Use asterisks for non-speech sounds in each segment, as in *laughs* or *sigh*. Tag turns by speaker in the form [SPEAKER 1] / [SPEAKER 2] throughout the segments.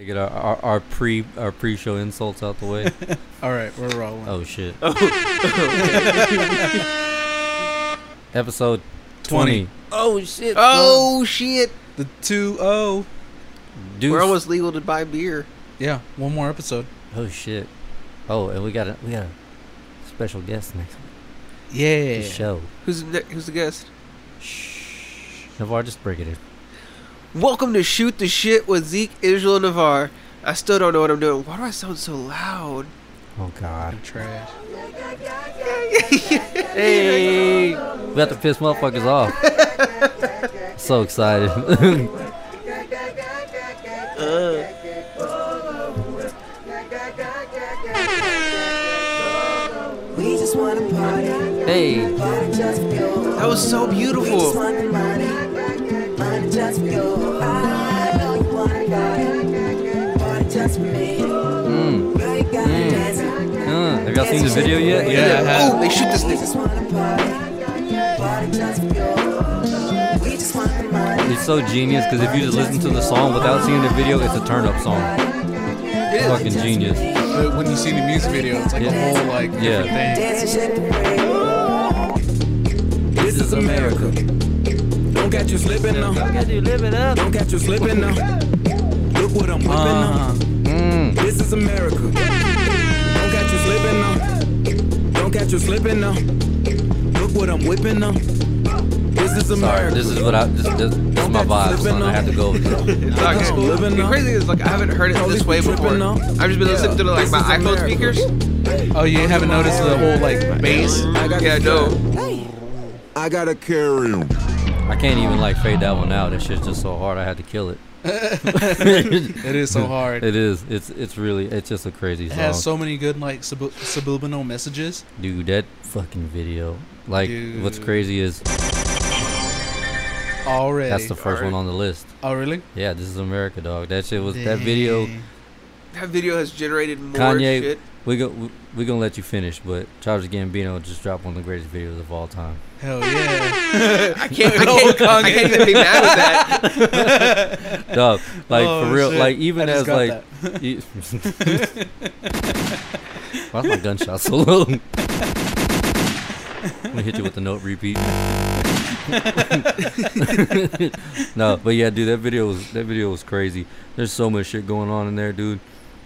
[SPEAKER 1] Get our, our, our pre our pre show insults out the way.
[SPEAKER 2] All right, we're rolling.
[SPEAKER 1] oh shit! *laughs* Episode
[SPEAKER 2] 20.
[SPEAKER 1] twenty. Oh shit!
[SPEAKER 3] Oh shit!
[SPEAKER 2] The two oh
[SPEAKER 1] Deuce.
[SPEAKER 3] We're almost legal to buy beer.
[SPEAKER 2] yeah, one more episode.
[SPEAKER 1] Oh shit! Oh, and we got a we got a special guest next week.
[SPEAKER 2] Yeah.
[SPEAKER 1] The show.
[SPEAKER 3] Who's the, who's the guest?
[SPEAKER 1] Shh. Navar, just break it in.
[SPEAKER 3] Welcome to shoot the shit with Zeke Israel Navar. I still don't know what I'm doing. Why do I sound so loud?
[SPEAKER 1] Oh god.
[SPEAKER 2] Fucking Trash.
[SPEAKER 1] Hey, we got to piss motherfuckers off. so excited. *laughs*
[SPEAKER 4] We just wanna party,
[SPEAKER 1] hey,
[SPEAKER 4] party just for you.
[SPEAKER 3] That was so
[SPEAKER 4] We just
[SPEAKER 3] beautiful.
[SPEAKER 4] want the money, money just for you. I know you wanna party, party just for me.
[SPEAKER 3] Mm.
[SPEAKER 4] Girl, you gotta dance.
[SPEAKER 1] uh, have y'all seen the video yet?
[SPEAKER 2] Yeah. I have.
[SPEAKER 3] Oh, they shoot this
[SPEAKER 4] We
[SPEAKER 3] nigga.
[SPEAKER 4] just wanna party, party just for you. We just want the money.
[SPEAKER 1] It's so genius because if you just listen to the song without seeing the video, it's a turn up song.
[SPEAKER 3] It
[SPEAKER 1] Fucking genius.
[SPEAKER 2] But when you see the music video, it's like
[SPEAKER 1] Yeah.
[SPEAKER 2] a whole like
[SPEAKER 1] Yeah.
[SPEAKER 2] different thing.
[SPEAKER 4] Dance and shake the way.
[SPEAKER 5] This is America. Don't catch you slipping now. Don't catch you slipping now. Look what I'm whipping
[SPEAKER 1] Uh-huh.
[SPEAKER 2] Uh,
[SPEAKER 5] now. This is America. Don't catch you slipping now. Don't catch you slipping now. Look what I'm whipping now. This is
[SPEAKER 1] Sorry,
[SPEAKER 5] America.
[SPEAKER 1] this is what I this, this, this is my vibe, son. I had to go. With it.
[SPEAKER 3] is. Like,
[SPEAKER 5] Just living
[SPEAKER 3] the
[SPEAKER 5] up.
[SPEAKER 3] crazy thing is, like, I haven't heard it this way before. I've just been listening to like my
[SPEAKER 5] This is
[SPEAKER 3] iPhone
[SPEAKER 5] America.
[SPEAKER 3] speakers.
[SPEAKER 2] oh, you haven't noticed the whole like
[SPEAKER 1] *laughs*
[SPEAKER 2] bass?
[SPEAKER 5] I got
[SPEAKER 3] Yeah,
[SPEAKER 5] the-
[SPEAKER 3] no.
[SPEAKER 6] I gotta carry him.
[SPEAKER 1] I can't even like fade that one out. That shit's just so hard. I had to kill it.
[SPEAKER 2] It is so hard. It
[SPEAKER 1] It is. It's it's really. It's just a crazy song,
[SPEAKER 2] has so many good like sub- subliminal messages.
[SPEAKER 1] dude. That fucking video. Like, what's
[SPEAKER 2] Dude.
[SPEAKER 1] crazy is
[SPEAKER 2] Already.
[SPEAKER 1] that's the first one on the list.
[SPEAKER 2] oh really?
[SPEAKER 1] Yeah, this is America, dog. That shit was that video.
[SPEAKER 2] Dang.
[SPEAKER 3] That video has generated more
[SPEAKER 1] Kanye-
[SPEAKER 5] *laughs*
[SPEAKER 3] shit.
[SPEAKER 1] We go. We, we gonna let you finish, but Charles Gambino just dropped one of the greatest videos of all time.
[SPEAKER 2] Hell yeah.
[SPEAKER 3] I can't, I can't, I can't even be mad at that.
[SPEAKER 1] Dog, like
[SPEAKER 2] Oh,
[SPEAKER 1] for real.
[SPEAKER 2] shit.
[SPEAKER 1] Like
[SPEAKER 2] I
[SPEAKER 1] even
[SPEAKER 2] just
[SPEAKER 1] as
[SPEAKER 2] got
[SPEAKER 1] like *laughs*
[SPEAKER 2] that.
[SPEAKER 1] You- Why's my gunshot so low? *laughs* I'm gonna hit you with the note repeat. *laughs* no, but yeah, dude, that video was that video was crazy. There's so much shit going on in there, dude.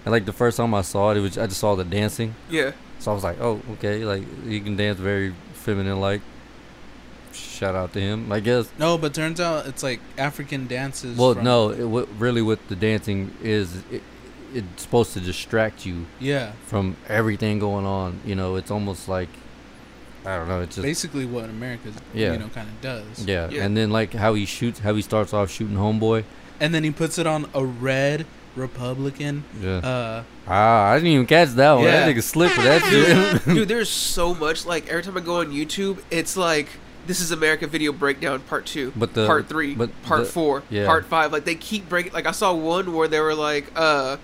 [SPEAKER 1] And like the first time I saw it, it was I just saw the dancing,
[SPEAKER 3] Yeah.
[SPEAKER 1] so I was like, oh, okay, like he can dance very feminine, like. Shout out to him, I guess.
[SPEAKER 2] No, but turns out it's like African dances.
[SPEAKER 1] Well,
[SPEAKER 2] from-
[SPEAKER 1] no, it, what really what the dancing is, it, it's supposed to distract you
[SPEAKER 2] Yeah.
[SPEAKER 1] from everything going on. You know, it's almost like I don't know. It's just
[SPEAKER 2] Basically, what America,
[SPEAKER 1] Yeah.
[SPEAKER 2] you know, kind of does.
[SPEAKER 1] yeah.
[SPEAKER 3] Yeah.
[SPEAKER 1] And then like how he shoots, how he starts off shooting homeboy.
[SPEAKER 2] And then he puts it on a red Republican.
[SPEAKER 1] Yeah.
[SPEAKER 2] Uh,
[SPEAKER 1] ah, I didn't even catch that one. That
[SPEAKER 2] Yeah.
[SPEAKER 1] nigga slipped for
[SPEAKER 3] *laughs*
[SPEAKER 1] that shit.
[SPEAKER 3] Dude, there's so much. Like, every time I go on YouTube, it's like, this is America Video Breakdown Part 2,
[SPEAKER 1] But the-
[SPEAKER 3] Part 3,
[SPEAKER 1] but
[SPEAKER 3] Part
[SPEAKER 1] the-
[SPEAKER 3] 4,
[SPEAKER 1] yeah.
[SPEAKER 3] Part 5. Like, they keep breaking. Like, I saw one where they were like, uh,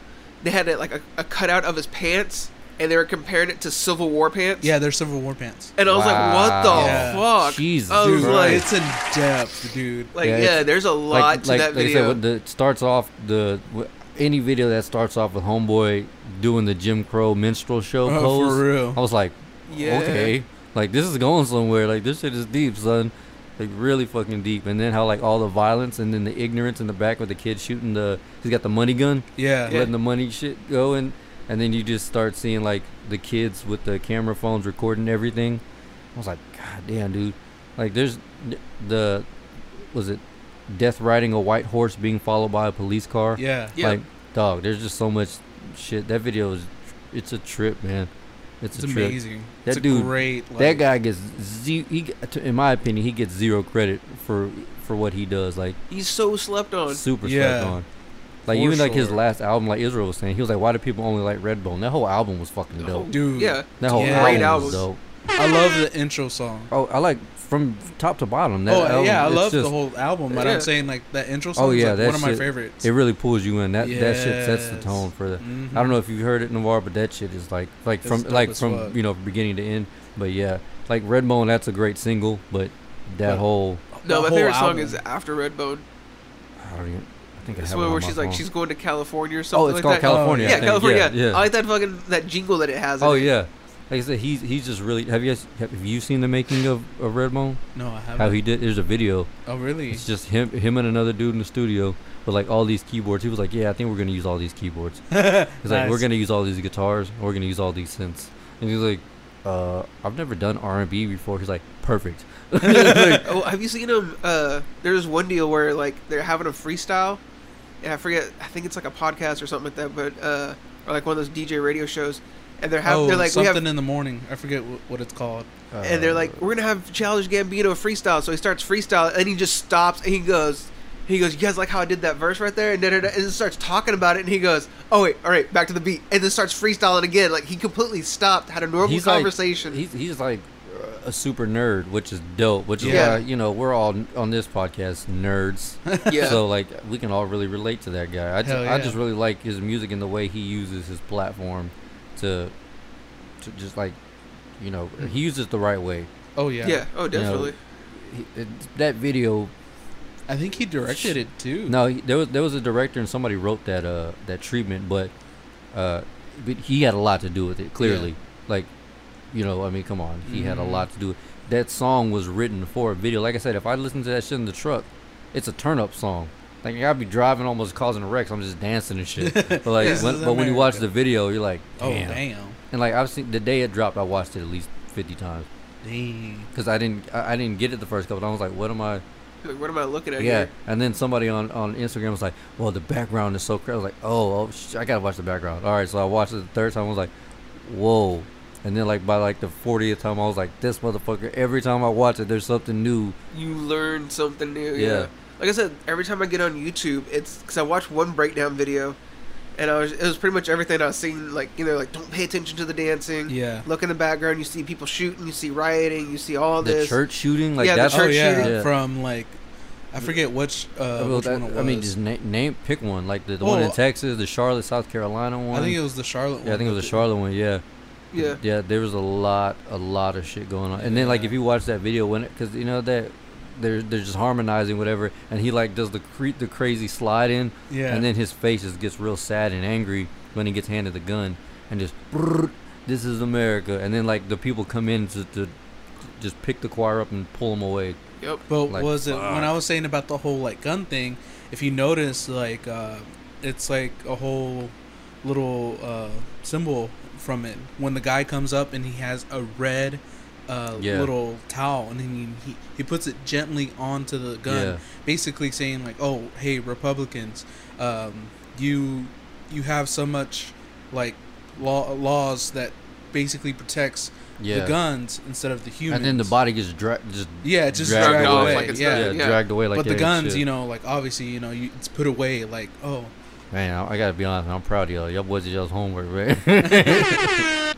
[SPEAKER 3] they had a, like a, a cutout of his pants, and they were comparing it to Civil War pants.
[SPEAKER 2] yeah, they're Civil War pants.
[SPEAKER 3] And I was
[SPEAKER 1] Wow.
[SPEAKER 3] like, what the
[SPEAKER 2] Yeah.
[SPEAKER 3] fuck?
[SPEAKER 1] Jesus
[SPEAKER 3] I was
[SPEAKER 2] Dude,
[SPEAKER 1] Christ.
[SPEAKER 3] Oh, like,
[SPEAKER 2] it's in depth, dude.
[SPEAKER 3] like
[SPEAKER 1] Yeah,
[SPEAKER 3] yeah,
[SPEAKER 1] it's-
[SPEAKER 3] there's a lot
[SPEAKER 1] like
[SPEAKER 3] to
[SPEAKER 1] like,
[SPEAKER 3] that
[SPEAKER 1] like I
[SPEAKER 3] video.
[SPEAKER 1] said, what the, it starts off the wh- any video that starts off with homeboy doing the Jim Crow minstrel show
[SPEAKER 2] Oh,
[SPEAKER 1] pose.
[SPEAKER 2] for real.
[SPEAKER 1] I was like,
[SPEAKER 3] yeah.
[SPEAKER 1] okay, like this is going somewhere. Like this shit is deep, son. Like really fucking deep. And then how like all the violence and then the ignorance in the back with the kid shooting the he's got the money gun,
[SPEAKER 2] Yeah.
[SPEAKER 1] letting the money shit go and and then you just start seeing like the kids with the camera phones recording everything. I was like, God damn, dude. Like there's th- the was it death riding a white horse being followed by a police car.
[SPEAKER 2] Yeah.
[SPEAKER 3] Yeah.
[SPEAKER 1] Like dog, there's just so much shit. That video is it's a trip, man. It's,
[SPEAKER 2] It's
[SPEAKER 1] a trip.
[SPEAKER 2] amazing.
[SPEAKER 1] That
[SPEAKER 2] it's a
[SPEAKER 1] dude-
[SPEAKER 2] great. Like,
[SPEAKER 1] That guy gets ze- he, g- t- in my opinion, he gets zero credit for for what he does. Like
[SPEAKER 3] He's so slept on.
[SPEAKER 1] super
[SPEAKER 2] Oh, Yeah.
[SPEAKER 1] slept on. Like
[SPEAKER 2] For
[SPEAKER 1] even like his
[SPEAKER 2] sure.
[SPEAKER 1] last album, like Israel was saying, he was like, "Why do people only like Redbone?" That whole album was fucking dope.
[SPEAKER 2] Dude.
[SPEAKER 3] Yeah.
[SPEAKER 1] That whole
[SPEAKER 2] Oh, Yeah.
[SPEAKER 1] album
[SPEAKER 2] Great
[SPEAKER 1] was dope.
[SPEAKER 2] I
[SPEAKER 3] albums.
[SPEAKER 2] love the intro song.
[SPEAKER 1] Oh, I like from top to bottom. That
[SPEAKER 2] oh
[SPEAKER 1] album,
[SPEAKER 2] yeah, I
[SPEAKER 1] it's
[SPEAKER 2] love
[SPEAKER 1] just-
[SPEAKER 2] the whole album, but
[SPEAKER 3] Yeah.
[SPEAKER 2] I'm saying like that intro song
[SPEAKER 1] Oh yeah,
[SPEAKER 2] is
[SPEAKER 1] that
[SPEAKER 2] like, one of my
[SPEAKER 1] shit-
[SPEAKER 2] favorites.
[SPEAKER 1] It really pulls you in. That that shit sets the
[SPEAKER 2] Yes.
[SPEAKER 1] tone for the.
[SPEAKER 2] Mhm.
[SPEAKER 1] I don't know if you've heard it Navar, but that shit is like like
[SPEAKER 2] It's
[SPEAKER 1] from
[SPEAKER 2] dope
[SPEAKER 1] like
[SPEAKER 2] as
[SPEAKER 1] from
[SPEAKER 2] fuck.
[SPEAKER 1] you know beginning to end. But yeah, like Redbone, that's a great single. But that
[SPEAKER 2] But-
[SPEAKER 1] whole
[SPEAKER 2] The
[SPEAKER 3] No, my
[SPEAKER 2] whole
[SPEAKER 3] favorite song
[SPEAKER 2] album.
[SPEAKER 3] is After Redbone.
[SPEAKER 1] I don't even. I think I
[SPEAKER 3] This
[SPEAKER 1] have it
[SPEAKER 3] one
[SPEAKER 1] on
[SPEAKER 3] where
[SPEAKER 1] my
[SPEAKER 3] she's like
[SPEAKER 1] phone.
[SPEAKER 3] she's going to California or something.
[SPEAKER 1] Oh, it's
[SPEAKER 3] like
[SPEAKER 1] called
[SPEAKER 3] that.
[SPEAKER 1] California. I
[SPEAKER 3] Yeah,
[SPEAKER 1] think.
[SPEAKER 3] California.
[SPEAKER 1] Yeah. yeah.
[SPEAKER 3] I like that fucking that jingle that it has. in
[SPEAKER 1] oh
[SPEAKER 3] it. *laughs*
[SPEAKER 1] yeah. Like I said, he's he's just really. Have you guys, have you seen the making of, of Redbone?
[SPEAKER 2] No, I haven't.
[SPEAKER 1] How he did? There's a video.
[SPEAKER 2] oh, really?
[SPEAKER 1] It's just him him and another dude in the studio with like all these keyboards. He was like, "Yeah, I think we're gonna use all these
[SPEAKER 3] *laughs*
[SPEAKER 1] keyboards." He's like, "We're
[SPEAKER 2] Nice.
[SPEAKER 1] gonna use all these guitars. We're gonna use all these synths." And he's like, "Uh, I've never done R and B before." He's like, "Perfect." *laughs* Like,
[SPEAKER 3] Oh, have you seen him? Uh, there's one deal where like they're having a freestyle, and I forget. I think it's like a podcast or something like that, but uh, or like one of those DJ radio shows, and they're having
[SPEAKER 2] oh,
[SPEAKER 3] they're like we
[SPEAKER 2] something
[SPEAKER 3] have,
[SPEAKER 2] in the morning. I forget wh- what it's called.
[SPEAKER 3] *laughs* and they're
[SPEAKER 1] Uh,
[SPEAKER 3] like we're gonna have Challenge Gambino freestyle. So he starts freestyle, and he just stops, and he goes. He goes, you guys like how I did that verse right there, and then and then starts talking about it, and he goes, "Oh wait, all right, back to the beat," and then starts freestyling again. Like he completely stopped, had a normal
[SPEAKER 1] He's like-
[SPEAKER 3] conversation.
[SPEAKER 1] he's he's like a super nerd, which is dope. Which is
[SPEAKER 3] Yeah.
[SPEAKER 1] why, you know we're all n- on this podcast nerds,
[SPEAKER 3] yeah,
[SPEAKER 1] so like we can all really relate to that guy. I just,
[SPEAKER 2] Hell
[SPEAKER 1] I
[SPEAKER 2] yeah.
[SPEAKER 1] just really like his music and the way he uses his platform to to just like you know he uses it the right way.
[SPEAKER 2] Oh
[SPEAKER 3] yeah.
[SPEAKER 2] yeah.
[SPEAKER 3] Oh, definitely.
[SPEAKER 1] He, it, that video
[SPEAKER 2] I think he directed it too.
[SPEAKER 1] No, he- there was there was a director and somebody wrote that uh that treatment, but uh, but he had a lot to do with it. Clearly, like, you know, I mean, come on, he had a
[SPEAKER 2] Mhm.
[SPEAKER 1] lot to do. That song was written for a video. Like I said, if I listen to that shit in the truck, it's a turn up song. Like I'd be driving, almost causing a wreck. So I'm just dancing and shit. But like,
[SPEAKER 2] This
[SPEAKER 1] when,
[SPEAKER 2] is
[SPEAKER 1] but when you watch
[SPEAKER 2] America.
[SPEAKER 1] the video, you're like,
[SPEAKER 2] Oh
[SPEAKER 1] damn.
[SPEAKER 2] damn.
[SPEAKER 1] And like I've seen the day it dropped, I watched it at least fifty times
[SPEAKER 2] Dang.
[SPEAKER 1] because I didn't I, I didn't get it the first couple. I was like, what am I?
[SPEAKER 3] Like, what am I looking at
[SPEAKER 1] Yeah,
[SPEAKER 3] here?
[SPEAKER 1] and then somebody on, on Instagram was like, "Well, the background is so crazy." I was like, "Oh, oh sh- I gotta watch the background." All right, so I watched it the third time. I was like, "Whoa!" And then like by like the fortieth time, I was like, "This motherfucker!" Every time I watch it, there's something new.
[SPEAKER 3] you learn something new. Yeah.
[SPEAKER 1] Yeah.
[SPEAKER 3] Like I said, every time I get on YouTube, it's because I watched one breakdown video, and I was it was pretty much everything I was seeing. Like you know, like don't pay attention to the dancing.
[SPEAKER 2] Yeah.
[SPEAKER 3] Look in the background. You see people shooting. You see rioting. You see all
[SPEAKER 1] The
[SPEAKER 3] this.
[SPEAKER 1] church shooting, like
[SPEAKER 3] Oh, Yeah, the
[SPEAKER 1] that's
[SPEAKER 2] Oh
[SPEAKER 3] church
[SPEAKER 2] yeah.
[SPEAKER 1] shooting.
[SPEAKER 2] From like, I forget which. Uh,
[SPEAKER 1] Well,
[SPEAKER 2] which
[SPEAKER 1] that-
[SPEAKER 2] one it was.
[SPEAKER 1] I mean, just na- name pick one, like the, the one in
[SPEAKER 2] Well,
[SPEAKER 1] Texas, the Charlotte, South Carolina one.
[SPEAKER 2] I think it was the Charlotte.
[SPEAKER 1] yeah, I think it was the Charlotte one. Yeah.
[SPEAKER 3] Yeah.
[SPEAKER 1] Yeah, there was a lot, a lot of shit going on. And then like
[SPEAKER 2] Yeah.
[SPEAKER 1] if you watch that video when, because you know that they're they're just harmonizing whatever, and he like does the cre- the crazy slide in,
[SPEAKER 2] Yeah.
[SPEAKER 1] and then his face just gets real sad and angry when he gets handed the gun, and just brrr, this is America, and then like the people come in to, to just pick the choir up and pull them away.
[SPEAKER 3] Yep.
[SPEAKER 2] But
[SPEAKER 1] Like,
[SPEAKER 2] was it when I
[SPEAKER 1] fuck.
[SPEAKER 2] was saying about the whole like gun thing? If you notice, like uh, it's like a whole little uh, symbol from it. When the guy comes up and he has a red uh,
[SPEAKER 1] Yeah.
[SPEAKER 2] little towel, and then he, he puts it gently onto the gun,
[SPEAKER 1] Yeah.
[SPEAKER 2] basically saying like, "Oh, hey, Republicans, um, you you have so much like law, laws that basically protects
[SPEAKER 1] Yeah.
[SPEAKER 2] the guns instead of the humans."
[SPEAKER 1] And then the body gets dra- just
[SPEAKER 2] Yeah, it just
[SPEAKER 1] dragged
[SPEAKER 2] dragged
[SPEAKER 1] off
[SPEAKER 2] away.
[SPEAKER 3] like it's
[SPEAKER 2] yeah,
[SPEAKER 3] nothing.
[SPEAKER 1] yeah,
[SPEAKER 3] yeah.
[SPEAKER 1] dragged away like
[SPEAKER 2] but
[SPEAKER 1] that
[SPEAKER 2] the
[SPEAKER 1] and
[SPEAKER 2] guns,
[SPEAKER 1] shit.
[SPEAKER 2] you know, like obviously, you know, you, it's put away. Like, oh,
[SPEAKER 1] Man, I, I gotta be honest. I'm proud of y'all. Y'all boys did y'all's homework, right? *laughs*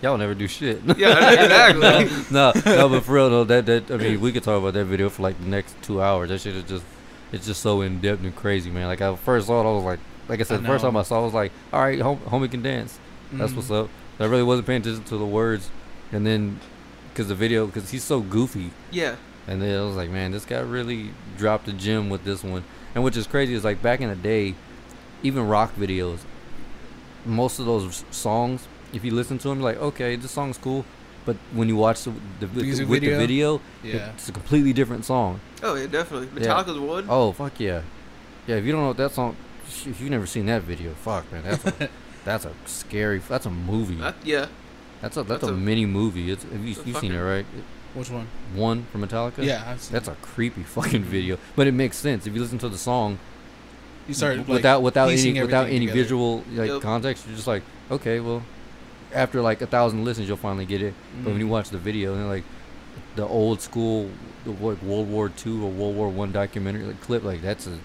[SPEAKER 1] y'all never do shit. *laughs* no,
[SPEAKER 3] Yeah. *laughs* Exactly.
[SPEAKER 1] no, but for real though, that that I mean, we could talk about that video for like the next two hours. That shit is just, it's just so in depth and crazy, man. Like I first saw it, I was like, like I said,
[SPEAKER 2] I
[SPEAKER 1] the first
[SPEAKER 2] know.
[SPEAKER 1] time I saw, it, I was like, all right, hom- homie can dance. That's
[SPEAKER 2] mm,
[SPEAKER 1] what's up. I really wasn't paying attention to the words, and then, cause the video, cause he's so goofy.
[SPEAKER 3] yeah.
[SPEAKER 1] And then I was like, man, this guy really dropped the gem with this one. And which is crazy is like back in the day, even rock videos, most of those songs, if you listen to them, you're like, okay, this song's cool. But when you watch the, the with, the,
[SPEAKER 2] Music
[SPEAKER 1] with the
[SPEAKER 2] video?
[SPEAKER 1] video,
[SPEAKER 2] Yeah,
[SPEAKER 1] it's a completely different song.
[SPEAKER 3] Oh yeah, definitely.
[SPEAKER 1] Yeah.
[SPEAKER 3] Metallica's one.
[SPEAKER 1] Oh fuck yeah, yeah. If you don't know that song, sh- if you've never seen that video, fuck man, that's a, that's a scary. That's a movie.
[SPEAKER 3] That- yeah.
[SPEAKER 1] That's a that's,
[SPEAKER 3] that's
[SPEAKER 1] a,
[SPEAKER 3] a-
[SPEAKER 1] mini movie. It's have you,
[SPEAKER 3] that's a
[SPEAKER 1] you've seen it
[SPEAKER 3] fucking-
[SPEAKER 1] right?
[SPEAKER 2] which one?
[SPEAKER 1] One from Metallica.
[SPEAKER 2] Yeah, I've seen
[SPEAKER 1] That's a creepy fucking video, but it makes sense if you listen to the song
[SPEAKER 2] you started like,
[SPEAKER 1] without without
[SPEAKER 2] piecing
[SPEAKER 1] any without
[SPEAKER 2] everything
[SPEAKER 1] any
[SPEAKER 2] together.
[SPEAKER 1] visual like
[SPEAKER 3] Yep.
[SPEAKER 1] context. You're just like, okay, well, after like a thousand listens, you'll finally get it. But
[SPEAKER 2] mm. Mm-hmm.
[SPEAKER 1] when you watch the video and like the old school, the wo- like World War Two or World War One documentary like clip, like that's a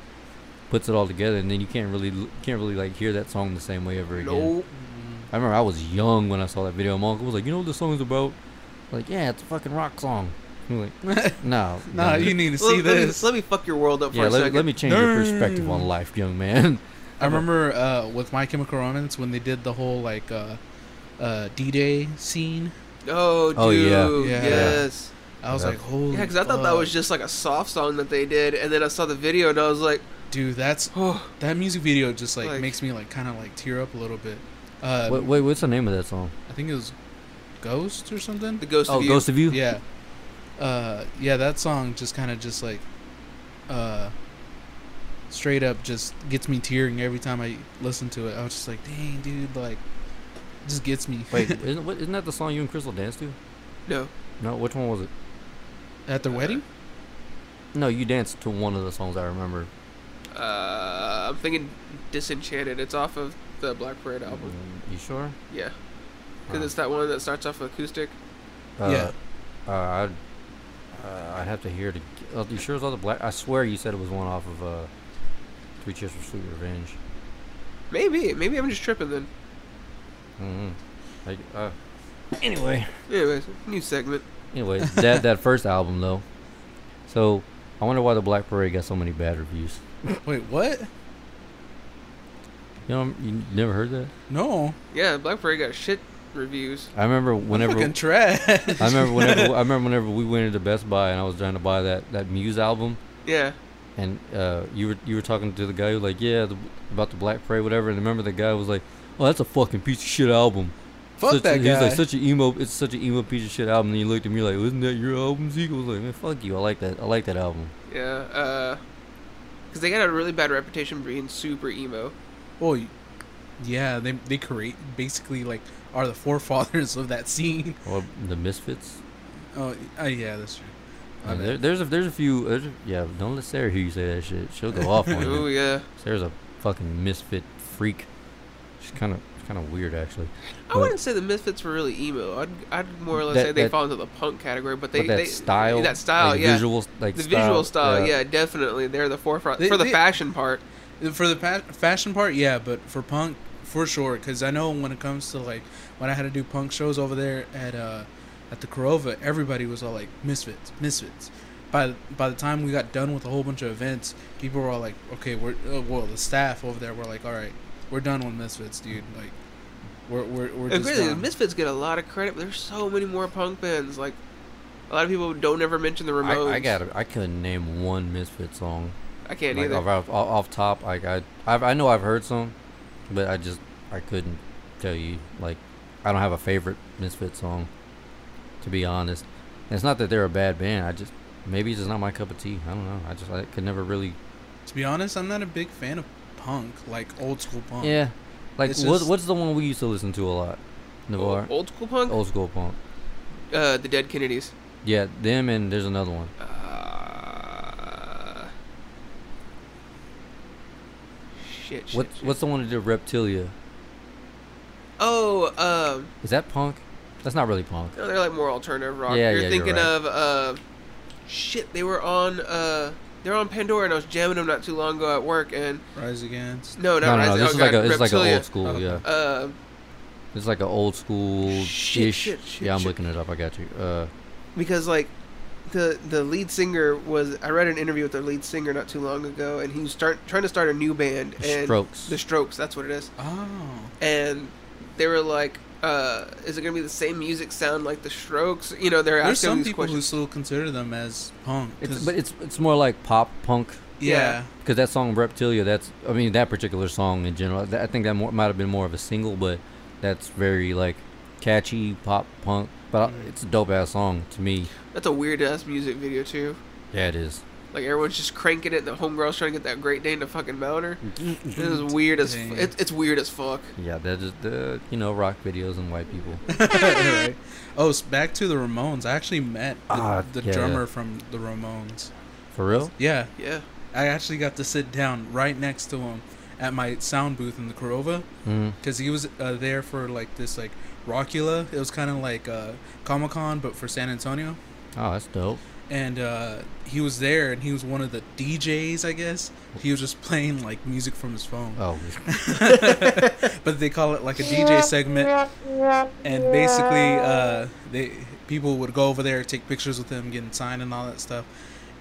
[SPEAKER 1] puts it all together, and then you can't really l- can't really like hear that song the same way ever again.
[SPEAKER 3] No.
[SPEAKER 1] I remember I was young when I saw that video. My uncle was like, "You know what this song's about?" Like, yeah, it's a fucking rock song. I'm like, *laughs*
[SPEAKER 2] *laughs*
[SPEAKER 1] no,
[SPEAKER 2] No, you need to *laughs*
[SPEAKER 3] Let-
[SPEAKER 2] see
[SPEAKER 3] let me-
[SPEAKER 2] this.
[SPEAKER 3] Let me, fuck your world up
[SPEAKER 1] yeah,
[SPEAKER 3] for a
[SPEAKER 1] let,
[SPEAKER 3] second.
[SPEAKER 1] let me change your perspective
[SPEAKER 2] Damn.
[SPEAKER 1] on life, young
[SPEAKER 3] *laughs*
[SPEAKER 1] man.
[SPEAKER 2] I remember uh, with My Chemical Romance when they did the whole like uh, uh, D-Day scene.
[SPEAKER 3] Oh, dude.
[SPEAKER 1] Oh, yeah.
[SPEAKER 2] Yeah. Oh.
[SPEAKER 3] Yes.
[SPEAKER 2] I was
[SPEAKER 1] Yeah.
[SPEAKER 2] like, holy.
[SPEAKER 3] Yeah, because I thought that
[SPEAKER 2] fuck.
[SPEAKER 3] was just like a soft song that they did, and then I saw the video and I was like,
[SPEAKER 2] dude, that's
[SPEAKER 3] Oh,
[SPEAKER 2] that music video just like,
[SPEAKER 3] Like-
[SPEAKER 2] makes me like kind of like tear up a little bit. Uh,
[SPEAKER 1] Wait, wait, what's the name of that song?
[SPEAKER 2] I think it was Ghost or something.
[SPEAKER 3] the ghost
[SPEAKER 1] Oh,
[SPEAKER 3] of you.
[SPEAKER 1] Ghost of You.
[SPEAKER 2] yeah uh yeah that song just kind of just like uh straight up just gets me tearing every time i listen to it i was just like dang dude like just gets me
[SPEAKER 1] Wait,
[SPEAKER 3] *laughs*
[SPEAKER 1] isn't, what, isn't that the song you and Crystal danced to?
[SPEAKER 3] No.
[SPEAKER 1] No, which one was it?
[SPEAKER 2] *laughs* at
[SPEAKER 1] uh,
[SPEAKER 2] the wedding
[SPEAKER 1] No, you danced to one of the songs I remember.
[SPEAKER 3] Uh, I'm thinking Disenchanted. It's off of the Black Parade album.
[SPEAKER 1] Mm, You sure?
[SPEAKER 3] Yeah. Because
[SPEAKER 1] Wow.
[SPEAKER 3] it's that one that starts off with acoustic.
[SPEAKER 2] Yeah.
[SPEAKER 1] Uh, uh, I'd, uh, I'd have to hear it. ag- Uh, you sure it's all the black? I swear you said it was one off of uh, Three Cheers for Sweet Revenge.
[SPEAKER 3] Maybe. Maybe I'm just tripping then.
[SPEAKER 1] Mm-hmm. Like, uh, anyway,
[SPEAKER 3] Anyways, new segment. *laughs*
[SPEAKER 1] anyway, that that first album though. So I wonder why the Black Parade got so many bad reviews.
[SPEAKER 2] wait what
[SPEAKER 1] You know, you never heard that.
[SPEAKER 2] no
[SPEAKER 3] Yeah, Black Parade got shit reviews.
[SPEAKER 1] I remember whenever
[SPEAKER 2] fucking trash
[SPEAKER 1] I remember
[SPEAKER 2] *laughs*
[SPEAKER 1] whenever I remember whenever we went into Best Buy and I was trying to buy that that Muse album.
[SPEAKER 3] Yeah.
[SPEAKER 1] and uh, you were you were talking to the guy who like yeah the, about the Black Parade whatever, and remember the guy was like, oh that's a fucking piece of shit album.
[SPEAKER 2] fuck
[SPEAKER 1] Such a-
[SPEAKER 2] that
[SPEAKER 1] He was
[SPEAKER 2] guy
[SPEAKER 1] like such an emo, it's such an emo piece of shit album. And he looked at me like, wasn't that your album? Zeke I was like, man, fuck you, I like that, I like that album.
[SPEAKER 3] Yeah. Uh, because they got a really bad reputation for being super emo.
[SPEAKER 2] oh y- yeah they, they create basically like are the forefathers *laughs* of that scene
[SPEAKER 1] Or the Misfits.
[SPEAKER 2] oh uh, yeah that's true My
[SPEAKER 1] And
[SPEAKER 2] bad.
[SPEAKER 1] there, there's a there's a few there's a, yeah. Don't let Sarah hear you say that shit. She'll go off
[SPEAKER 2] *laughs*
[SPEAKER 1] on
[SPEAKER 3] Oh
[SPEAKER 1] you.
[SPEAKER 3] yeah.
[SPEAKER 1] Sarah's a fucking misfit freak. She's kind of kind of weird actually.
[SPEAKER 3] I
[SPEAKER 1] But-
[SPEAKER 3] wouldn't say the Misfits were really emo. I'd, I'd more or less
[SPEAKER 1] That-
[SPEAKER 3] say they
[SPEAKER 1] that-
[SPEAKER 3] fall into the punk category, but they
[SPEAKER 1] but that
[SPEAKER 3] they,
[SPEAKER 1] style,
[SPEAKER 3] that style,
[SPEAKER 1] like,
[SPEAKER 3] yeah,
[SPEAKER 1] visual, like
[SPEAKER 3] the visual style, yeah. definitely. They're the forefront
[SPEAKER 2] They-
[SPEAKER 3] for the
[SPEAKER 2] they-
[SPEAKER 3] fashion part.
[SPEAKER 2] for the pa- fashion part yeah but for punk for sure because i know when it comes to like when i had to do punk shows over there at uh at the corova everybody was all like misfits misfits by the, by the time we got done with a whole bunch of events people were all like okay we're uh, well the staff over there were like all right we're done with misfits dude like we're we're, we're
[SPEAKER 3] And
[SPEAKER 2] just
[SPEAKER 3] really, the
[SPEAKER 2] done."
[SPEAKER 3] Misfits get a lot of credit, but there's so many more punk bands. Like a lot of people don't ever mention the Ramones.
[SPEAKER 1] I, I got. I couldn't name one Misfit song.
[SPEAKER 3] I can't
[SPEAKER 1] like
[SPEAKER 3] either.
[SPEAKER 1] off, off, off top, like I, I've, I know I've heard some, but I just I couldn't tell you. Like, I don't have a favorite Misfit song, to be honest. And it's not that they're a bad band. I just maybe it's just not my cup of tea. I don't know. I just I could never really.
[SPEAKER 2] to be honest i'm not a big fan of punk like old school punk
[SPEAKER 1] Yeah, like
[SPEAKER 2] It's
[SPEAKER 1] what,
[SPEAKER 2] just-
[SPEAKER 1] what's the one we used to listen to a lot? Navarre,
[SPEAKER 3] old, old school punk.
[SPEAKER 1] old school punk.
[SPEAKER 3] Uh, the Dead Kennedys.
[SPEAKER 1] Yeah, them and there's another one.
[SPEAKER 3] Uh, shit. shit,
[SPEAKER 1] What
[SPEAKER 3] shit.
[SPEAKER 1] what's the one that did Reptilia?
[SPEAKER 3] Oh, um.
[SPEAKER 1] Is that punk? That's not really punk.
[SPEAKER 3] No, they're like more alternative rock.
[SPEAKER 1] Yeah, yeah,
[SPEAKER 3] you're
[SPEAKER 1] you're
[SPEAKER 3] thinking
[SPEAKER 1] right.
[SPEAKER 3] of uh, shit. They were on uh, they're on Pandora, and I was jamming them not too long ago at work. And
[SPEAKER 2] rise against
[SPEAKER 3] no,
[SPEAKER 1] No, no,
[SPEAKER 3] not Rise-
[SPEAKER 1] no. This
[SPEAKER 3] oh,
[SPEAKER 1] is like
[SPEAKER 3] God,
[SPEAKER 1] a this is like an
[SPEAKER 3] Reptilia.
[SPEAKER 1] old school.
[SPEAKER 2] Oh.
[SPEAKER 1] Yeah.
[SPEAKER 3] Uh,
[SPEAKER 1] It's like an old school
[SPEAKER 3] Shit,
[SPEAKER 1] ish.
[SPEAKER 3] shit, shit,
[SPEAKER 1] yeah, I'm
[SPEAKER 3] shit.
[SPEAKER 1] looking it up. I got you. Uh,
[SPEAKER 3] because like the the lead singer was. I read an interview with the lead singer not too long ago, and he was start trying to start a new band. And
[SPEAKER 1] Strokes.
[SPEAKER 3] The Strokes. That's what it is.
[SPEAKER 2] oh
[SPEAKER 3] And they were like. Uh, is it gonna be the same music sound like the Strokes? You know, they're
[SPEAKER 2] there's
[SPEAKER 3] asking
[SPEAKER 2] some
[SPEAKER 3] these
[SPEAKER 2] people who
[SPEAKER 3] questions.
[SPEAKER 2] still consider them as punk
[SPEAKER 1] it's,
[SPEAKER 2] 'cause-
[SPEAKER 1] but it's it's more like pop punk
[SPEAKER 2] yeah.
[SPEAKER 1] because that song Reptilia. That's I mean that particular song in general. That, I think that more, might have been more of a single, but that's very like catchy pop punk. But I- it's a dope ass song to me.
[SPEAKER 3] That's a weird ass music video too.
[SPEAKER 1] Yeah, it is.
[SPEAKER 3] Like everyone's just cranking it. and The homegirl's trying to get that Great Dane to fucking mount her.
[SPEAKER 2] *laughs*
[SPEAKER 3] This is weird as
[SPEAKER 2] Dang.
[SPEAKER 3] fu- it, it's weird as fuck.
[SPEAKER 1] Yeah, that is the you know rock videos and white people.
[SPEAKER 2] *laughs*
[SPEAKER 1] *laughs*
[SPEAKER 2] Right. Oh, s- back to the Ramones. I actually met the,
[SPEAKER 1] Ah,
[SPEAKER 2] the
[SPEAKER 1] yeah.
[SPEAKER 2] drummer from the Ramones.
[SPEAKER 1] For real?
[SPEAKER 2] Yeah,
[SPEAKER 3] Yeah,
[SPEAKER 2] I actually got to sit down right next to him at my sound booth in the Corova
[SPEAKER 1] Mm.
[SPEAKER 2] because he was uh, there for like this like Rockula. It was kind of like uh, Comic Con but for San Antonio,
[SPEAKER 1] Oh, that's dope.
[SPEAKER 2] and uh, he was there and he was one of the DJs, I guess. He was just playing like music from his phone.
[SPEAKER 1] Oh,
[SPEAKER 2] *laughs* but they call it like a DJ segment. And basically, uh, they people would go over there, take pictures with him, getting signed and all that stuff.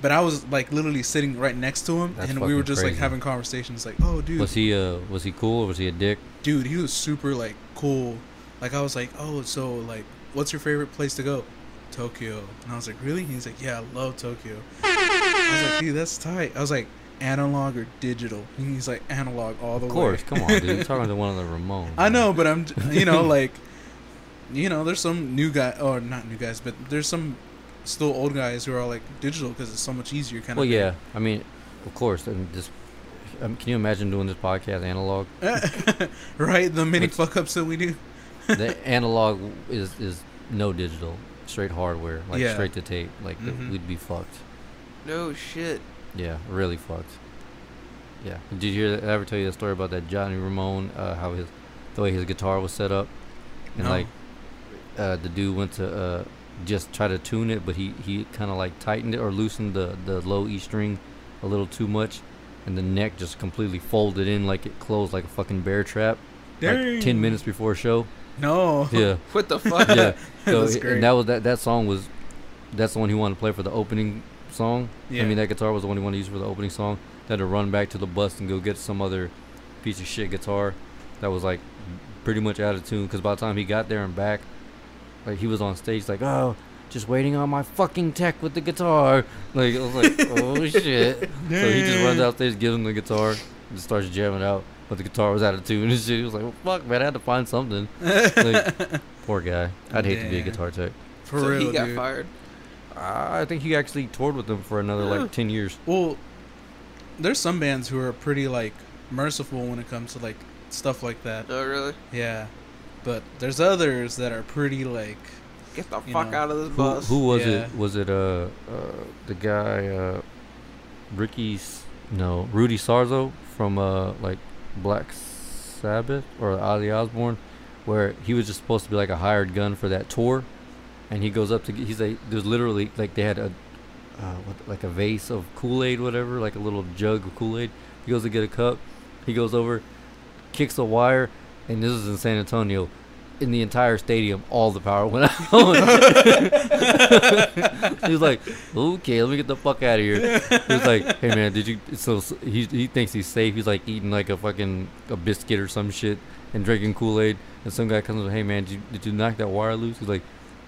[SPEAKER 2] But I was like literally sitting right next to him,
[SPEAKER 1] That's
[SPEAKER 2] and we were
[SPEAKER 1] fucking
[SPEAKER 2] just like
[SPEAKER 1] crazy.
[SPEAKER 2] having conversations, like, "Oh, dude,
[SPEAKER 1] was he uh was he cool or was he a dick?
[SPEAKER 2] dude, he was super like cool." Like I was like, "Oh, so like, what's your favorite place to go?" Tokyo. And I was like, "Really?" And he's like, "Yeah, I love Tokyo." I was like, "Dude, that's tight." I was like, analog or digital? And he's like, analog all the
[SPEAKER 1] Of
[SPEAKER 2] way.
[SPEAKER 1] course, come on, dude. You're talking to one of the
[SPEAKER 2] *laughs*
[SPEAKER 1] Ramones.
[SPEAKER 2] I know,
[SPEAKER 1] *laughs*
[SPEAKER 2] but I'm, you know, like, you know, there's some new guy, or not new guys, but there's some still old guys who are like digital because it's so much easier, kind
[SPEAKER 1] Well,
[SPEAKER 2] of.
[SPEAKER 1] yeah. I mean, of course. And just, um, can you imagine doing this podcast analog?
[SPEAKER 2] yeah. *laughs* right? The many
[SPEAKER 1] Which-
[SPEAKER 2] fuck ups that we do. *laughs*
[SPEAKER 1] the analog is is no digital, straight hardware, like
[SPEAKER 2] Yeah.
[SPEAKER 1] straight to tape. Like th-
[SPEAKER 2] Mhm.
[SPEAKER 1] we'd be fucked.
[SPEAKER 3] No shit.
[SPEAKER 1] Yeah, really fucked. Yeah. Did you hear that, ever tell you that story about that Johnny Ramone? Uh, how his the way his guitar was set up, and
[SPEAKER 2] No.
[SPEAKER 1] like uh, the dude went to uh, just try to tune it, but he he kind of like tightened it or loosened the the low E string a little too much, and the neck just completely folded in like it closed like a fucking bear trap. Like ten
[SPEAKER 2] Dang.
[SPEAKER 1] minutes before a
[SPEAKER 2] *laughs*
[SPEAKER 1] show.
[SPEAKER 2] No.
[SPEAKER 1] Yeah.
[SPEAKER 3] What the fuck? *laughs*
[SPEAKER 1] yeah. So
[SPEAKER 2] That's
[SPEAKER 1] it-
[SPEAKER 2] great.
[SPEAKER 1] and that was that. That song was that's the one he wanted to play for the opening song.
[SPEAKER 2] Yeah.
[SPEAKER 1] I mean, that guitar was the one he wanted to use for the opening song. They had to run back to the bus and go get some other piece of shit guitar that was like pretty much out of tune. Because by the time he got there and back, like he was on stage, like oh. Just waiting on my fucking tech with the guitar. Like I was
[SPEAKER 2] *laughs*
[SPEAKER 1] like, oh shit. So he just runs out there, gives him the guitar, and just starts jamming out. But the guitar was out of tune and shit. He was like, well, fuck, man, I had to find something. Like,
[SPEAKER 2] *laughs*
[SPEAKER 1] poor guy. I'd hate to be a
[SPEAKER 2] Damn.
[SPEAKER 1] guitar tech.
[SPEAKER 2] For
[SPEAKER 3] so
[SPEAKER 2] real,
[SPEAKER 3] he got
[SPEAKER 2] dude.
[SPEAKER 3] fired.
[SPEAKER 1] I think he actually toured with them for another
[SPEAKER 3] Huh.
[SPEAKER 1] like ten years.
[SPEAKER 2] Well, there's some bands who are pretty like merciful when it comes to like stuff like that.
[SPEAKER 3] Oh really?
[SPEAKER 2] Yeah, but there's others that are pretty like
[SPEAKER 3] Get the
[SPEAKER 2] You
[SPEAKER 3] fuck
[SPEAKER 2] know,
[SPEAKER 3] out of this
[SPEAKER 1] Who,
[SPEAKER 3] bus.
[SPEAKER 1] who was it?
[SPEAKER 2] Yeah.
[SPEAKER 1] Was it uh, uh the guy uh Ricky? S- No, Rudy Sarzo from uh like Black Sabbath or Ozzy Osbourne, where he was just supposed to be like a hired gun for that tour, and he goes up to he's like there's literally like they had a uh, what, like a vase of Kool Aid whatever like a little jug of Kool Aid. He goes to get a cup. He goes over, kicks a wire, and this is in San Antonio. In the entire stadium, all the power went *laughs* out. he was like, "Okay, let me get the fuck out of here." He was like, "Hey man, did you?" So s- he he thinks he's safe. He's like eating like a fucking a biscuit or some shit and drinking Kool Aid. And some guy comes up, "Hey man, did you, did you knock that wire loose?" He's like,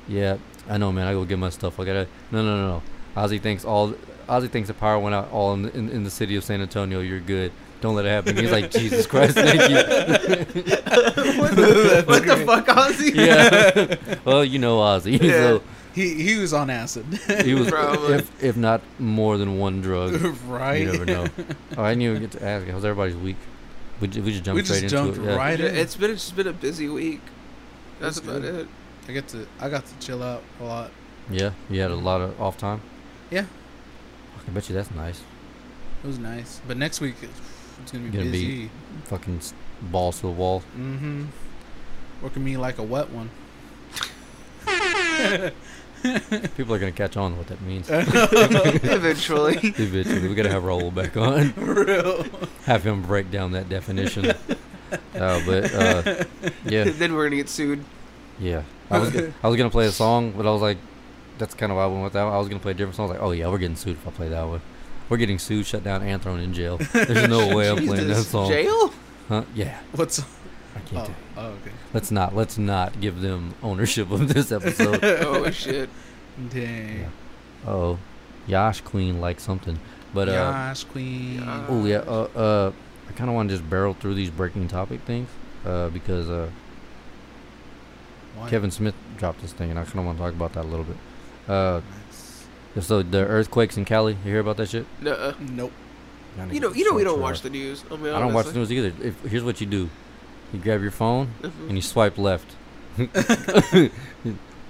[SPEAKER 1] "Yeah, I know, man. I go get my stuff. I gotta." No, no, no, no. Ozzy thinks all Ozzy thinks the power went out all in, in in the city of San Antonio. You're good. Don't let it happen. He's like, "Jesus Christ, thank you."
[SPEAKER 3] *laughs* what the, what the fuck, Ozzy?
[SPEAKER 1] *laughs* yeah. well, you know Ozzy. *laughs*
[SPEAKER 2] he he was on acid, *laughs*
[SPEAKER 1] So he was,
[SPEAKER 3] Probably.
[SPEAKER 1] if, if not more than one drug.
[SPEAKER 2] *laughs* right?
[SPEAKER 1] You never know. Oh, I didn't even get to ask. How's everybody's week? We, ju- we just jumped
[SPEAKER 2] we just
[SPEAKER 1] straight
[SPEAKER 2] jumped
[SPEAKER 1] into it. yeah.
[SPEAKER 2] right in.
[SPEAKER 3] It's been it's been a busy week. That's
[SPEAKER 2] It's
[SPEAKER 3] about
[SPEAKER 2] good.
[SPEAKER 3] it.
[SPEAKER 2] I get to I got to chill out a lot.
[SPEAKER 1] Yeah. You had a lot of off time.
[SPEAKER 2] Yeah.
[SPEAKER 1] I bet you that's nice.
[SPEAKER 2] It was nice, but next week it's, it's gonna be
[SPEAKER 1] Gonna be-
[SPEAKER 2] busy.
[SPEAKER 1] Fucking s- balls to the
[SPEAKER 2] *laughs*
[SPEAKER 1] wall.
[SPEAKER 2] Mm-hmm. Working me like a wet
[SPEAKER 1] *laughs*
[SPEAKER 2] one.
[SPEAKER 1] People are gonna catch on to what that
[SPEAKER 2] *laughs*
[SPEAKER 1] means. *laughs*
[SPEAKER 3] Eventually. *laughs*
[SPEAKER 1] Eventually, we gotta have Raul back on.
[SPEAKER 2] *laughs* Real.
[SPEAKER 1] Have him break down that
[SPEAKER 2] *laughs*
[SPEAKER 1] definition. Uh, but uh, yeah.
[SPEAKER 3] then we're gonna get sued.
[SPEAKER 1] Yeah, I was g- I was gonna play a song, but I was like, that's kind of why I went with that. One. I was gonna play a different song. I was like, oh yeah, we're getting sued if I play that one. We're getting sued, shut down, and thrown in
[SPEAKER 3] *laughs*
[SPEAKER 1] jail. There's no way I'm playing that
[SPEAKER 3] Jesus.
[SPEAKER 1] song. *laughs*
[SPEAKER 3] Jail?
[SPEAKER 1] Huh? Yeah,
[SPEAKER 2] What's? Oh,
[SPEAKER 1] I can't.
[SPEAKER 2] oh,
[SPEAKER 1] do it.
[SPEAKER 2] okay.
[SPEAKER 1] Let's not. Let's not give them ownership of this
[SPEAKER 3] *laughs*
[SPEAKER 1] episode.
[SPEAKER 3] Oh shit.
[SPEAKER 2] Dang.
[SPEAKER 1] oh, Yash Queen like something, but uh,
[SPEAKER 2] Yash Queen.
[SPEAKER 3] Yeah.
[SPEAKER 1] oh yeah, uh, uh I kind of want to just barrel through these breaking topic things, uh, because uh,
[SPEAKER 2] One.
[SPEAKER 1] Kevin Smith dropped this thing, and I kind of want to talk about that a little bit. Uh,
[SPEAKER 2] Nice.
[SPEAKER 1] so the earthquakes in Cali, you hear about that shit?
[SPEAKER 3] Nuh-uh.
[SPEAKER 2] Nope.
[SPEAKER 3] You know, you know, we don't watch the news. I, mean,
[SPEAKER 1] I don't watch the news either. If, here's what you do: you grab your phone and you swipe
[SPEAKER 3] *laughs*
[SPEAKER 1] left,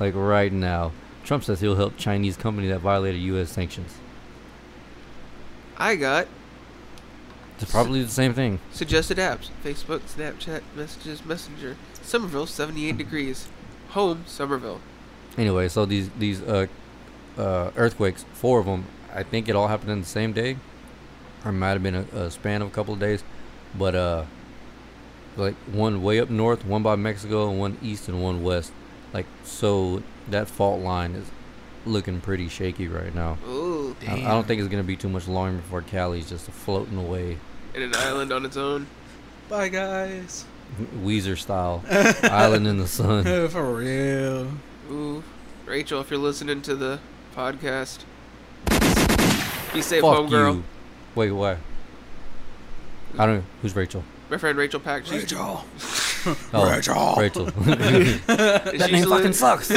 [SPEAKER 1] like right now. Trump says he'll help Chinese company that violated U.S. sanctions.
[SPEAKER 3] I got
[SPEAKER 1] It's probably the same thing.
[SPEAKER 3] suggested apps: Facebook, Snapchat, Messages, Messenger. Somerville, 78 degrees. Home, Somerville.
[SPEAKER 1] Anyway, so these these uh, uh, earthquakes, four of them, I think it all happened in the same day, or it might have been a, a span of a couple of days, but uh, like one way up north, one by Mexico, and one east and one west. Like so, that fault line is looking pretty shaky right now.
[SPEAKER 3] Ooh,
[SPEAKER 1] I, I don't think it's gonna be too much longer before Cali's just floating away,
[SPEAKER 3] and an island on its own.
[SPEAKER 2] Bye guys.
[SPEAKER 1] Weezer style, island in the sun.
[SPEAKER 2] For real.
[SPEAKER 3] Ooh, Rachel, if you're listening to the podcast, be safe,
[SPEAKER 1] Fuck
[SPEAKER 3] homegirl.
[SPEAKER 1] you. Wait, why? I don't. Who's Rachel?
[SPEAKER 3] My friend Rachel Pack. She's,
[SPEAKER 5] Rachel.
[SPEAKER 1] Oh,
[SPEAKER 5] Rachel.
[SPEAKER 1] Rachel. *laughs*
[SPEAKER 3] that
[SPEAKER 1] name
[SPEAKER 3] *laughs*
[SPEAKER 1] fucking sucks.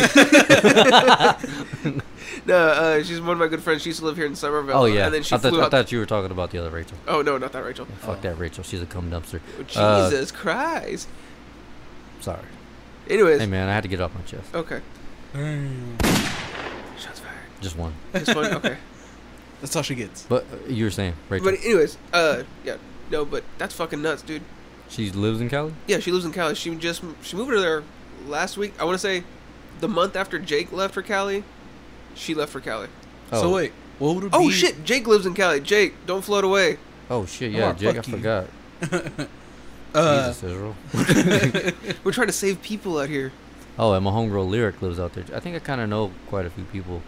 [SPEAKER 3] No, uh, she's one of my good friends. She used to live here in Somerville.
[SPEAKER 1] oh yeah.
[SPEAKER 3] and then she
[SPEAKER 1] I, thought,
[SPEAKER 3] flew
[SPEAKER 1] I
[SPEAKER 3] out.
[SPEAKER 1] thought you were talking about the other Rachel.
[SPEAKER 3] oh no, not that Rachel. Oh,
[SPEAKER 1] Fuck that Rachel. She's a cum dumpster. Uh,
[SPEAKER 3] Jesus Christ.
[SPEAKER 1] Sorry.
[SPEAKER 3] Anyways,
[SPEAKER 1] Hey man, I had to get it off my chest.
[SPEAKER 3] okay.
[SPEAKER 2] Damn.
[SPEAKER 3] Shots fired.
[SPEAKER 1] Just one.
[SPEAKER 3] It's fun. Okay.
[SPEAKER 2] That's all she gets.
[SPEAKER 1] But uh, you were saying Rachel.
[SPEAKER 3] But anyways, uh, yeah, no, but that's fucking nuts, dude.
[SPEAKER 1] she lives in Cali.
[SPEAKER 3] Yeah, she lives in Cali. She just she moved her there last week. I want to say the month after Jake left for Cali, she left for Cali.
[SPEAKER 1] Oh.
[SPEAKER 2] So wait, what would it be?
[SPEAKER 3] Oh shit, Jake lives in Cali. Jake, don't float away.
[SPEAKER 1] Oh shit.
[SPEAKER 2] Oh,
[SPEAKER 1] Yeah, Jake. I
[SPEAKER 2] fuck you.
[SPEAKER 1] forgot.
[SPEAKER 3] *laughs*
[SPEAKER 2] Uh,
[SPEAKER 1] Jesus Israel.
[SPEAKER 3] We're trying to save people out here. *laughs*
[SPEAKER 1] Oh, and my homegirl Lyric lives out there. I think I kind of know quite a few people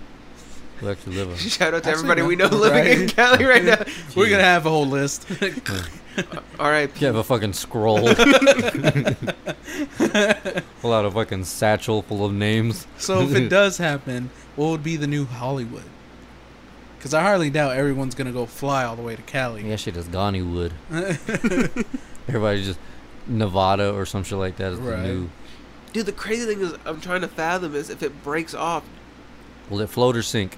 [SPEAKER 1] who actually live.
[SPEAKER 3] *laughs*
[SPEAKER 1] out-
[SPEAKER 3] Shout out to
[SPEAKER 2] Actually,
[SPEAKER 3] everybody we know *laughs*
[SPEAKER 2] no,
[SPEAKER 3] living in
[SPEAKER 2] right?
[SPEAKER 1] *laughs*
[SPEAKER 3] Cali right now.
[SPEAKER 2] we're gonna have a whole list.
[SPEAKER 3] All right,
[SPEAKER 1] You have a fucking
[SPEAKER 3] *laughs*
[SPEAKER 1] scroll. *laughs* Pull out a fucking satchel full of names.
[SPEAKER 2] so if it does happen, what would be the new Hollywood? Because I hardly doubt everyone's gonna go fly all the way to Cali.
[SPEAKER 1] Yeah, shit is Wood. Everybody just Nevada or some shit like that is
[SPEAKER 2] Right.
[SPEAKER 1] the new.
[SPEAKER 3] dude. The crazy thing is, I'm trying to fathom is if it breaks off.
[SPEAKER 1] Will it float or sink?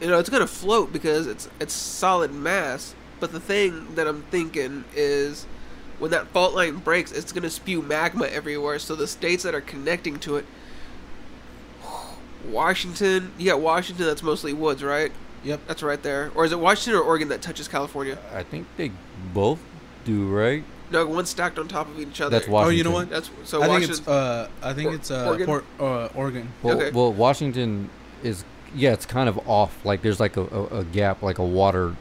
[SPEAKER 3] You know, it's gonna float because it's it's solid mass. But the thing that I'm thinking is, when that fault line breaks, it's gonna spew magma everywhere. So the states that are connecting to it, *sighs* Washington, you got Washington that's mostly woods, right?
[SPEAKER 2] Yep.
[SPEAKER 3] That's right there. Or is it Washington or Oregon that touches California?
[SPEAKER 1] I think they both do, right?
[SPEAKER 3] No, one's stacked on top of each other.
[SPEAKER 1] That's Washington.
[SPEAKER 2] Oh, you know what?
[SPEAKER 3] That's so
[SPEAKER 2] I think
[SPEAKER 3] Washington.
[SPEAKER 2] it's uh, I think
[SPEAKER 3] Or-
[SPEAKER 2] it's uh,
[SPEAKER 3] Oregon?
[SPEAKER 2] Port, uh, Oregon.
[SPEAKER 1] Well,
[SPEAKER 3] Okay.
[SPEAKER 1] well, Washington is yeah, it's kind of off. Like there's like a, a, a gap, like a water.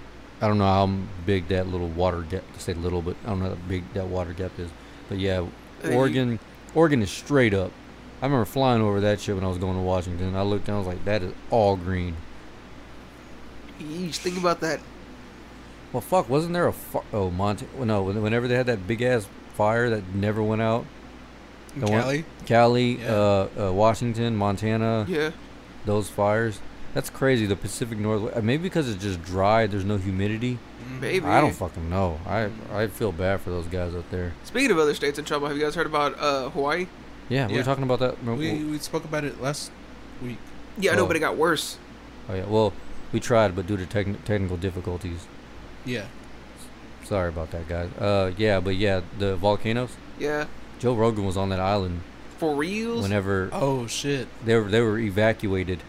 [SPEAKER 1] I don't know how big that little water gap. I say little, but I don't know how big that water gap is. But yeah,
[SPEAKER 3] think you-
[SPEAKER 1] Oregon, Oregon is straight up. I remember flying over that shit when I was going to Washington. I looked down, I was like, that is all green.
[SPEAKER 2] uh,
[SPEAKER 3] Yeesh, think about that.
[SPEAKER 1] Well, fuck, wasn't there a fu- oh Monte? well, No, when- whenever they had that big ass fire that never went out,
[SPEAKER 2] In
[SPEAKER 1] The one-
[SPEAKER 2] Cali.
[SPEAKER 1] Cali,
[SPEAKER 2] Yeah.
[SPEAKER 1] uh, uh, Washington, Montana,
[SPEAKER 3] Yeah.
[SPEAKER 1] those fires. That's crazy. The Pacific Northwest. uh, Maybe because it's just dry, there's no humidity.
[SPEAKER 3] Maybe.
[SPEAKER 1] I don't fucking know. I I feel bad for those guys up there.
[SPEAKER 3] Speaking of other states in trouble, have you guys heard about uh, Hawaii?
[SPEAKER 1] Yeah, we
[SPEAKER 2] Yeah.
[SPEAKER 1] were talking about that. remember-
[SPEAKER 2] Mm-hmm. We we spoke about it last week.
[SPEAKER 3] Yeah, I know,
[SPEAKER 1] Oh.
[SPEAKER 3] but it got worse.
[SPEAKER 1] oh yeah. Well, we tried, but due to techni- technical difficulties.
[SPEAKER 2] Yeah.
[SPEAKER 1] Sorry about that, guys. Uh, yeah, but yeah, the volcanoes.
[SPEAKER 3] Yeah.
[SPEAKER 1] Joe Rogan was on that island
[SPEAKER 3] For reals?
[SPEAKER 1] whenever
[SPEAKER 2] Oh shit.
[SPEAKER 1] they were, they were evacuated.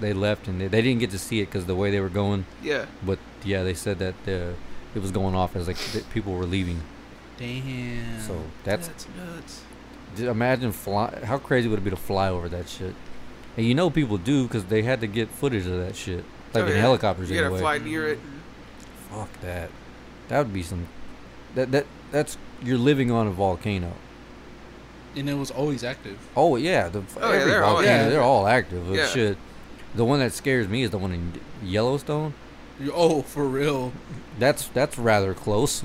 [SPEAKER 1] They left and they, they didn't get to see it because the way they were going.
[SPEAKER 3] Yeah.
[SPEAKER 1] But yeah, they said that uh, it was going off as like that people were leaving.
[SPEAKER 2] Damn.
[SPEAKER 1] So that's
[SPEAKER 3] nuts.
[SPEAKER 1] Just Imagine fly. How crazy would it be to fly over that shit? And you know people do because they had to get footage of that shit, like
[SPEAKER 3] Oh,
[SPEAKER 1] in
[SPEAKER 3] yeah.
[SPEAKER 1] helicopters
[SPEAKER 3] You gotta
[SPEAKER 1] anyway.
[SPEAKER 3] fly near
[SPEAKER 1] *laughs*
[SPEAKER 3] it. and-
[SPEAKER 1] Fuck that. That would be some. That that that's you're living on a volcano.
[SPEAKER 2] and it was always active.
[SPEAKER 1] Oh yeah, the
[SPEAKER 3] Oh, yeah,
[SPEAKER 1] every
[SPEAKER 3] they're all
[SPEAKER 1] volcano
[SPEAKER 2] active.
[SPEAKER 1] they're all active. But
[SPEAKER 3] Yeah.
[SPEAKER 1] shit, the one that scares me is the one in Yellowstone.
[SPEAKER 2] You- Oh, for
[SPEAKER 1] *laughs*
[SPEAKER 2] real.
[SPEAKER 1] That's that's rather close.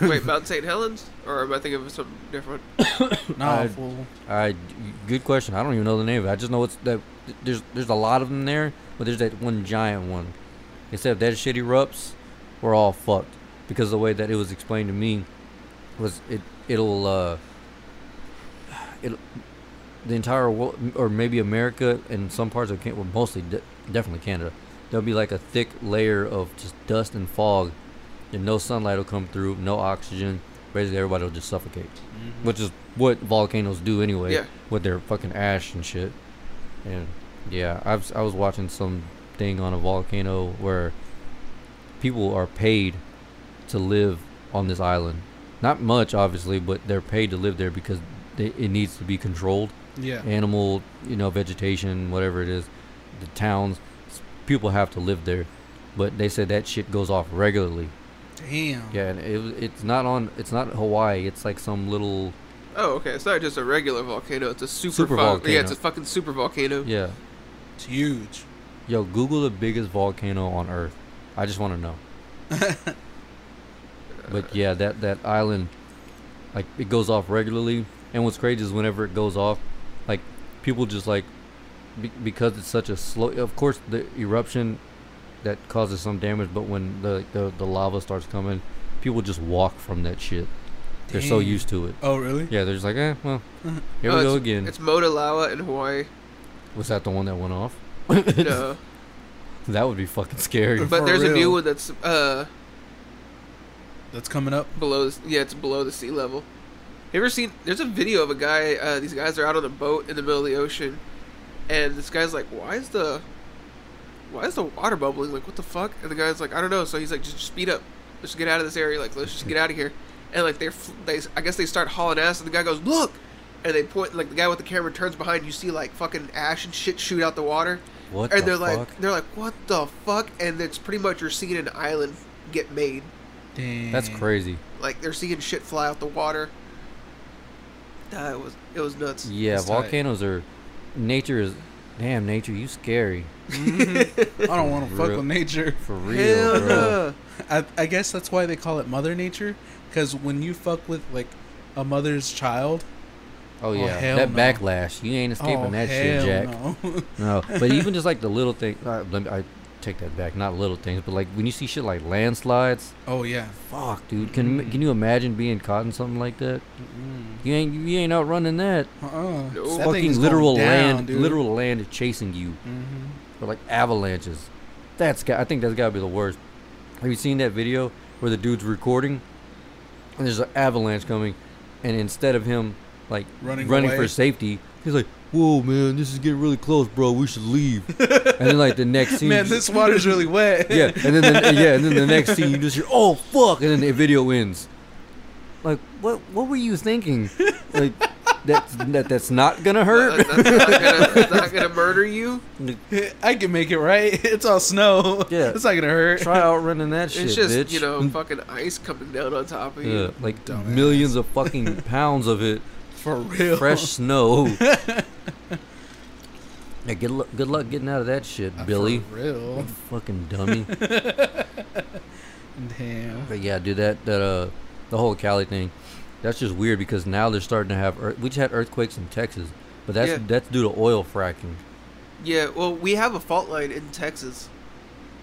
[SPEAKER 3] Wait, Mount St. Helens? Or am I thinking of something different?
[SPEAKER 2] Nah,
[SPEAKER 1] I-
[SPEAKER 2] fool.
[SPEAKER 1] I good question. I don't even know the name of it. I just know it's that there's there's a lot of them there, but there's that one giant one. Except that shit erupts, we're all fucked because the way that it was explained to me was it it'll uh it the entire world or maybe America and some parts of Canada, well, mostly de- definitely Canada. There'll be like a thick layer of just dust and fog, and no sunlight will come through, no oxygen. Basically, everybody will just suffocate
[SPEAKER 2] Mm-hmm.
[SPEAKER 1] which is what volcanoes do anyway
[SPEAKER 3] Yeah.
[SPEAKER 1] with their fucking ash and shit. And yeah, I was I was watching some thing on a volcano where people are paid to live on this island. Not much, obviously, but they're paid to live there because they, it needs to be controlled.
[SPEAKER 2] Yeah.
[SPEAKER 1] Animal, you know, vegetation, whatever it is, the towns, s- people have to live there. But they said that shit goes off regularly.
[SPEAKER 2] Damn.
[SPEAKER 1] Yeah, and it, was- it's not on. It's not Hawaii. It's like some little
[SPEAKER 3] Oh, okay. It's not just a regular volcano. It's a super,
[SPEAKER 1] Super
[SPEAKER 3] vol- Yeah,
[SPEAKER 1] volcano.
[SPEAKER 3] it's a fucking super volcano.
[SPEAKER 1] yeah.
[SPEAKER 2] It's huge.
[SPEAKER 1] Yo, Google the biggest volcano on Earth. I just want to
[SPEAKER 3] *laughs*
[SPEAKER 1] know. but yeah, that that island, like it goes off regularly. And what's crazy is whenever it goes off, like people just like be, because it's such a slow. Of course, the eruption that causes some damage, but when the the, the lava starts coming, people just walk from that shit. They're so
[SPEAKER 2] Dang.
[SPEAKER 1] used to it.
[SPEAKER 2] Oh, really?
[SPEAKER 1] Yeah, they're just like, eh,
[SPEAKER 3] *laughs*
[SPEAKER 1] well, here
[SPEAKER 3] No,
[SPEAKER 1] we go again.
[SPEAKER 3] Oh, It's Mauna Loa
[SPEAKER 1] *laughs*
[SPEAKER 3] in Hawaii.
[SPEAKER 1] Was that the one that went off?
[SPEAKER 3] No,
[SPEAKER 1] *laughs* That would be fucking scary.
[SPEAKER 3] but
[SPEAKER 2] For
[SPEAKER 3] there's a new
[SPEAKER 2] real.
[SPEAKER 3] one that's uh
[SPEAKER 2] That's coming up.
[SPEAKER 3] below. The, yeah, it's below the sea level. You ever seen? There's a video of a guy. Uh, these guys are out on a boat in the middle of the ocean, and this guy's like, "Why is the, why is the water bubbling? Like, what the fuck?" And the guy's like, "I don't know." So he's like, "Just, just speed up. Let's get out of this area. Like, let's just get out of here." And like they're, fl- they, I guess they start hauling ass, and the guy goes, "Look!" And they point. Like the guy with the camera turns behind. You see like fucking ash and shit shoot out the water.
[SPEAKER 1] What
[SPEAKER 3] and
[SPEAKER 1] the
[SPEAKER 3] they're
[SPEAKER 1] fuck?
[SPEAKER 3] like, they're like, "What the fuck?" And it's pretty much you're seeing an island get made.
[SPEAKER 2] Dang.
[SPEAKER 1] That's crazy.
[SPEAKER 3] Like they're seeing shit fly out the water. Nah, it was it was nuts.
[SPEAKER 1] Yeah,
[SPEAKER 2] It's tight.
[SPEAKER 1] volcanoes are. Nature is. Damn, nature, you scary.
[SPEAKER 2] I don't want to fuck
[SPEAKER 1] Real.
[SPEAKER 2] with nature. *laughs*
[SPEAKER 1] For real,
[SPEAKER 3] Hell
[SPEAKER 1] bro.
[SPEAKER 3] no.
[SPEAKER 2] I, I guess that's why they call it Mother Nature, because when you fuck with like a mother's child,
[SPEAKER 1] Oh, yeah.
[SPEAKER 2] hell
[SPEAKER 1] that
[SPEAKER 2] no.
[SPEAKER 1] backlash. You ain't escaping
[SPEAKER 2] oh
[SPEAKER 1] that shit,
[SPEAKER 2] hell
[SPEAKER 1] Jack.
[SPEAKER 2] no. *laughs*
[SPEAKER 1] No, but even just like the little thing, uh, let me, I take that back. Not little things, but like when you see shit like landslides,
[SPEAKER 2] oh yeah.
[SPEAKER 1] fuck, dude. Can
[SPEAKER 2] Mm-hmm.
[SPEAKER 1] can you imagine being caught in something like that? You ain't you ain't outrunning that.
[SPEAKER 2] Uh-uh.
[SPEAKER 3] No.
[SPEAKER 2] That
[SPEAKER 1] Fucking
[SPEAKER 2] thing's going
[SPEAKER 1] literal
[SPEAKER 2] down,
[SPEAKER 1] land,
[SPEAKER 2] dude.
[SPEAKER 1] literal land is chasing you,
[SPEAKER 2] Mhm.
[SPEAKER 1] or like avalanches. That's got. I think that's gotta be the worst. Have you seen that video where the dude's recording, and there's an avalanche coming, and instead of him like
[SPEAKER 2] Running
[SPEAKER 1] for
[SPEAKER 2] away.
[SPEAKER 1] safety, he's like. Whoa, man! This is getting really close, bro. We should leave. and then, like the
[SPEAKER 2] *laughs*
[SPEAKER 1] next scene,
[SPEAKER 2] Man, this water's really wet.
[SPEAKER 1] *laughs* yeah, and then the, yeah, and then the next scene you just hear, "Oh fuck!" and then the video ends. Like, what? What were you thinking? Like, that's that, that's not gonna hurt.
[SPEAKER 3] That's not gonna,
[SPEAKER 1] *laughs*
[SPEAKER 3] that's not gonna murder you.
[SPEAKER 2] *laughs* I can make it right. *laughs* It's all snow.
[SPEAKER 1] Yeah.
[SPEAKER 2] *laughs* It's not gonna
[SPEAKER 3] *laughs*
[SPEAKER 2] hurt.
[SPEAKER 1] Try outrunning that shit,
[SPEAKER 3] It's just
[SPEAKER 1] bitch. Mm.
[SPEAKER 3] you know fucking ice coming down on top of
[SPEAKER 1] Yeah,
[SPEAKER 3] you.
[SPEAKER 1] like millions of
[SPEAKER 3] *laughs*
[SPEAKER 1] fucking pounds of it,
[SPEAKER 2] For real.
[SPEAKER 1] fresh snow. Yeah, good luck, good luck getting out of that shit, Billy.
[SPEAKER 2] *laughs* For real.
[SPEAKER 1] Fucking
[SPEAKER 3] *laughs*
[SPEAKER 1] dummy.
[SPEAKER 2] Damn.
[SPEAKER 1] But yeah, dude, that that uh, the whole Cali thing, that's just weird because now they're starting to have. Earth, we just had earthquakes in Texas, but that's
[SPEAKER 3] Yeah.
[SPEAKER 1] that's due to oil fracking.
[SPEAKER 3] Yeah. Well, we have a fault line in Texas.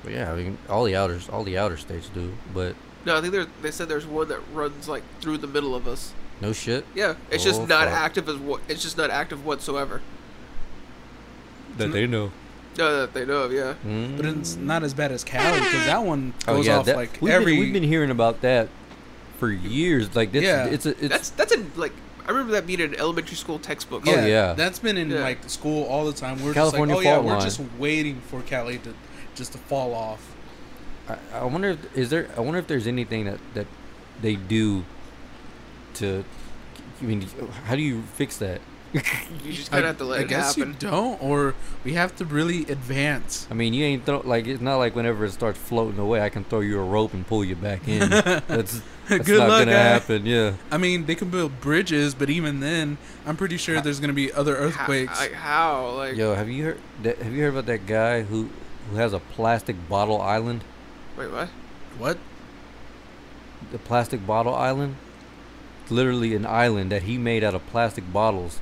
[SPEAKER 1] But yeah, I mean, all the outers, all the outer states do, but
[SPEAKER 3] No, I think there, they said there's one that runs like through the middle of us.
[SPEAKER 1] no shit.
[SPEAKER 3] Yeah, it's
[SPEAKER 1] Oh,
[SPEAKER 3] just not
[SPEAKER 1] fuck.
[SPEAKER 3] active as what. It's just not active whatsoever.
[SPEAKER 1] That they know.
[SPEAKER 3] No, that they know of. Yeah.
[SPEAKER 1] Mm-hmm.
[SPEAKER 2] But it's not as bad as Cali because that one
[SPEAKER 1] Oh
[SPEAKER 2] goes
[SPEAKER 1] yeah,
[SPEAKER 2] off
[SPEAKER 1] that-
[SPEAKER 2] like
[SPEAKER 1] we've,
[SPEAKER 2] every.
[SPEAKER 1] been, we've been hearing about that for years. Like this,
[SPEAKER 2] Yeah.
[SPEAKER 1] it's a, it's
[SPEAKER 3] That's that's in like I remember that being in elementary school textbooks.
[SPEAKER 1] Oh, yeah.
[SPEAKER 2] That's been in
[SPEAKER 3] Yeah.
[SPEAKER 2] like school all the time. We're
[SPEAKER 1] California
[SPEAKER 2] just like, oh yeah,
[SPEAKER 1] fault
[SPEAKER 2] we're
[SPEAKER 1] line.
[SPEAKER 2] just waiting for Cali to just to fall off.
[SPEAKER 1] I, I wonder if is there I wonder if there's anything that that they do to I mean how do you fix that?
[SPEAKER 3] You just kind of have to let
[SPEAKER 2] I
[SPEAKER 3] it
[SPEAKER 2] guess
[SPEAKER 3] happen.
[SPEAKER 2] you don't, or we have to really advance.
[SPEAKER 1] I mean you ain't throw like it's not like whenever it starts floating away I can throw you a rope and pull you back
[SPEAKER 2] *laughs*
[SPEAKER 1] in. That's, that's
[SPEAKER 2] Good
[SPEAKER 1] not
[SPEAKER 2] luck,
[SPEAKER 1] gonna
[SPEAKER 2] guy.
[SPEAKER 1] happen, yeah.
[SPEAKER 2] I mean, they can build bridges, but even then, I'm pretty sure there's going to be other
[SPEAKER 3] How-
[SPEAKER 2] earthquakes.
[SPEAKER 3] like how? Like
[SPEAKER 1] Yo, have you heard that have you heard about that guy who who has a plastic bottle island?
[SPEAKER 3] wait, what?
[SPEAKER 2] what?
[SPEAKER 1] the plastic bottle island. It's literally an island that he made out of plastic bottles,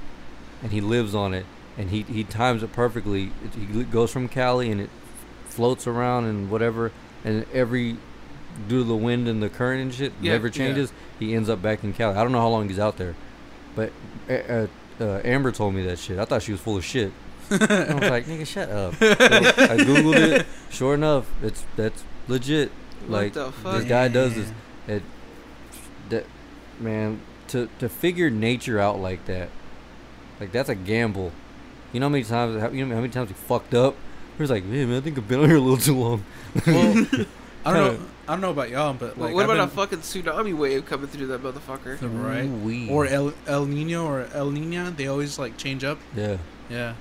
[SPEAKER 1] and he lives on it. And he, he times it perfectly. It, he li- goes from Cali and it floats around and whatever. And every due to the wind and the current and shit
[SPEAKER 3] Yeah,
[SPEAKER 1] never
[SPEAKER 3] yeah.
[SPEAKER 1] changes. He ends up back in Cali. I don't know how long he's out there, but uh, uh, uh, Amber told me that shit. I thought she was full of shit. I was like, nigga, shut up.
[SPEAKER 3] *laughs*
[SPEAKER 1] So I googled it. Sure enough, it's that's legit.
[SPEAKER 3] What
[SPEAKER 1] Like
[SPEAKER 3] the
[SPEAKER 1] this
[SPEAKER 3] fuck?
[SPEAKER 1] guy does this. It that man to to figure nature out like that, like that's a gamble. You know how many times how, you know how many times he fucked up. He was like, man, man, I think I've been on here a little too long.
[SPEAKER 2] Well, I
[SPEAKER 1] *laughs*
[SPEAKER 2] don't
[SPEAKER 1] Kinda-
[SPEAKER 2] know. I don't know about y'all, but like,
[SPEAKER 3] what
[SPEAKER 2] I've
[SPEAKER 3] about a
[SPEAKER 2] been-
[SPEAKER 3] fucking tsunami wave coming through that
[SPEAKER 2] *laughs*
[SPEAKER 3] motherfucker?
[SPEAKER 2] the right
[SPEAKER 1] Ooh-wee.
[SPEAKER 2] or El, El Nino or El Nina? They always like change up.
[SPEAKER 1] yeah,
[SPEAKER 2] Yeah.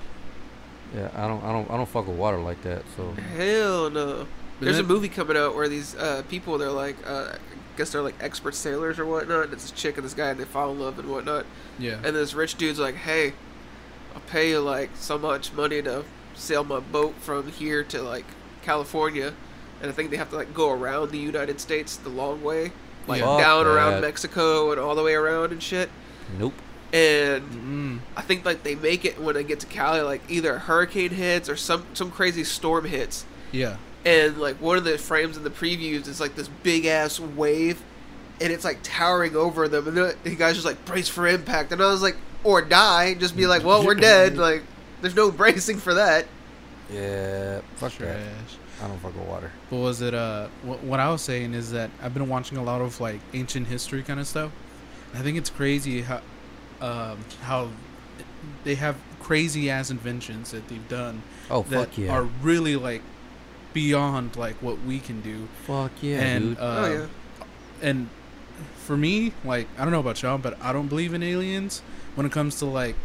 [SPEAKER 1] yeah. I don't, I don't, I don't fuck with water like that. So
[SPEAKER 3] Hell no. There's a
[SPEAKER 2] that-
[SPEAKER 3] movie coming out where these uh, people they're like, uh, I guess they're like expert sailors or whatnot. And it's a chick and this guy, and they fall in love and whatnot.
[SPEAKER 2] Yeah.
[SPEAKER 3] And this rich dude's like, hey, I'll pay you like so much money to sail my boat from here to like California. And I think they have to like go around the United States the long way, like
[SPEAKER 1] Fuck
[SPEAKER 3] down
[SPEAKER 1] that.
[SPEAKER 3] around Mexico and all the way around and shit.
[SPEAKER 1] nope.
[SPEAKER 3] And
[SPEAKER 2] Mm.
[SPEAKER 3] I think like they make it when they get to Cali, like either a hurricane hits or some some crazy storm hits,
[SPEAKER 2] Yeah.
[SPEAKER 3] and like one of the frames in the previews is like this big ass wave, and it's like towering over them, and they're- the guy's just like brace for impact, and I was like, or die, just be like,
[SPEAKER 1] *laughs*
[SPEAKER 3] well, we're dead. Like, there's no bracing for that.
[SPEAKER 1] Yeah, fuck
[SPEAKER 2] Trash.
[SPEAKER 1] that. I don't fuck with water.
[SPEAKER 2] But was it uh what, what I was saying is that I've been watching a lot of like ancient history kind of stuff. I think it's crazy how um how they have crazy ass inventions that they've done
[SPEAKER 1] Oh
[SPEAKER 2] that
[SPEAKER 1] fuck yeah,
[SPEAKER 2] are really like beyond like what we can do.
[SPEAKER 1] fuck yeah,
[SPEAKER 2] and
[SPEAKER 1] dude.
[SPEAKER 2] uh,
[SPEAKER 3] oh yeah.
[SPEAKER 2] and for me, like I don't know about y'all, but I don't believe in aliens when it comes to like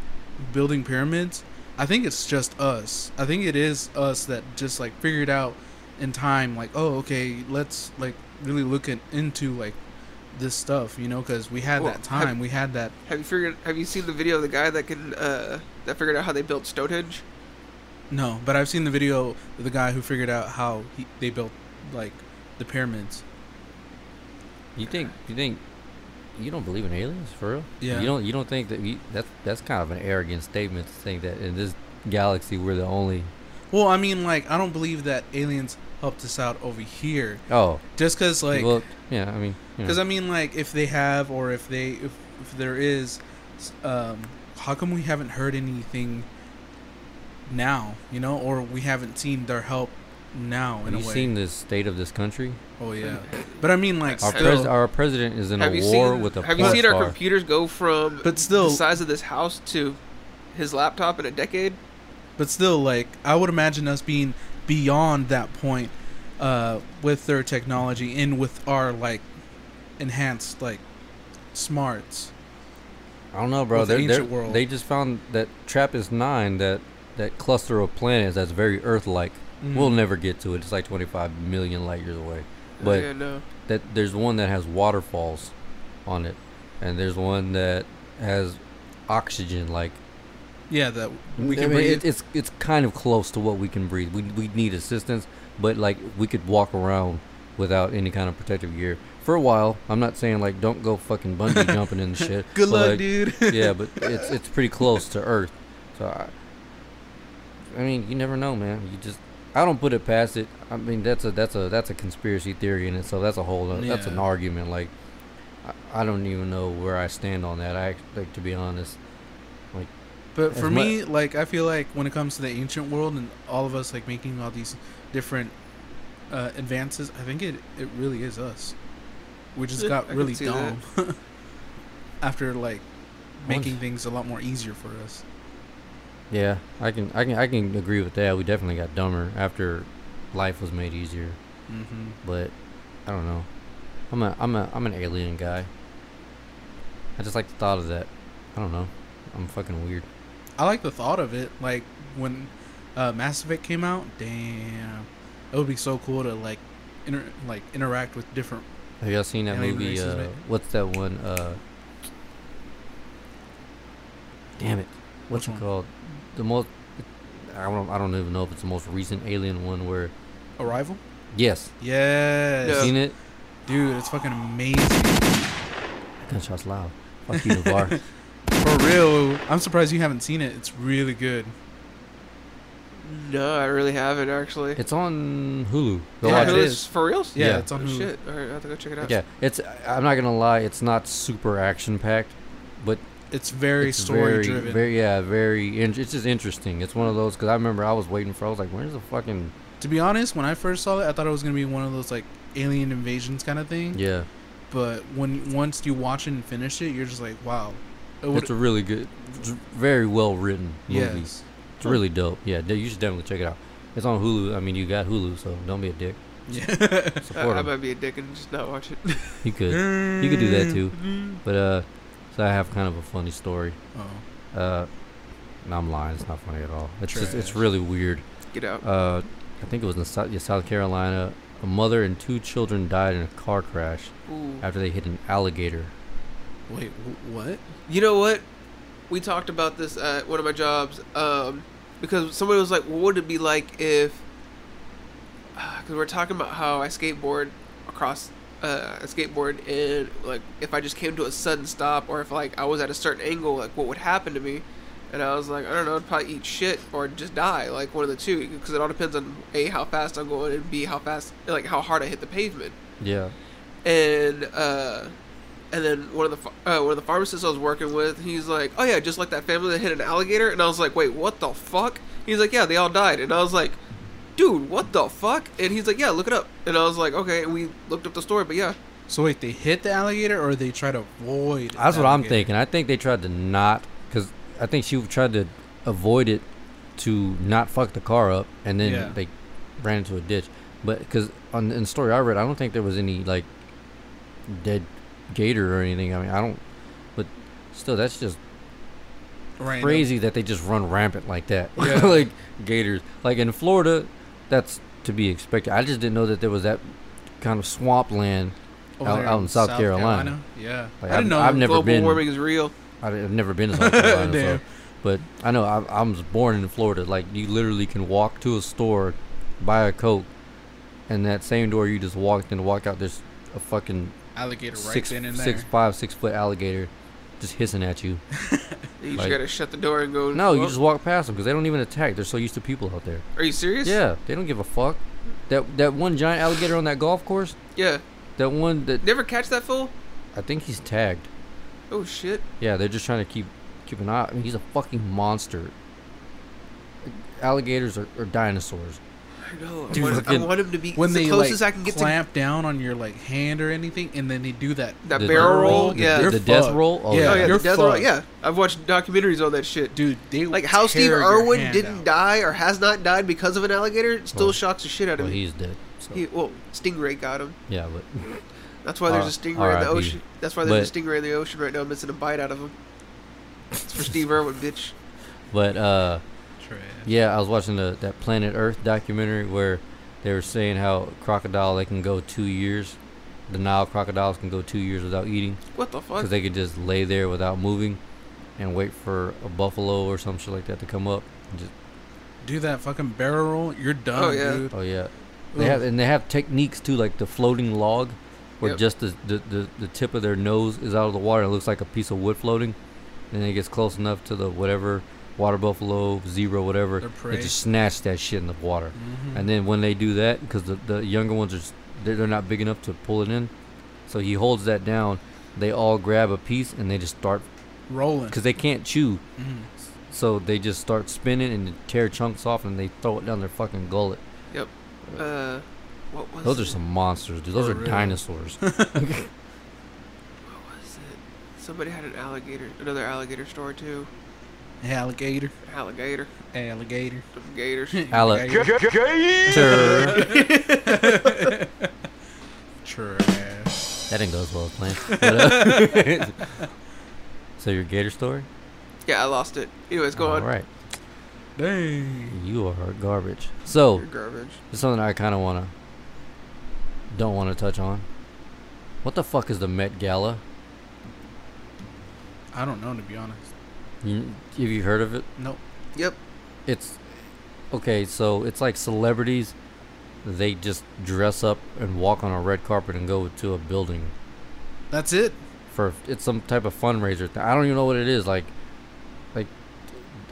[SPEAKER 2] building pyramids. I think it's just us. I think it is us that just like figured out in time, like oh okay, let's like really look at, into like this stuff, you know, because we had
[SPEAKER 3] Well,
[SPEAKER 2] that time, we had that.
[SPEAKER 3] Have you figured? Have you seen the video of the guy that can uh, that figured out how they built Stonehenge?
[SPEAKER 2] No, but I've seen the video of the guy who figured out how he, they built like the pyramids.
[SPEAKER 1] you think you think you don't believe in aliens for real?
[SPEAKER 2] Yeah.
[SPEAKER 1] You don't you don't think that we that's that's kind of an arrogant statement to think that in this galaxy we're the only.
[SPEAKER 2] Well, I mean, like I don't believe that aliens helped us out over here,
[SPEAKER 1] Oh,
[SPEAKER 2] just because like.
[SPEAKER 1] well, yeah. I mean, you know.
[SPEAKER 2] Because I mean, like, if they have, or if they, if, if there is, s- um, how come we haven't heard anything now? You know, or we haven't seen their help now
[SPEAKER 1] Have
[SPEAKER 2] in
[SPEAKER 1] you
[SPEAKER 2] a way.
[SPEAKER 1] seen the state of this country?
[SPEAKER 2] oh yeah, but I mean, like,
[SPEAKER 1] Our,
[SPEAKER 2] still,
[SPEAKER 1] pres- our president is in
[SPEAKER 3] have
[SPEAKER 1] a
[SPEAKER 3] you
[SPEAKER 1] war
[SPEAKER 3] seen?
[SPEAKER 1] with a
[SPEAKER 3] have you
[SPEAKER 1] porn
[SPEAKER 3] seen our
[SPEAKER 1] star.
[SPEAKER 3] computers go from
[SPEAKER 2] but still,
[SPEAKER 3] the size of this house to his laptop in a decade?
[SPEAKER 2] but still, like, I would imagine us being beyond that point, uh, with their technology and with our like enhanced like smarts.
[SPEAKER 1] I don't know, bro.
[SPEAKER 2] with the
[SPEAKER 1] They're, they're,
[SPEAKER 2] ancient world.
[SPEAKER 1] They just found that Trappist Nine, that that cluster of planets that's very Earth-like.
[SPEAKER 2] Hmm.
[SPEAKER 1] We'll never get to it. It's like 25 million light years away. But
[SPEAKER 3] yeah, no.
[SPEAKER 1] that there's one that has waterfalls on it, and there's one that has oxygen. Like
[SPEAKER 2] Yeah, that we
[SPEAKER 1] I
[SPEAKER 2] can
[SPEAKER 1] mean,
[SPEAKER 2] bring
[SPEAKER 1] it, it's it's kind of close to what we can breathe. We we need assistance, but like we could walk around without any kind of protective gear for a while. I'm not saying like don't go fucking
[SPEAKER 2] *laughs*
[SPEAKER 1] bungee jumping and shit.
[SPEAKER 2] Good
[SPEAKER 1] but,
[SPEAKER 2] luck,
[SPEAKER 1] like,
[SPEAKER 2] dude.
[SPEAKER 1] *laughs* yeah, but it's it's pretty close to Earth. So I, I mean, you never know, man. You just I don't put it past it. I mean, that's a that's a that's a conspiracy theory in itself. That's a whole oth- that's an
[SPEAKER 2] Yeah.
[SPEAKER 1] argument. Like, I, I don't even know where I stand on that. I act- like to be honest.
[SPEAKER 2] *laughs* But
[SPEAKER 1] As
[SPEAKER 2] for
[SPEAKER 1] mu-
[SPEAKER 2] me, like I feel like when it comes to the ancient world and all of us like making all these different uh, advances, I think it it really is us. We just
[SPEAKER 3] Yeah, I
[SPEAKER 2] got
[SPEAKER 3] can
[SPEAKER 2] really
[SPEAKER 3] see
[SPEAKER 2] dumb *laughs* after like making
[SPEAKER 1] Once-
[SPEAKER 2] things a lot more easier for us.
[SPEAKER 1] Yeah, I can I can I can agree with that. We definitely got dumber after life was made easier.
[SPEAKER 2] Mm-hmm.
[SPEAKER 1] But I don't know. I'm a I'm a I'm an alien guy. I just like the thought of that. I don't know. I'm fucking weird.
[SPEAKER 2] I like the thought of it. Like when uh, Mass Effect came out, damn, it would be so cool to like inter- like interact with different.
[SPEAKER 1] Have y'all seen that
[SPEAKER 2] Alien
[SPEAKER 1] movie?
[SPEAKER 2] races,
[SPEAKER 1] Uh,
[SPEAKER 2] right?
[SPEAKER 1] what's that one? Uh, damn it! What's
[SPEAKER 2] Which
[SPEAKER 1] it
[SPEAKER 2] one?
[SPEAKER 1] called? The most I don't I don't even know if it's the most recent Alien one where
[SPEAKER 2] Arrival.
[SPEAKER 1] yes, you
[SPEAKER 2] Yes,
[SPEAKER 1] seen it?
[SPEAKER 2] dude, it's fucking amazing.
[SPEAKER 1] Gunshots loud. Fuck *laughs* you, Navar.
[SPEAKER 2] For real, I'm surprised you haven't seen it. It's really good.
[SPEAKER 3] No, I really haven't actually.
[SPEAKER 1] it's on Hulu. Go
[SPEAKER 2] Yeah,
[SPEAKER 3] *laughs*
[SPEAKER 1] watch
[SPEAKER 2] it
[SPEAKER 1] it.
[SPEAKER 3] Hulu's
[SPEAKER 2] is.
[SPEAKER 3] for reals.
[SPEAKER 2] Yeah,
[SPEAKER 1] Yeah.
[SPEAKER 2] it's on
[SPEAKER 3] Oh,
[SPEAKER 2] Hulu.
[SPEAKER 3] shit. All right, I have to go check it out.
[SPEAKER 1] Yeah, it's I'm not gonna lie, it's not super action packed, but
[SPEAKER 2] It's very
[SPEAKER 1] it's
[SPEAKER 2] story driven.
[SPEAKER 1] Very yeah, very. In, it's just interesting. It's one of those because I remember I was waiting for. I was like, where's the fucking
[SPEAKER 2] to be honest, when I first saw it, I thought it was gonna be one of those like alien invasions kind of thing.
[SPEAKER 1] yeah?
[SPEAKER 2] But when once you watch it and finish it, you're just like, wow. It would,
[SPEAKER 1] It's a really good, it's very well written
[SPEAKER 2] yes.
[SPEAKER 1] movie. It's really dope. Yeah, d- you should definitely check it out. It's on Hulu. I mean, you got Hulu, so don't be a dick.
[SPEAKER 2] *laughs* Yeah.
[SPEAKER 3] I,
[SPEAKER 1] Support
[SPEAKER 3] I
[SPEAKER 1] 'em.
[SPEAKER 3] might be a dick and just not watch it. *laughs*
[SPEAKER 1] You could, you could do that too. But uh, so I have kind of a funny story.
[SPEAKER 2] Oh,
[SPEAKER 1] Uh, no, I'm lying. It's not funny at all. It's just, it's
[SPEAKER 2] Trash.
[SPEAKER 1] really weird.
[SPEAKER 3] Get out.
[SPEAKER 1] uh, I think it was in South, yeah, South Carolina. A mother and two children died in a car crash
[SPEAKER 3] Ooh.
[SPEAKER 1] after they hit an alligator.
[SPEAKER 2] wait, wh- what?
[SPEAKER 3] You know what? We talked about this at one of my jobs um, because somebody was like, "What would it be like if?" Because we're talking about how I skateboard across uh, I skateboard and like if I just came to a sudden stop or if like I was at a certain angle, like what would happen to me? And I was like, I don't know, I'd probably eat shit or just die, like one of the two, because it all depends on a how fast I'm going and b how fast, like how hard I hit the pavement.
[SPEAKER 1] Yeah.
[SPEAKER 3] and uh, and then one of the ph- uh, one of the pharmacists I was working with, he's like, "Oh yeah, just like that family that hit an alligator," and I was like, "Wait, what the fuck?" He's like, "Yeah, they all died," and I was like, "Dude, what the fuck?" And he's like, "Yeah, look it up," and I was like, "Okay," and we looked up the story, but yeah,
[SPEAKER 2] So wait, they hit the alligator or they try to avoid?
[SPEAKER 1] That's
[SPEAKER 2] the
[SPEAKER 1] what I'm
[SPEAKER 2] alligator?
[SPEAKER 1] thinking. I think they tried to not, because I think she tried to avoid it to not fuck the car up, and then
[SPEAKER 2] Yeah.
[SPEAKER 1] they ran into a ditch. But because on in the story I read, I don't think there was any like dead gator or anything. I mean, I don't. But still, that's just
[SPEAKER 2] Random.
[SPEAKER 1] crazy that they just run rampant like that, *laughs*
[SPEAKER 2] Yeah.
[SPEAKER 1] like gators. Like in Florida, that's to be expected. I just didn't know that there was that kind of swampland.
[SPEAKER 2] Over
[SPEAKER 1] out-
[SPEAKER 2] there
[SPEAKER 1] out in South Carolina.
[SPEAKER 2] Yeah,
[SPEAKER 1] Like,
[SPEAKER 2] I
[SPEAKER 1] I've-
[SPEAKER 2] didn't know.
[SPEAKER 1] I've never
[SPEAKER 3] global
[SPEAKER 1] been-
[SPEAKER 3] warming is real.
[SPEAKER 1] I- I've never been to
[SPEAKER 2] *laughs*
[SPEAKER 1] South Carolina, so-
[SPEAKER 2] Damn.
[SPEAKER 1] but I know I, I was born in Florida. Like you literally can walk to a store, buy a coke, and that same door you just walked in, walk out. There's a fucking
[SPEAKER 2] alligator right
[SPEAKER 1] six,
[SPEAKER 2] then and there.
[SPEAKER 1] six, five, six foot alligator just hissing at you.
[SPEAKER 3] You just
[SPEAKER 1] Like-
[SPEAKER 3] gotta shut the door and go.
[SPEAKER 1] No, you
[SPEAKER 3] "Well,
[SPEAKER 1] just walk past them because they don't even attack. They're so used to people out there.
[SPEAKER 3] Are you serious?
[SPEAKER 1] Yeah, they don't give a fuck. That that one giant alligator on that golf course.
[SPEAKER 3] Yeah.
[SPEAKER 1] That one that
[SPEAKER 3] Never catch that fool.
[SPEAKER 1] I think he's tagged.
[SPEAKER 3] Oh shit.
[SPEAKER 1] Yeah, they're just trying to keep keep an eye. I mean, he's a fucking monster. Alligators are, are dinosaurs.
[SPEAKER 3] I know. I
[SPEAKER 1] Dude,
[SPEAKER 3] want, I
[SPEAKER 1] fucking-
[SPEAKER 3] want him to be
[SPEAKER 2] when
[SPEAKER 3] it's the
[SPEAKER 2] they
[SPEAKER 3] closest
[SPEAKER 2] like
[SPEAKER 3] I can get
[SPEAKER 2] clamp down on your like hand or anything, and then they do that.
[SPEAKER 3] to that
[SPEAKER 1] The-
[SPEAKER 3] barrel roll.
[SPEAKER 1] the-
[SPEAKER 3] Yeah.
[SPEAKER 1] the,
[SPEAKER 2] You're
[SPEAKER 1] the death
[SPEAKER 2] fucked.
[SPEAKER 1] roll. Oh,
[SPEAKER 2] Yeah.
[SPEAKER 3] oh yeah,
[SPEAKER 2] you're
[SPEAKER 3] the death roll.
[SPEAKER 2] fucked.
[SPEAKER 3] Yeah, I've watched documentaries on that shit.
[SPEAKER 2] Dude, they
[SPEAKER 3] Like how Steve
[SPEAKER 2] tear your
[SPEAKER 3] Irwin
[SPEAKER 2] hand
[SPEAKER 3] didn't
[SPEAKER 2] out.
[SPEAKER 3] die or has not died because of an alligator it still
[SPEAKER 1] Well,
[SPEAKER 3] shocks the shit out of
[SPEAKER 1] Well,
[SPEAKER 3] me.
[SPEAKER 1] he's dead. So.
[SPEAKER 3] He, well, stingray got him.
[SPEAKER 1] yeah, but
[SPEAKER 3] That's why there's a
[SPEAKER 1] Uh, R-
[SPEAKER 3] stingray in
[SPEAKER 1] RIP.
[SPEAKER 3] the ocean. That's why there's
[SPEAKER 1] But-
[SPEAKER 3] a stingray in the ocean right now, missing a bite out of him. It's for Steve Irwin, bitch.
[SPEAKER 1] but uh,
[SPEAKER 2] Trash.
[SPEAKER 1] yeah, I was watching the that Planet Earth documentary where they were saying how crocodile they can go two years. The Nile crocodiles can go two years without eating
[SPEAKER 3] What the fuck?
[SPEAKER 1] because they can just lay there without moving and wait for a buffalo or some shit like that to come up. And just,
[SPEAKER 2] Do that fucking barrel roll. You're done,
[SPEAKER 3] Oh, yeah.
[SPEAKER 2] dude.
[SPEAKER 1] oh yeah, They have and they have techniques too, like the floating log, where
[SPEAKER 3] Yep.
[SPEAKER 1] just the, the, the, the tip of their nose is out of the water. It looks like a piece of wood floating, and it gets close enough to the whatever water buffalo, zebra, whatever.
[SPEAKER 2] Their
[SPEAKER 1] They
[SPEAKER 2] prey.
[SPEAKER 1] just snatch that shit in the water,
[SPEAKER 2] Mhm.
[SPEAKER 1] and then when they do that, because the, the younger ones are s- they're, they're not big enough to pull it in, so he holds that down. They all grab a piece and they just start
[SPEAKER 2] rolling.
[SPEAKER 1] because they can't chew,
[SPEAKER 2] Mhm.
[SPEAKER 1] so they just start spinning and tear chunks off and they throw it down their fucking gullet.
[SPEAKER 3] uh, what was
[SPEAKER 1] Those are
[SPEAKER 3] it?
[SPEAKER 1] some monsters, dude. Those
[SPEAKER 2] For
[SPEAKER 1] are
[SPEAKER 2] real. *laughs*
[SPEAKER 1] dinosaurs.
[SPEAKER 3] What was it? Somebody had an alligator, another alligator story too.
[SPEAKER 2] Alligator.
[SPEAKER 3] Alligator,
[SPEAKER 2] Alligator. *laughs*
[SPEAKER 3] some gators.
[SPEAKER 1] *laughs* Alligator.
[SPEAKER 2] Alligator.
[SPEAKER 1] that
[SPEAKER 2] Trash.
[SPEAKER 1] didn't go as well as planned. But, uh, *laughs* so your gator story?
[SPEAKER 3] yeah, I lost it. Anyways, go on.
[SPEAKER 1] All right,
[SPEAKER 2] Dang.
[SPEAKER 1] you are garbage.
[SPEAKER 3] You're
[SPEAKER 1] So
[SPEAKER 3] garbage.
[SPEAKER 1] it's something I kind of wanna, don't want to touch on. What the fuck is the Met Gala?
[SPEAKER 2] I don't know to be honest.
[SPEAKER 1] You, have you heard of it?
[SPEAKER 2] Nope.
[SPEAKER 3] Yep.
[SPEAKER 1] It's okay. So it's like celebrities. They just dress up and walk on a red carpet and go to a building.
[SPEAKER 2] That's it.
[SPEAKER 1] for it's some type of fundraiser. Thing. I don't even know what it is. Like, like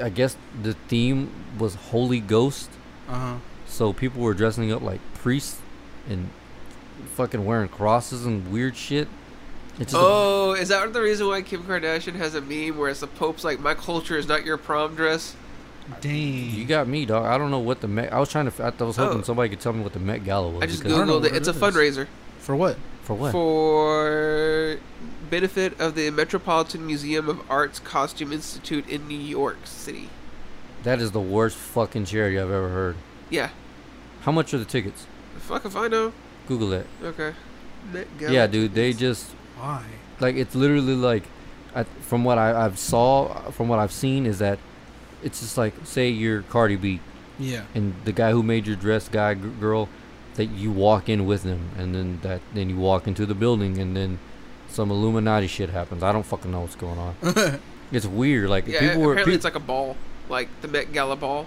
[SPEAKER 1] I guess the theme was Holy Ghost,
[SPEAKER 2] Uh huh.
[SPEAKER 1] so people were dressing up like priests and fucking wearing crosses and weird shit. It's just a-
[SPEAKER 3] Oh, is that the reason why Kim Kardashian has a meme where it's the Pope's like, "My culture is not your prom dress."
[SPEAKER 2] Dang.
[SPEAKER 1] you got me, dog. I don't know what the Met. I was trying to. f- I was hoping
[SPEAKER 3] Oh.
[SPEAKER 1] somebody could tell me what the Met Gala was.
[SPEAKER 3] I just
[SPEAKER 1] because-
[SPEAKER 2] don't know
[SPEAKER 3] googled
[SPEAKER 2] what
[SPEAKER 3] it. It's
[SPEAKER 2] it
[SPEAKER 3] a
[SPEAKER 2] is.
[SPEAKER 3] fundraiser
[SPEAKER 2] For what?
[SPEAKER 1] for what?
[SPEAKER 3] for benefit of the Metropolitan Museum of Art's Costume Institute in New York City.
[SPEAKER 1] that is the worst fucking charity I've ever heard.
[SPEAKER 3] Yeah,
[SPEAKER 1] How much are the tickets?
[SPEAKER 3] fuck if I know.
[SPEAKER 1] Google that.
[SPEAKER 3] Okay. Met Gala
[SPEAKER 1] Yeah, dude. They
[SPEAKER 3] tickets.
[SPEAKER 1] just
[SPEAKER 2] Why?
[SPEAKER 1] like it's literally like I, from what I, i've saw from what i've seen is that it's just like say you're cardi b
[SPEAKER 2] Yeah.
[SPEAKER 1] and the guy who made your dress guy g- girl that you walk in with them and then that then you walk into the building and then some illuminati shit happens i don't fucking know what's going on
[SPEAKER 3] *laughs*
[SPEAKER 1] it's weird like
[SPEAKER 3] Yeah,
[SPEAKER 1] people were
[SPEAKER 3] apparently
[SPEAKER 1] pe-
[SPEAKER 3] it's like a ball, like the Met Gala ball.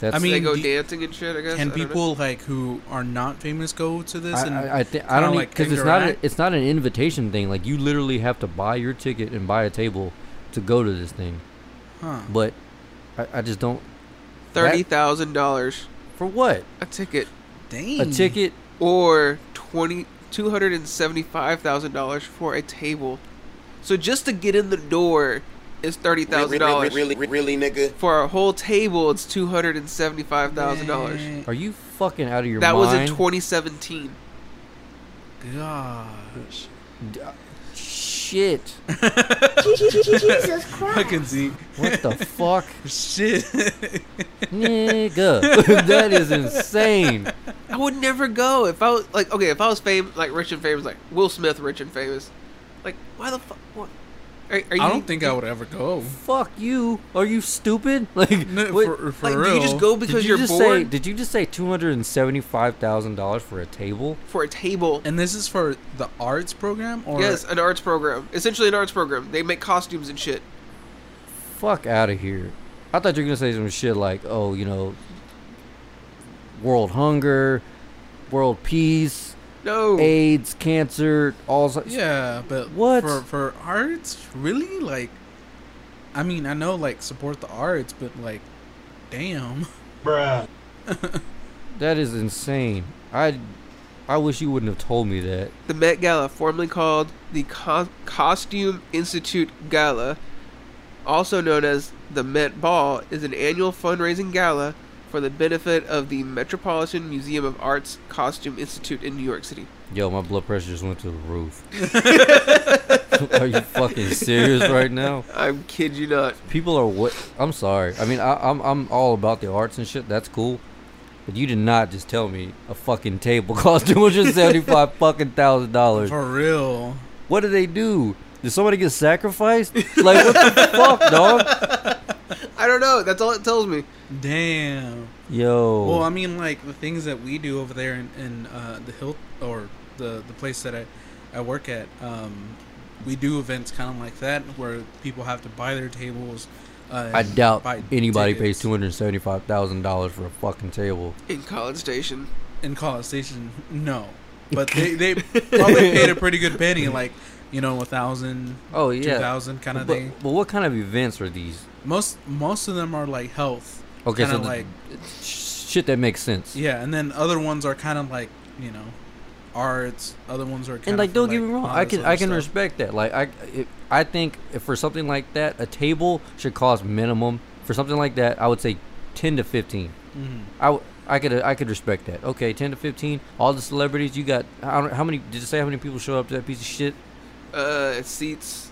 [SPEAKER 1] that's,
[SPEAKER 2] I
[SPEAKER 3] I mean,
[SPEAKER 2] mean,
[SPEAKER 3] they go
[SPEAKER 2] do-
[SPEAKER 3] dancing and shit. I guess.
[SPEAKER 2] Can
[SPEAKER 3] I don't know.
[SPEAKER 2] people like who are not famous go to this?
[SPEAKER 1] I,
[SPEAKER 2] and
[SPEAKER 1] I, I, thi- I
[SPEAKER 2] kinda
[SPEAKER 1] don't
[SPEAKER 2] like
[SPEAKER 1] because it's not a,
[SPEAKER 2] interact?
[SPEAKER 1] it's not an invitation thing like you literally have to buy your ticket and buy a table to go to this thing
[SPEAKER 2] huh.
[SPEAKER 1] but i, I just don't
[SPEAKER 3] Thirty thousand dollars
[SPEAKER 1] for what
[SPEAKER 3] a ticket
[SPEAKER 2] Dang.
[SPEAKER 1] a ticket
[SPEAKER 3] or twenty two hundred and seventy-five thousand dollars for a table. So just to get in the door is thirty thousand dollars.
[SPEAKER 7] Really, really, really, nigga.
[SPEAKER 3] For a whole table, it's two hundred and seventy-five thousand dollars.
[SPEAKER 2] Man,
[SPEAKER 1] Are you fucking out of your
[SPEAKER 3] That was
[SPEAKER 1] mind?
[SPEAKER 3] in 2017.
[SPEAKER 2] Gosh.
[SPEAKER 1] Shit.
[SPEAKER 8] *laughs* Jesus
[SPEAKER 2] *laughs*
[SPEAKER 1] *laughs*
[SPEAKER 2] I
[SPEAKER 8] Christ.
[SPEAKER 2] can see.
[SPEAKER 1] What the fuck? *laughs*
[SPEAKER 2] Shit.
[SPEAKER 1] Nigga. *laughs* that is insane.
[SPEAKER 3] I would never go if I was like okay if I was famous like rich and famous like Will Smith rich and famous, like why the fuck what? Are, are you,
[SPEAKER 2] I don't think I would ever go.
[SPEAKER 1] Fuck you. Are you stupid? *laughs* Like,
[SPEAKER 2] No,
[SPEAKER 1] what-
[SPEAKER 2] for, for
[SPEAKER 3] like
[SPEAKER 2] real.
[SPEAKER 3] do you just go
[SPEAKER 1] did
[SPEAKER 3] because
[SPEAKER 1] you
[SPEAKER 3] you are
[SPEAKER 1] just Say,
[SPEAKER 3] bored
[SPEAKER 1] did you just say $275,000 for a table?
[SPEAKER 3] for a table?
[SPEAKER 2] And this is for the arts program, or
[SPEAKER 3] Yes, an arts program. Essentially an arts program. They make costumes and shit.
[SPEAKER 1] Fuck out of here. I thought you were going to say some shit like, oh, you know, world hunger, world peace,
[SPEAKER 3] No.
[SPEAKER 1] AIDS, cancer, all.
[SPEAKER 2] Yeah, but
[SPEAKER 1] What?
[SPEAKER 2] for for arts? Really? Like, I mean, I know like support the arts, but like, damn. *laughs*
[SPEAKER 1] That is insane. I, I wish you wouldn't have told me that.
[SPEAKER 3] The Met Gala, formerly called the Co- Costume Institute Gala, also known as the Met Ball, is an annual fundraising gala for the benefit of the Metropolitan Museum of Art's Costume Institute in New York City.
[SPEAKER 1] Yo, my blood pressure just went to the
[SPEAKER 2] *laughs*
[SPEAKER 1] roof. Are you fucking serious right now?
[SPEAKER 3] I'm kid you not.
[SPEAKER 1] People are what? I'm sorry. I mean, I, I'm I'm all about the arts and shit. That's cool. But you did not just tell me a fucking table *laughs* cost two hundred seventy-five fucking thousand dollars.
[SPEAKER 2] For real.
[SPEAKER 1] What did they do? Did somebody get sacrificed? Like what
[SPEAKER 2] *laughs*
[SPEAKER 1] the fuck, dog?
[SPEAKER 3] I don't know. That's all it tells me.
[SPEAKER 2] Damn.
[SPEAKER 1] Yo.
[SPEAKER 2] Well, I mean, like the things that we do over there in, in uh, the hill or the the place that I, I work at, um, we do events kind of like that where people have to buy their tables. Uh,
[SPEAKER 1] I
[SPEAKER 2] and
[SPEAKER 1] doubt
[SPEAKER 2] buy
[SPEAKER 1] anybody
[SPEAKER 2] tickets.
[SPEAKER 1] pays two hundred seventy-five thousand dollars for a fucking table.
[SPEAKER 3] In College Station.
[SPEAKER 2] in College Station,
[SPEAKER 1] *laughs*
[SPEAKER 2] no. But they, they probably paid a pretty good penny, like, you know, a thousand,
[SPEAKER 1] Oh
[SPEAKER 2] two
[SPEAKER 1] yeah.
[SPEAKER 2] thousand kind of
[SPEAKER 1] but,
[SPEAKER 2] thing.
[SPEAKER 1] but what kind of events are these?
[SPEAKER 2] Most most of them are like health.
[SPEAKER 1] Okay,
[SPEAKER 2] kinda
[SPEAKER 1] so the-
[SPEAKER 2] like
[SPEAKER 1] Shit that makes sense.
[SPEAKER 2] yeah, and then other ones are kind of like you know, arts. Other ones are kind
[SPEAKER 1] and like don't get me wrong i can i can respect that like i if, i think if for something like that a table should cost minimum for something like that i would say 10 to 15
[SPEAKER 2] hmm
[SPEAKER 1] i w- I could I could respect that. Okay, ten to fifteen. All the celebrities you got. How, how many? Did you say how many people show up to that piece of shit?
[SPEAKER 3] Uh, it seats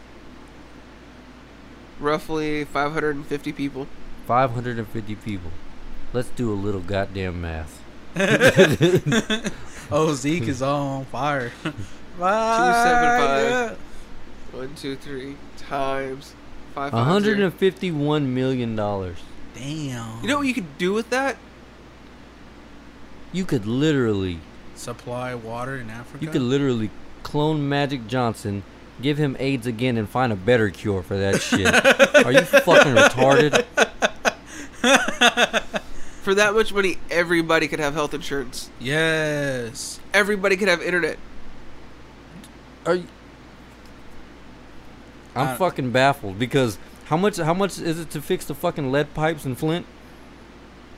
[SPEAKER 3] roughly 550 people.
[SPEAKER 1] Five hundred and fifty people. Let's do a little goddamn math.
[SPEAKER 2] Oh, Zeke is all on
[SPEAKER 1] *laughs*
[SPEAKER 2] fire.
[SPEAKER 3] Fire. One, two, three times five.
[SPEAKER 1] One hundred and fifty-one million dollars.
[SPEAKER 2] Damn.
[SPEAKER 3] You know what you could do with that?
[SPEAKER 1] You could literally,
[SPEAKER 2] supply water in Africa.
[SPEAKER 1] you could literally clone Magic Johnson, give him AIDS again, and find a better cure for that
[SPEAKER 3] *laughs*
[SPEAKER 1] shit. Are you fucking retarded?
[SPEAKER 3] For that much money, everybody could have health insurance.
[SPEAKER 2] yes.
[SPEAKER 3] Everybody could have internet.
[SPEAKER 1] Are you... I'm
[SPEAKER 2] Uh,
[SPEAKER 1] fucking baffled because how much how much is it to fix the fucking lead pipes in Flint?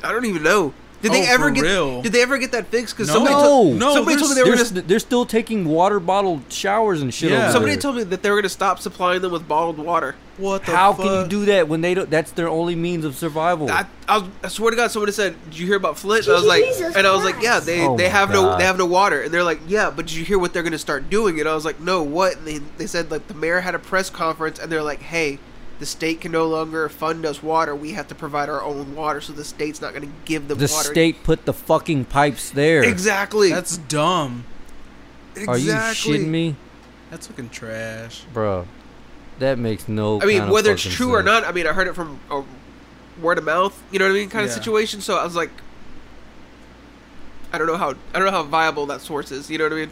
[SPEAKER 3] I don't even know. Did they
[SPEAKER 2] Oh,
[SPEAKER 3] ever
[SPEAKER 2] for
[SPEAKER 3] get?
[SPEAKER 2] real?
[SPEAKER 3] Did they ever get that fixed? Because
[SPEAKER 2] No.
[SPEAKER 3] somebody,
[SPEAKER 1] No.
[SPEAKER 3] told-
[SPEAKER 2] No,
[SPEAKER 3] somebody told me they
[SPEAKER 1] They're,
[SPEAKER 3] were
[SPEAKER 1] s-
[SPEAKER 3] just.
[SPEAKER 1] they're still taking water bottle showers and shit.
[SPEAKER 2] Yeah.
[SPEAKER 1] Over
[SPEAKER 3] Somebody
[SPEAKER 1] there.
[SPEAKER 3] told me that they were going to stop supplying them with bottled water.
[SPEAKER 2] What the
[SPEAKER 1] How
[SPEAKER 2] fuck?
[SPEAKER 1] can you do that when they don't? That's their only means of survival.
[SPEAKER 3] I, I, was, I swear to God, somebody said, "Did you hear about Flint?" And I was like,
[SPEAKER 8] Jesus
[SPEAKER 3] "And I was like,
[SPEAKER 8] Christ.
[SPEAKER 3] yeah, they,
[SPEAKER 1] Oh
[SPEAKER 3] they
[SPEAKER 1] my
[SPEAKER 3] have no
[SPEAKER 1] God.
[SPEAKER 3] they have no water." And they're like, "Yeah, but did you hear what they're going to start doing?" And I was like, "No, what?" And they they said like the mayor had a press conference, and they're like, "Hey, the state can no longer fund us water. We have to provide our own water, so the state's not going to give them
[SPEAKER 1] the
[SPEAKER 3] water."
[SPEAKER 1] state put the fucking pipes there.
[SPEAKER 3] exactly.
[SPEAKER 2] That's dumb.
[SPEAKER 1] Are you
[SPEAKER 3] exactly.
[SPEAKER 1] shitting me,
[SPEAKER 2] That's fucking trash.
[SPEAKER 1] bro? That makes no.
[SPEAKER 3] I mean,
[SPEAKER 1] kinda
[SPEAKER 3] whether it's
[SPEAKER 1] fucking
[SPEAKER 3] true or
[SPEAKER 1] sense.
[SPEAKER 3] not, I mean, I heard it from a word of mouth, you know what I mean, kind of
[SPEAKER 2] Yeah.
[SPEAKER 3] situation. So I was like, I don't know how I don't know how viable that source is. You know what I mean?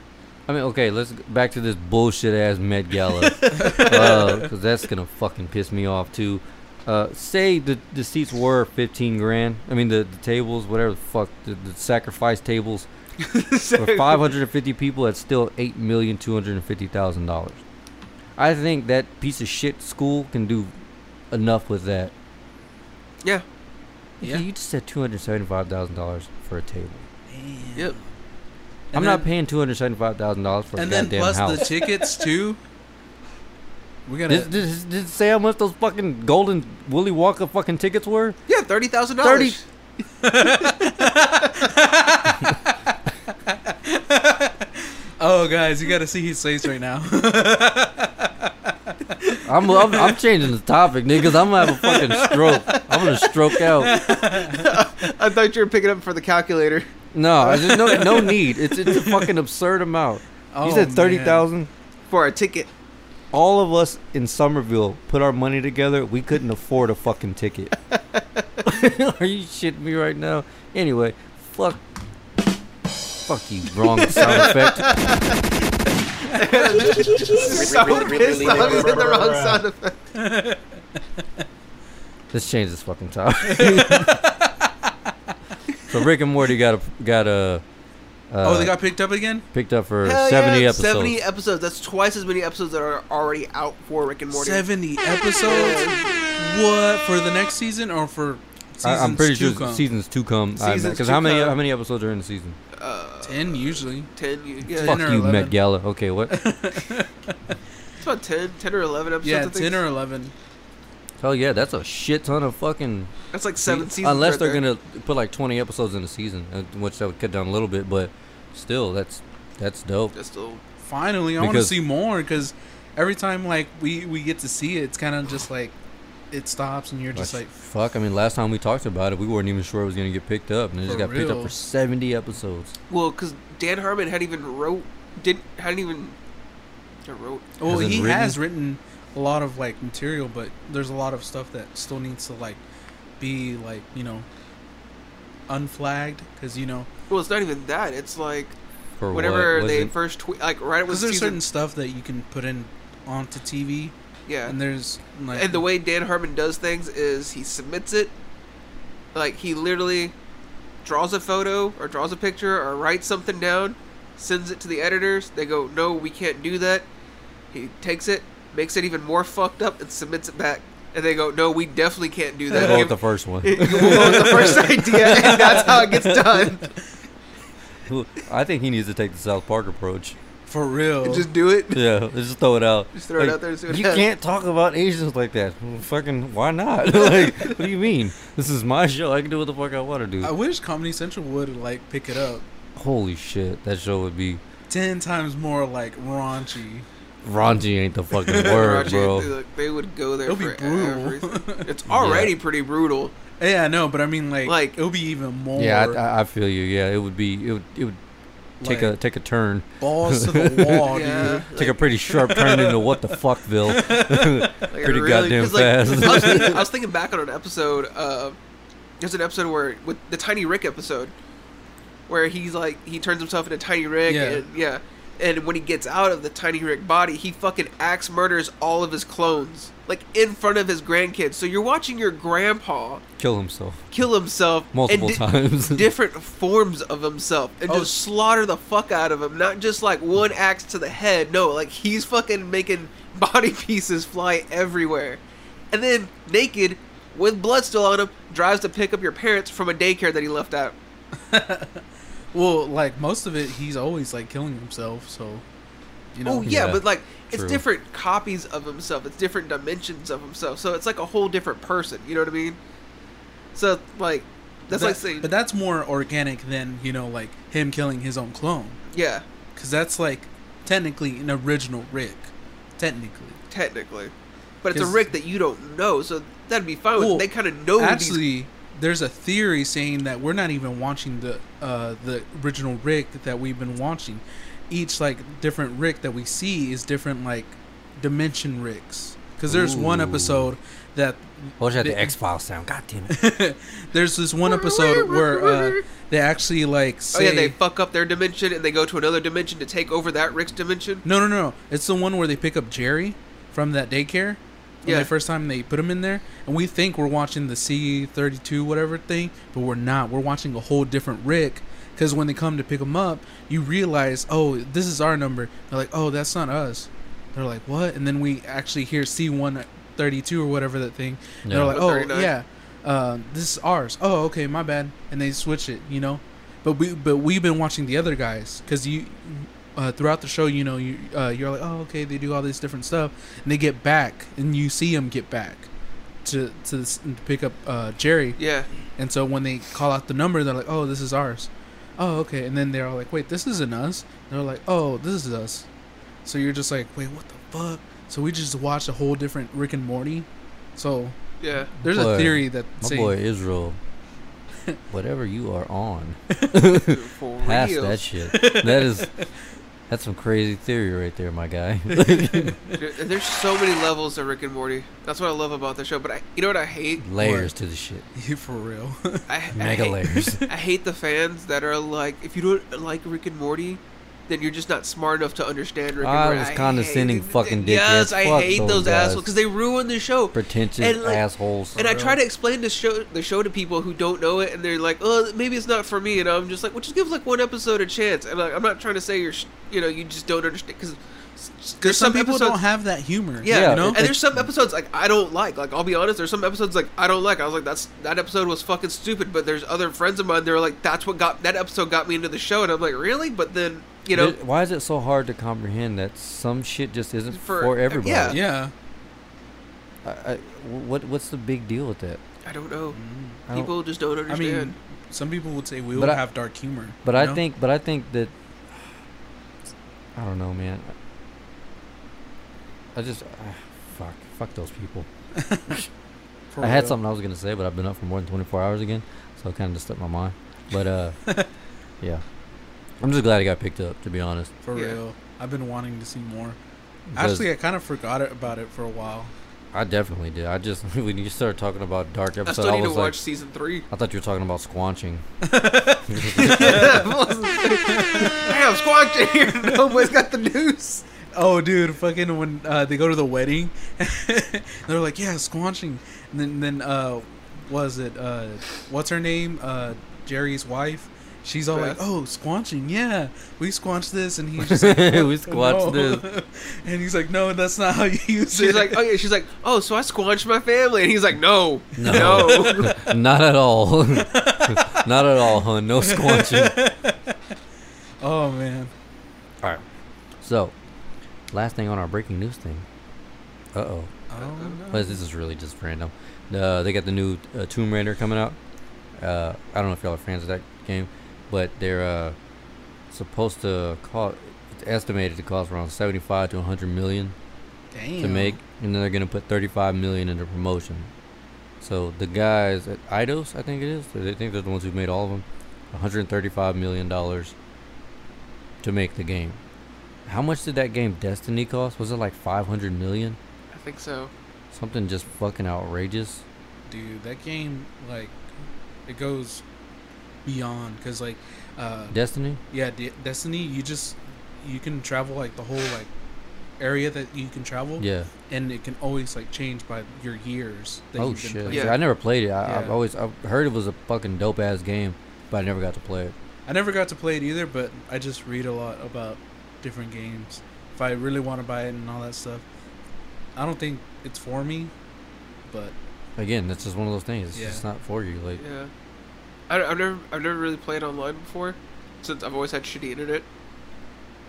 [SPEAKER 1] I mean, okay, let's go back to this bullshit ass Met
[SPEAKER 3] *laughs*
[SPEAKER 1] Gala, because that's gonna fucking piss me off too. Uh, say the the seats were fifteen grand. I mean, the, the tables, whatever the fuck, the, the sacrifice
[SPEAKER 3] *laughs*
[SPEAKER 1] tables for five hundred and fifty people. That's still eight million two hundred and fifty thousand dollars. I think that piece of shit school can do enough with that.
[SPEAKER 3] Yeah.
[SPEAKER 1] Yeah.
[SPEAKER 2] Yeah.
[SPEAKER 1] You just said two hundred seventy five thousand dollars for a table.
[SPEAKER 2] Damn.
[SPEAKER 3] Yep.
[SPEAKER 1] I'm
[SPEAKER 2] then-
[SPEAKER 1] not paying two hundred seventy-five thousand dollars for
[SPEAKER 2] and
[SPEAKER 1] a
[SPEAKER 2] then
[SPEAKER 1] goddamn
[SPEAKER 2] plus
[SPEAKER 1] house. *laughs*
[SPEAKER 2] the tickets too. We gotta.
[SPEAKER 1] Did, did, did it say how much those fucking golden Willy Wonka fucking tickets were?
[SPEAKER 3] Yeah, thirty thousand
[SPEAKER 1] Thirty-
[SPEAKER 3] dollars.
[SPEAKER 2] oh, guys, you gotta see his face right now. *laughs*
[SPEAKER 1] I'm, I'm I'm changing the topic, niggas. I'm gonna have a fucking stroke. I'm gonna stroke out.
[SPEAKER 3] I thought you were picking up for the calculator.
[SPEAKER 1] No, I just, no no need. It's it's a fucking absurd amount.
[SPEAKER 2] Oh,
[SPEAKER 1] you said thirty
[SPEAKER 2] man.
[SPEAKER 1] thousand.
[SPEAKER 3] for
[SPEAKER 1] *laughs*
[SPEAKER 3] a ticket.
[SPEAKER 1] All of us in Somerville put our money together. We couldn't afford a fucking
[SPEAKER 2] *laughs*
[SPEAKER 1] ticket. Are you shitting me right now? Anyway, fuck. Fuck you,
[SPEAKER 2] *laughs*
[SPEAKER 1] wrong sound effect.
[SPEAKER 3] Sound pissed off is in the wrong sound effect.
[SPEAKER 1] Let's change this fucking
[SPEAKER 2] *laughs*
[SPEAKER 1] topic. so Rick and Morty got a, got a uh,
[SPEAKER 2] Oh, they got picked up again.
[SPEAKER 1] picked up for
[SPEAKER 3] Hell
[SPEAKER 1] seventy
[SPEAKER 3] yeah,
[SPEAKER 1] episodes.
[SPEAKER 3] Seventy episodes. That's twice as many episodes that are already out for Rick and Morty.
[SPEAKER 2] Seventy episodes. what for the next season or for? Seasons
[SPEAKER 1] I, am pretty
[SPEAKER 2] to
[SPEAKER 1] sure
[SPEAKER 2] come?
[SPEAKER 1] seasons two come.
[SPEAKER 3] Seasons
[SPEAKER 1] Because
[SPEAKER 3] two
[SPEAKER 1] how many
[SPEAKER 3] come.
[SPEAKER 1] how many episodes are in the season?
[SPEAKER 3] Uh,
[SPEAKER 2] ten usually.
[SPEAKER 3] ten. you- Yeah,
[SPEAKER 1] Fuck
[SPEAKER 2] or
[SPEAKER 1] you,
[SPEAKER 2] 11.
[SPEAKER 1] Met Gala. Okay,
[SPEAKER 2] *laughs*
[SPEAKER 1] what?
[SPEAKER 3] it's about 10, 10 or eleven episodes. I
[SPEAKER 2] Yeah,
[SPEAKER 3] think.
[SPEAKER 2] ten or eleven.
[SPEAKER 1] Hell yeah, that's a shit ton of fucking.
[SPEAKER 3] that's like seven seasons.
[SPEAKER 1] unless
[SPEAKER 3] right
[SPEAKER 1] they're
[SPEAKER 3] there.
[SPEAKER 1] gonna put like twenty episodes in a season, uh, which that would cut down a little bit, but still, that's that's dope.
[SPEAKER 3] That's still.
[SPEAKER 2] Finally, I want to
[SPEAKER 1] Because-
[SPEAKER 2] see more because every time like we we get to see it, it's kind of just like it stops and you're just like,
[SPEAKER 1] fuck. I mean, last time we talked about it, we weren't even sure it was gonna get picked up, and it just
[SPEAKER 2] For
[SPEAKER 1] got picked up
[SPEAKER 2] real.
[SPEAKER 1] for seventy episodes.
[SPEAKER 3] Well, because Dan Harmon hadn't even wrote, didn't hadn't even I wrote.
[SPEAKER 2] well,
[SPEAKER 1] Hasn't
[SPEAKER 2] he
[SPEAKER 1] written-
[SPEAKER 2] has written a lot of like material, but there's a lot of stuff that still needs to like be like you know unflagged because you know
[SPEAKER 3] Well, it's not even that. It's like
[SPEAKER 1] For
[SPEAKER 3] whenever
[SPEAKER 1] what? Was
[SPEAKER 3] they
[SPEAKER 1] it-
[SPEAKER 3] first tweet, like right it
[SPEAKER 2] because
[SPEAKER 3] was
[SPEAKER 2] there's
[SPEAKER 3] season.
[SPEAKER 2] certain stuff that you can put in onto TV
[SPEAKER 3] yeah,
[SPEAKER 2] and there's like
[SPEAKER 3] and the way Dan Harmon does things is he submits it, like he literally draws a photo or draws a picture or writes something down, sends it to the editors. They go, "No, we can't do that." He takes it, makes it even more fucked up, and submits it back. And they go, "No, we definitely can't do that."
[SPEAKER 1] Go with
[SPEAKER 3] Give-
[SPEAKER 1] the first one.
[SPEAKER 3] you *laughs* will go with the first idea, and that's how it
[SPEAKER 2] *laughs*
[SPEAKER 3] gets done.
[SPEAKER 1] I think he needs to take the South Park approach. *laughs*
[SPEAKER 2] for real
[SPEAKER 3] Just do it.
[SPEAKER 1] Yeah, let's just throw it out.
[SPEAKER 3] Just throw it out there and see what
[SPEAKER 1] You
[SPEAKER 3] happens.
[SPEAKER 1] can't talk about Asians like that. Well, fucking, why not? *laughs* like, what do you mean? This is my show. I can do what the fuck I want to do.
[SPEAKER 2] I wish Comedy Central would like pick it up
[SPEAKER 1] Holy shit, that show would be.
[SPEAKER 2] ten times more like raunchy.
[SPEAKER 1] Raunchy ain't the
[SPEAKER 3] *laughs*
[SPEAKER 1] fucking word,
[SPEAKER 3] Roger,
[SPEAKER 1] bro.
[SPEAKER 3] They, they would go there
[SPEAKER 2] It'll be
[SPEAKER 3] for
[SPEAKER 2] brutal. *laughs*
[SPEAKER 3] everything. It's already pretty brutal.
[SPEAKER 2] Yeah, I know, but I mean, like,
[SPEAKER 3] Like-
[SPEAKER 2] it'll be even more
[SPEAKER 1] Yeah, I, I, I feel you. Yeah, it would be. It would. It would take a
[SPEAKER 2] Like-
[SPEAKER 1] take a turn.
[SPEAKER 2] balls
[SPEAKER 1] *laughs*
[SPEAKER 2] to the wall,
[SPEAKER 3] yeah,
[SPEAKER 2] dude.
[SPEAKER 1] Take a pretty sharp turn into what the
[SPEAKER 3] *laughs*
[SPEAKER 1] fuckville.
[SPEAKER 3] like, like,
[SPEAKER 1] pretty goddamn
[SPEAKER 3] 'cause, like,
[SPEAKER 1] fast.
[SPEAKER 3] I
[SPEAKER 1] *laughs*
[SPEAKER 3] was, thinking, I was thinking back on an episode. Uh, there's an episode where with the Tiny Rick episode, where he's like he turns himself into Tiny Rick,
[SPEAKER 2] Yeah.
[SPEAKER 3] and yeah, and when he gets out of the Tiny Rick body, he fucking axe murders all of his clones, like in front of his grandkids. So you're watching your grandpa
[SPEAKER 1] Kill himself
[SPEAKER 3] kill himself and
[SPEAKER 1] multiple
[SPEAKER 3] di-
[SPEAKER 1] times.
[SPEAKER 3] different forms of himself and
[SPEAKER 2] Oh.
[SPEAKER 3] just slaughter the fuck out of him. Not just like one axe to the head. No, like he's fucking making *laughs* body pieces fly everywhere. And then naked, with blood still on him, drives to pick up your parents from a daycare that he left out.
[SPEAKER 2] Well, like most of it, he's always like killing himself. So, you know,
[SPEAKER 3] Oh yeah,
[SPEAKER 1] Yeah,
[SPEAKER 3] but like it's
[SPEAKER 1] true.
[SPEAKER 3] different copies of himself. It's different dimensions of himself. So it's like a whole different person. You know what I mean? So like that's
[SPEAKER 2] that-
[SPEAKER 3] like saying
[SPEAKER 2] but that's more organic than you know, like him killing his own clone,
[SPEAKER 3] yeah,
[SPEAKER 2] because that's like technically an original Rick, technically.
[SPEAKER 3] technically. But it's a
[SPEAKER 2] 'Cause-
[SPEAKER 3] Rick that you don't know, so that'd be fine.
[SPEAKER 2] Well,
[SPEAKER 3] with. They kind of know these
[SPEAKER 2] Actually, there's a theory saying that we're not even watching the uh, the original Rick that we've been watching. Each like different Rick that we see is different like dimension Ricks. Because there's one
[SPEAKER 1] Ooh.
[SPEAKER 2] episode that
[SPEAKER 1] Watch out the
[SPEAKER 2] the-
[SPEAKER 1] X Files sound. God damn it.
[SPEAKER 2] there's this one episode where uh, they actually like
[SPEAKER 3] Oh yeah,
[SPEAKER 2] say
[SPEAKER 3] they fuck up their dimension and they go to another dimension to take over that Rick's dimension.
[SPEAKER 2] no no no it's the one where they pick up Jerry from that daycare. Yeah.
[SPEAKER 3] Yeah.
[SPEAKER 2] The first time they put him in there, and we think we're watching the C thirty two whatever thing, but we're not. We're watching a whole different Rick. Because when they come to pick him up, you realize, oh, this is our number. They're like, oh, that's not us. They're like, what? And then we actually hear C one thirty two or whatever that thing. And They're
[SPEAKER 1] Yeah.
[SPEAKER 2] like, oh
[SPEAKER 3] 39.
[SPEAKER 2] yeah, uh, this is ours. Oh, okay, my bad. And they switch it, you know. But we but we've been watching the other guys because you uh, throughout the show, you know, you uh, you're like, oh, okay, they do all this different stuff, and they get back, and you see them get back to to, this, to pick up uh, Jerry,
[SPEAKER 3] Yeah.
[SPEAKER 2] and so when they call out the number, they're like, oh, this is ours. Oh, okay, and then they're all like, wait, this isn't us. And they're like, oh, this is us. So you're just like, wait, what the fuck? So we just watched a whole different Rick and Morty. So *laughs*
[SPEAKER 3] Yeah.
[SPEAKER 2] there's
[SPEAKER 1] Boy.
[SPEAKER 2] a theory that
[SPEAKER 1] My
[SPEAKER 2] saying-
[SPEAKER 1] boy
[SPEAKER 2] *laughs*
[SPEAKER 1] Israel, whatever you are on,
[SPEAKER 3] For
[SPEAKER 1] pass
[SPEAKER 3] *laughs* real.
[SPEAKER 1] that shit. That is, that's some crazy theory right there, my
[SPEAKER 3] *laughs*
[SPEAKER 1] guy.
[SPEAKER 3] There- There's so many levels of Rick and Morty. That's what I love about the show. But I, you know what I hate?
[SPEAKER 1] layers to the shit,
[SPEAKER 2] for real.
[SPEAKER 3] I, I
[SPEAKER 1] mega
[SPEAKER 3] hate-
[SPEAKER 1] layers.
[SPEAKER 3] *laughs* I hate the fans that are like, if you don't like Rick and Morty, then you're just not smart enough to understand Rick
[SPEAKER 1] Ah,
[SPEAKER 3] and Morty.
[SPEAKER 1] those
[SPEAKER 3] I
[SPEAKER 1] condescending
[SPEAKER 3] hate-
[SPEAKER 1] fucking dickheads.
[SPEAKER 3] Yes, I
[SPEAKER 1] Fuck
[SPEAKER 3] hate
[SPEAKER 1] those
[SPEAKER 3] those
[SPEAKER 1] guys.
[SPEAKER 3] assholes because they ruin the show.
[SPEAKER 1] Pretentious
[SPEAKER 3] And, like-
[SPEAKER 1] assholes.
[SPEAKER 3] and I try to explain the show the show to people who don't know it, and they're like, "Oh, maybe it's not for me." And I'm just like, "Well, just give like one episode a chance." And like, I'm not trying to say you're, sh- you know, you just don't understand because
[SPEAKER 2] Because some, people don't have that humor.
[SPEAKER 3] Yeah,
[SPEAKER 1] Yeah,
[SPEAKER 2] you know?
[SPEAKER 1] it-
[SPEAKER 3] and there's some episodes like I don't like. Like I'll be honest, there's some episodes like I don't like. I was like, that's that episode was fucking stupid. But there's other friends of mine. They were like, that's what got that episode got me into the show, and I'm like, really? But then you know,
[SPEAKER 1] It- why is it so hard to comprehend that some shit just isn't
[SPEAKER 3] For-
[SPEAKER 1] for, everybody?
[SPEAKER 3] yeah.
[SPEAKER 2] yeah.
[SPEAKER 1] I, I, what what's the big deal with that?
[SPEAKER 3] I don't know.
[SPEAKER 2] Mm-hmm.
[SPEAKER 1] I don't-
[SPEAKER 3] People just don't
[SPEAKER 2] I
[SPEAKER 3] understand.
[SPEAKER 2] mean, some people would say we
[SPEAKER 1] But
[SPEAKER 2] all
[SPEAKER 1] I-
[SPEAKER 2] have dark humor.
[SPEAKER 1] But
[SPEAKER 2] you
[SPEAKER 1] I
[SPEAKER 2] know?
[SPEAKER 1] think, but I think that I don't know, man. I just ah, fuck, fuck those people.
[SPEAKER 2] For
[SPEAKER 1] I had
[SPEAKER 2] real.
[SPEAKER 1] something I was gonna say, but I've been up for more than 24 hours again, so it kind of just slipped my mind. But uh, yeah, I'm just glad it got picked up, to be honest.
[SPEAKER 2] for
[SPEAKER 3] Yeah.
[SPEAKER 2] real. I've been wanting to see more.
[SPEAKER 1] because
[SPEAKER 2] Actually, I kind of forgot it- about it for a *laughs* while.
[SPEAKER 1] I definitely did. I just *laughs* when you started talking about dark
[SPEAKER 3] I
[SPEAKER 1] episode,
[SPEAKER 3] still
[SPEAKER 1] I,
[SPEAKER 3] need to
[SPEAKER 1] was
[SPEAKER 3] watch
[SPEAKER 1] like,
[SPEAKER 2] *laughs*
[SPEAKER 3] season three. *laughs*
[SPEAKER 1] I thought you were talking about squanching.
[SPEAKER 3] Damn, Squawk here. *laughs* Nobody's got the news.
[SPEAKER 2] Oh, dude, fucking when uh, they go to the wedding, *laughs* they're like, "Yeah, squanching," and then then uh, was it uh, what's her name? Uh, Jerry's wife. She's all like,
[SPEAKER 3] Beth?
[SPEAKER 2] "Oh, squanching, yeah, we squanched
[SPEAKER 1] *laughs*
[SPEAKER 2] this," and he's just like,
[SPEAKER 1] We
[SPEAKER 2] "Fuck,
[SPEAKER 1] squanched
[SPEAKER 2] no." *laughs*
[SPEAKER 1] this.
[SPEAKER 2] and he's like, "No, that's not how you use it."
[SPEAKER 3] She's like, oh yeah. She's like, oh, so I squanched my family, and he's like, no, no.
[SPEAKER 1] *laughs* Not at all. *laughs* Not at all, hun. No squanching.
[SPEAKER 2] *laughs* "Oh man,
[SPEAKER 1] All right. So, last thing on our breaking news thing. Uh oh.
[SPEAKER 2] oh,
[SPEAKER 1] But this is really just random. Uh, they got the new uh, Tomb Raider coming out. Uh, I don't know if y'all are fans of that game, but they're uh, supposed to cost. It's estimated to cost around 75 to 100 million
[SPEAKER 2] damn."
[SPEAKER 1] to make, and then they're gonna put 35 million into promotion. So the guys at Eidos, I think it is, they think they're the ones who made all of them, 135 million dollars to make the game. How much did that game Destiny cost? Was it like 500 million?
[SPEAKER 3] I think so.
[SPEAKER 1] Something just fucking outrageous.
[SPEAKER 2] dude, that game like it goes beyond because like uh,
[SPEAKER 1] Destiny?
[SPEAKER 2] Yeah, De- Destiny. You just you can travel like the whole like area that you can travel,
[SPEAKER 1] Yeah.
[SPEAKER 2] and it can always like change by your years. That
[SPEAKER 1] Oh
[SPEAKER 2] you've been
[SPEAKER 1] shit.
[SPEAKER 2] playing.
[SPEAKER 1] Yeah. I never played it. I, I've
[SPEAKER 2] Yeah.
[SPEAKER 1] always I've heard it was a fucking dope ass game, but I never got to play it.
[SPEAKER 2] I never got to play it either, but I just read a lot about different games. If I really want to buy it and all that stuff, I don't think it's for me. But
[SPEAKER 1] Again, that's just one of those things. It's
[SPEAKER 2] Yeah.
[SPEAKER 1] just not for you. Like,
[SPEAKER 3] Yeah, I, I've never I've never really played online before, since I've always had shitty internet.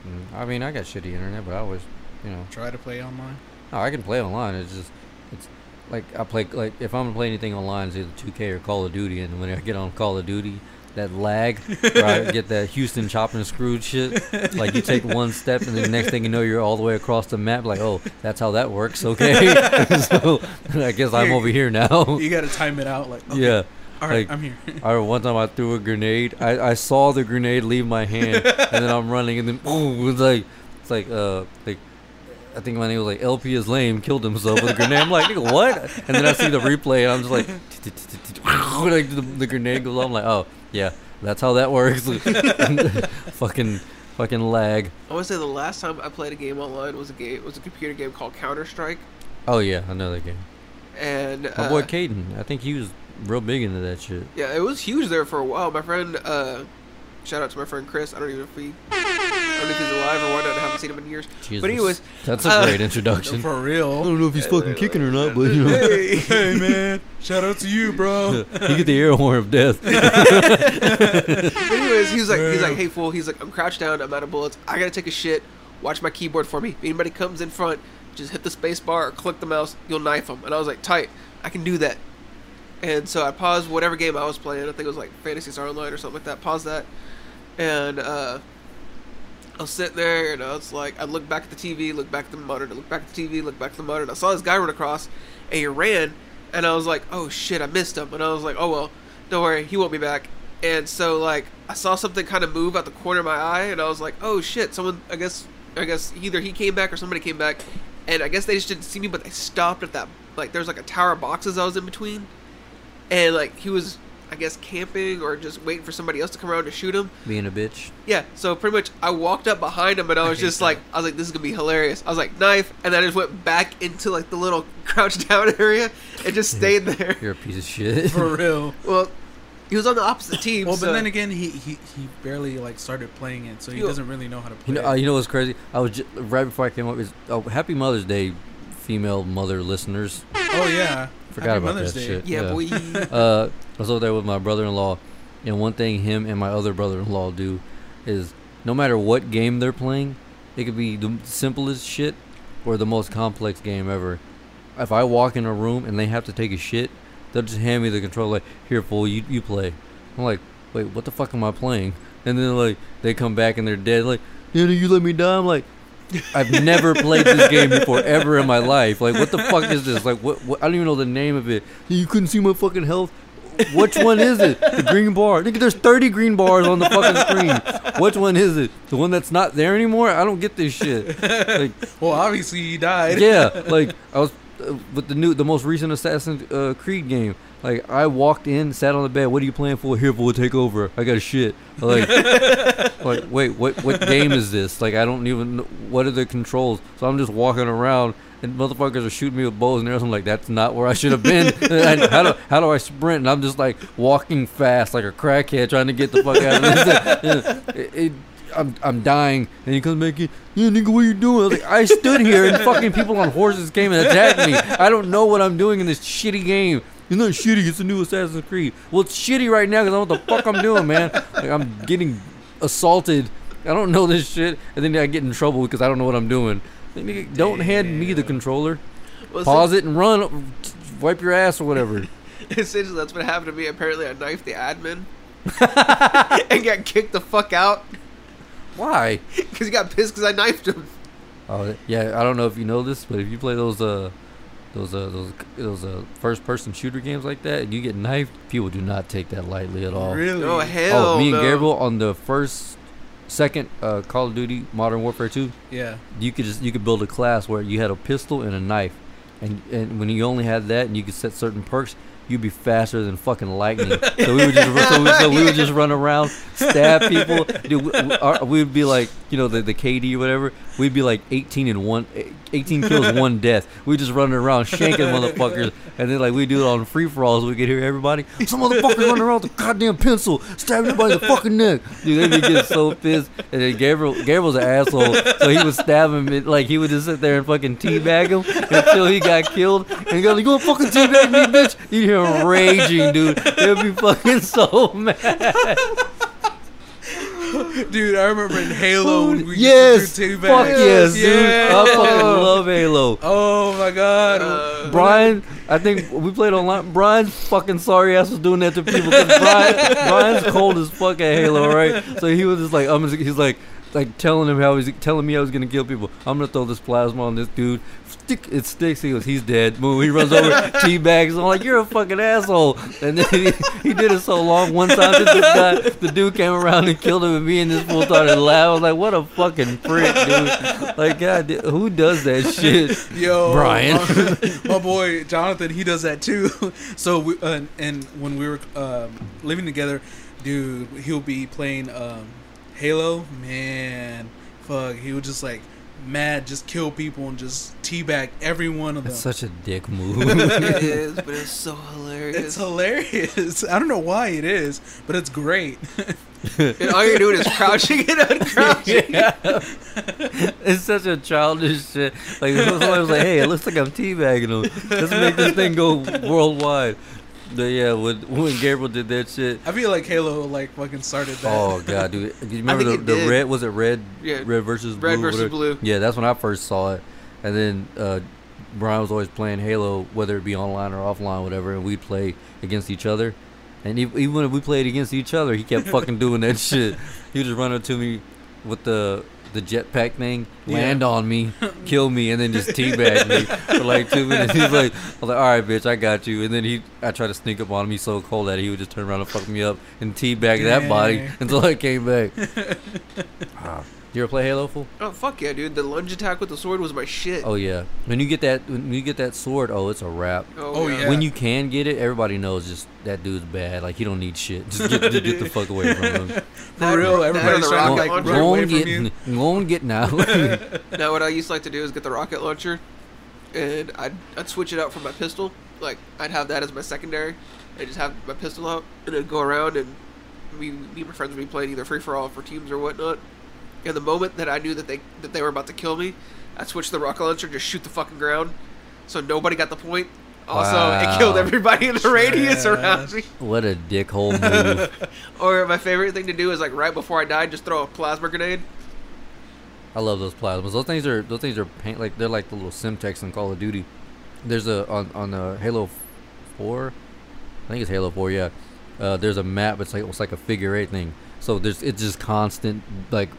[SPEAKER 1] mm, I mean, I got shitty internet, but I always, you know,
[SPEAKER 2] try to play online.
[SPEAKER 1] No, I can play online. It's just, it's like I play like if I'm gonna play anything online, it's either 2K or Call of Duty. And when I get on Call of Duty, that lag, where I get that Houston chopping and screwed shit. Like you take one step, and the next thing you know, you're all the way across the map. Like, oh, that's how that works. Okay, *laughs* so I guess I'm over here now.
[SPEAKER 2] You got to time it out. Like okay,
[SPEAKER 1] *laughs* Yeah.
[SPEAKER 2] all right,
[SPEAKER 1] like-
[SPEAKER 2] I'm
[SPEAKER 1] *laughs*
[SPEAKER 2] here.
[SPEAKER 1] I remember one time I threw a grenade. I, I saw the grenade leave my hand, and then I'm running, and then boom! It's like it's like uh like I think my name was like LP is lame, killed himself with a grenade. I'm like nigga, what? And then I see the replay, and I'm just like *laughs* like the, the grenade goes off. I'm like oh yeah, that's how that works. *laughs* fucking fucking lag.
[SPEAKER 3] I want to say the last time I played a game online was a game was a computer game called Counter Strike,
[SPEAKER 1] Oh yeah, another game.
[SPEAKER 3] and
[SPEAKER 1] My
[SPEAKER 3] uh,
[SPEAKER 1] boy Caden, I think he was real big into that shit.
[SPEAKER 3] yeah, it was huge there for a while. My friend, uh, shout out to my friend Chris. I don't even know if he, I don't know if he's alive or whatnot. I haven't seen him in years.
[SPEAKER 1] Jesus.
[SPEAKER 3] But anyways,
[SPEAKER 1] that's a
[SPEAKER 3] uh, *laughs*
[SPEAKER 1] great introduction.
[SPEAKER 2] for real.
[SPEAKER 1] know if he's fucking kicking or not, but you
[SPEAKER 3] hey,
[SPEAKER 2] Hey man, Shout out to
[SPEAKER 1] *laughs*
[SPEAKER 2] you, bro.
[SPEAKER 1] you get the earworm of death.
[SPEAKER 3] *laughs* Anyways, he was like, he's like, hey fool. He's like, I'm crouched down. I'm out of bullets. I gotta take a shit. Watch my keyboard for me. If anybody comes in front, just hit the space bar or click the mouse. You'll knife them. And I was like, tight. I can do that. And so I paused whatever game I was playing. I think it was like Fantasy Star Online or something like that. Pause that, and uh, I was sitting there, and I was like, I looked back at the TV, looked back at the monitor, looked back at the TV, looked back at the monitor. And I saw this guy run across, and he ran, and I was like, oh shit, I missed him. And I was like, oh well, don't worry, he won't be back. And so like I saw something kind of move out the corner of my eye, and I was like, oh shit, someone. I guess I guess either he came back or somebody came back, and I guess they just didn't see me, but they stopped at that like there's like a tower of boxes I was in between and like he was i guess camping or just waiting for somebody else to come around to shoot him
[SPEAKER 1] *laughs* Being a bitch.
[SPEAKER 3] yeah so pretty much i walked up behind him and i was
[SPEAKER 2] hate
[SPEAKER 3] just
[SPEAKER 2] that.
[SPEAKER 3] like i was like this is gonna be hilarious i was like knife and then i just went back into like the little *laughs* crouched down area and just stayed there
[SPEAKER 1] You're a piece of shit. *laughs*
[SPEAKER 2] For real.
[SPEAKER 3] well he was on the opposite team
[SPEAKER 2] Well,
[SPEAKER 3] so-
[SPEAKER 2] but then again, he, he, he barely like started playing it, so he
[SPEAKER 3] You-
[SPEAKER 2] doesn't really know how to
[SPEAKER 1] You
[SPEAKER 2] play.
[SPEAKER 1] know, uh, you know what's crazy? I was just, right before I came up. Is oh, Happy Mother's Day, female mother listeners.
[SPEAKER 2] it. Oh yeah,
[SPEAKER 1] Forgot about that shit.
[SPEAKER 3] yeah,
[SPEAKER 1] yeah.
[SPEAKER 3] boy
[SPEAKER 1] *laughs* Uh, I was over there with my brother-in-law, and one thing him and my other brother-in-law do is no matter what game they're playing, it could be the simplest shit or the most complex game ever. If I walk in a room and they have to take a shit, they'll just hand me the controller. Like, Here, fool, you you play. I'm like, wait, what the fuck am I playing? And then like they come back and they're dead. Like, yeah, you let me die. I'm like. I've never played this game before ever in my life. Like, what the fuck is this? Like, what, what? I don't even know the name of it. You couldn't see my fucking health. Which one is it? The green bar. Nigga, there's 30 green bars on the fucking screen. Which one is it? The one that's not there anymore? I don't get this shit. Like,
[SPEAKER 2] Well, obviously he died.
[SPEAKER 1] yeah, like I was uh, with the new, the most recent Assassin's uh, Creed game. Like I walked in, sat on the bed. What are you playing for? Here, we'll take over. I got a shit. Like, like wait, what? What game is this? Like I don't even. know What are the controls? So I'm just walking around, and motherfuckers are shooting me with bows and arrows. I'm like, that's not where I should have been. *laughs* And how do how do I sprint? And I'm just like walking fast, like a crackhead, trying to get the fuck *laughs* out of this. it, it, I'm I'm dying, and he comes back in. Yeah, nigga, what you doing? I, was like, I stood here, and fucking people on horses came and attacked me. I don't know what I'm doing in this shitty game. It's not shitty. It's a new Assassin's Creed. Well, it's shitty right now because I don't know what the fuck I'm doing, man. Like I'm getting assaulted. I don't know this shit, and then I get in trouble because I don't know what I'm doing. Like, nigga, don't hand me the controller.
[SPEAKER 3] Well,
[SPEAKER 1] Pause it and run. Wipe your ass or whatever.
[SPEAKER 3] *laughs* Essentially, that's what happened to me. Apparently, I knifed the
[SPEAKER 1] *laughs*
[SPEAKER 3] admin and got kicked the fuck out
[SPEAKER 1] Why?
[SPEAKER 3] because he got pissed because I knifed him.
[SPEAKER 1] Oh yeah, I don't know if you know this, but if you play those uh, those uh, those those uh, first-person shooter games like that, and you get knifed, people do not take that lightly at all.
[SPEAKER 2] Really?
[SPEAKER 3] Oh hell!
[SPEAKER 1] Oh, me and
[SPEAKER 3] no.
[SPEAKER 1] Gabriel on the first, second uh, Call of Duty Modern Warfare Two,
[SPEAKER 2] Yeah.
[SPEAKER 1] you could just you could build a class where you had a pistol and a knife, and and when you only had that, and you could set certain perks. You'd be faster than fucking lightning. So we would just so we, so we would just run around, stab people. Dude, we, we, our, we'd be like, you know, the, the KD or whatever. We'd be like 18 and one, 18 kills, one death. We just running around shanking motherfuckers, and then like we do it on free for alls. We could hear everybody. Some motherfucker running around with a goddamn pencil, stabbing everybody in the fucking neck. Dude, they'd be getting so pissed. And then Gabriel, Gabriel's an asshole, so he would stab him. And, like he would just sit there and fucking teabag him until he got killed. And he goes, "You gonna fucking teabag me, bitch?" You'd hear him raging, dude. They'd be fucking so *laughs* mad.
[SPEAKER 2] Dude, I remember in Halo when we
[SPEAKER 1] yes,
[SPEAKER 2] used to do
[SPEAKER 1] fuck
[SPEAKER 2] take back.
[SPEAKER 1] yes, dude. I
[SPEAKER 2] *laughs* Yeah.
[SPEAKER 1] fucking love Halo.
[SPEAKER 2] Oh my god.
[SPEAKER 3] Uh,
[SPEAKER 1] Brian, I think we played online. Brian's fucking sorry ass was doing that to people. 'cause Brian, Brian's cold as fuck at Halo, right? So he was just like, I'm. Just, he's like, like telling him how he's telling me I was gonna kill people. I'm gonna throw this plasma on this dude. Stick, it sticks. He goes, he's dead. Move. He runs over, tea bags. I'm like, you're a fucking asshole. And then he, he did it so long. One time, that this guy, the dude came around and killed him, and me and this fool started laughing. I was like, what a fucking prick, dude. Like, God, who does that shit?
[SPEAKER 2] Yo,
[SPEAKER 1] Brian.
[SPEAKER 2] my, *laughs* my boy Jonathan, he does that too. *laughs* So, we, uh, and when we were um, living together, dude, he'll be playing um, Halo. Man, fuck, he would just like mad, just kill people and just teabag every one of them.
[SPEAKER 1] That's such a dick move.
[SPEAKER 2] *laughs*
[SPEAKER 3] it is, but it's so hilarious.
[SPEAKER 2] it's hilarious. *laughs* I don't know why it is, but it's great. *laughs*
[SPEAKER 3] and all you're doing is crouching and uncrouching.
[SPEAKER 1] it's such a childish shit. Like *laughs* I was like, hey, it looks like I'm teabagging him. Let's make this thing go worldwide. But yeah, when when Gabriel did that shit.
[SPEAKER 2] I feel like Halo like fucking started that.
[SPEAKER 1] Oh god, dude! You remember the,
[SPEAKER 3] think it
[SPEAKER 1] the
[SPEAKER 3] did.
[SPEAKER 1] red? Was it red?
[SPEAKER 3] Yeah.
[SPEAKER 1] Red versus blue.
[SPEAKER 3] Red versus
[SPEAKER 1] whatever?
[SPEAKER 3] blue.
[SPEAKER 1] Yeah, that's when I first saw it, and then uh, Brian was always playing Halo, whether it be online or offline, whatever, and we'd play against each other. And e- even when we played against each other, he kept fucking doing that shit. He would just run up to me with the the jetpack thing,
[SPEAKER 2] Yeah.
[SPEAKER 1] land on me, kill me, and then just teabag me for like two minutes. He's like, I was like, all right, bitch, I got you. And then he, I tried to sneak up on him. He's so cold that he would just turn around and fuck me up and teabag that body
[SPEAKER 2] Dang.
[SPEAKER 1] until I came back. Ah. You ever play Halo? Fool?
[SPEAKER 3] Oh fuck yeah, dude! The lunge attack with the sword was my shit.
[SPEAKER 1] Oh yeah. When you get that, when you get that sword, oh, it's a wrap.
[SPEAKER 2] Oh, yeah.
[SPEAKER 1] When you can get it, everybody knows just that dude's bad. Like he don't need shit. Just get, just get the fuck away from
[SPEAKER 2] *laughs*
[SPEAKER 1] him.
[SPEAKER 2] For real, everybody's
[SPEAKER 3] the
[SPEAKER 2] trying
[SPEAKER 3] rocket
[SPEAKER 2] to like
[SPEAKER 3] launcher.
[SPEAKER 2] run away
[SPEAKER 1] Won't
[SPEAKER 2] from
[SPEAKER 1] get, *laughs*
[SPEAKER 2] you.
[SPEAKER 1] won't get now.
[SPEAKER 3] Now what I used to like to do is get the rocket launcher, and I'd, I'd switch it out for my pistol. Like I'd have that as my secondary, and just have my pistol out, and then go around and we, me and my friends would be playing either free for all for teams or whatnot. And the moment that I knew that they that they were about to kill me, I'd switch the rocket launcher, and just shoot the fucking ground, so nobody got the point. Also, it killed
[SPEAKER 1] Wow.
[SPEAKER 3] everybody in the radius
[SPEAKER 2] *laughs*
[SPEAKER 3] around me.
[SPEAKER 1] what a dickhole move. *laughs*
[SPEAKER 3] Or my favorite thing to do is like right before I die, just throw a plasma grenade.
[SPEAKER 1] I love those plasmas. Those things are those things are paint like they're like the little Simtex in Call of Duty. There's a on on uh, Halo Four, I think it's Halo Four. Yeah, uh, there's a map. It's like it's like a figure eight thing. So there's it's just constant like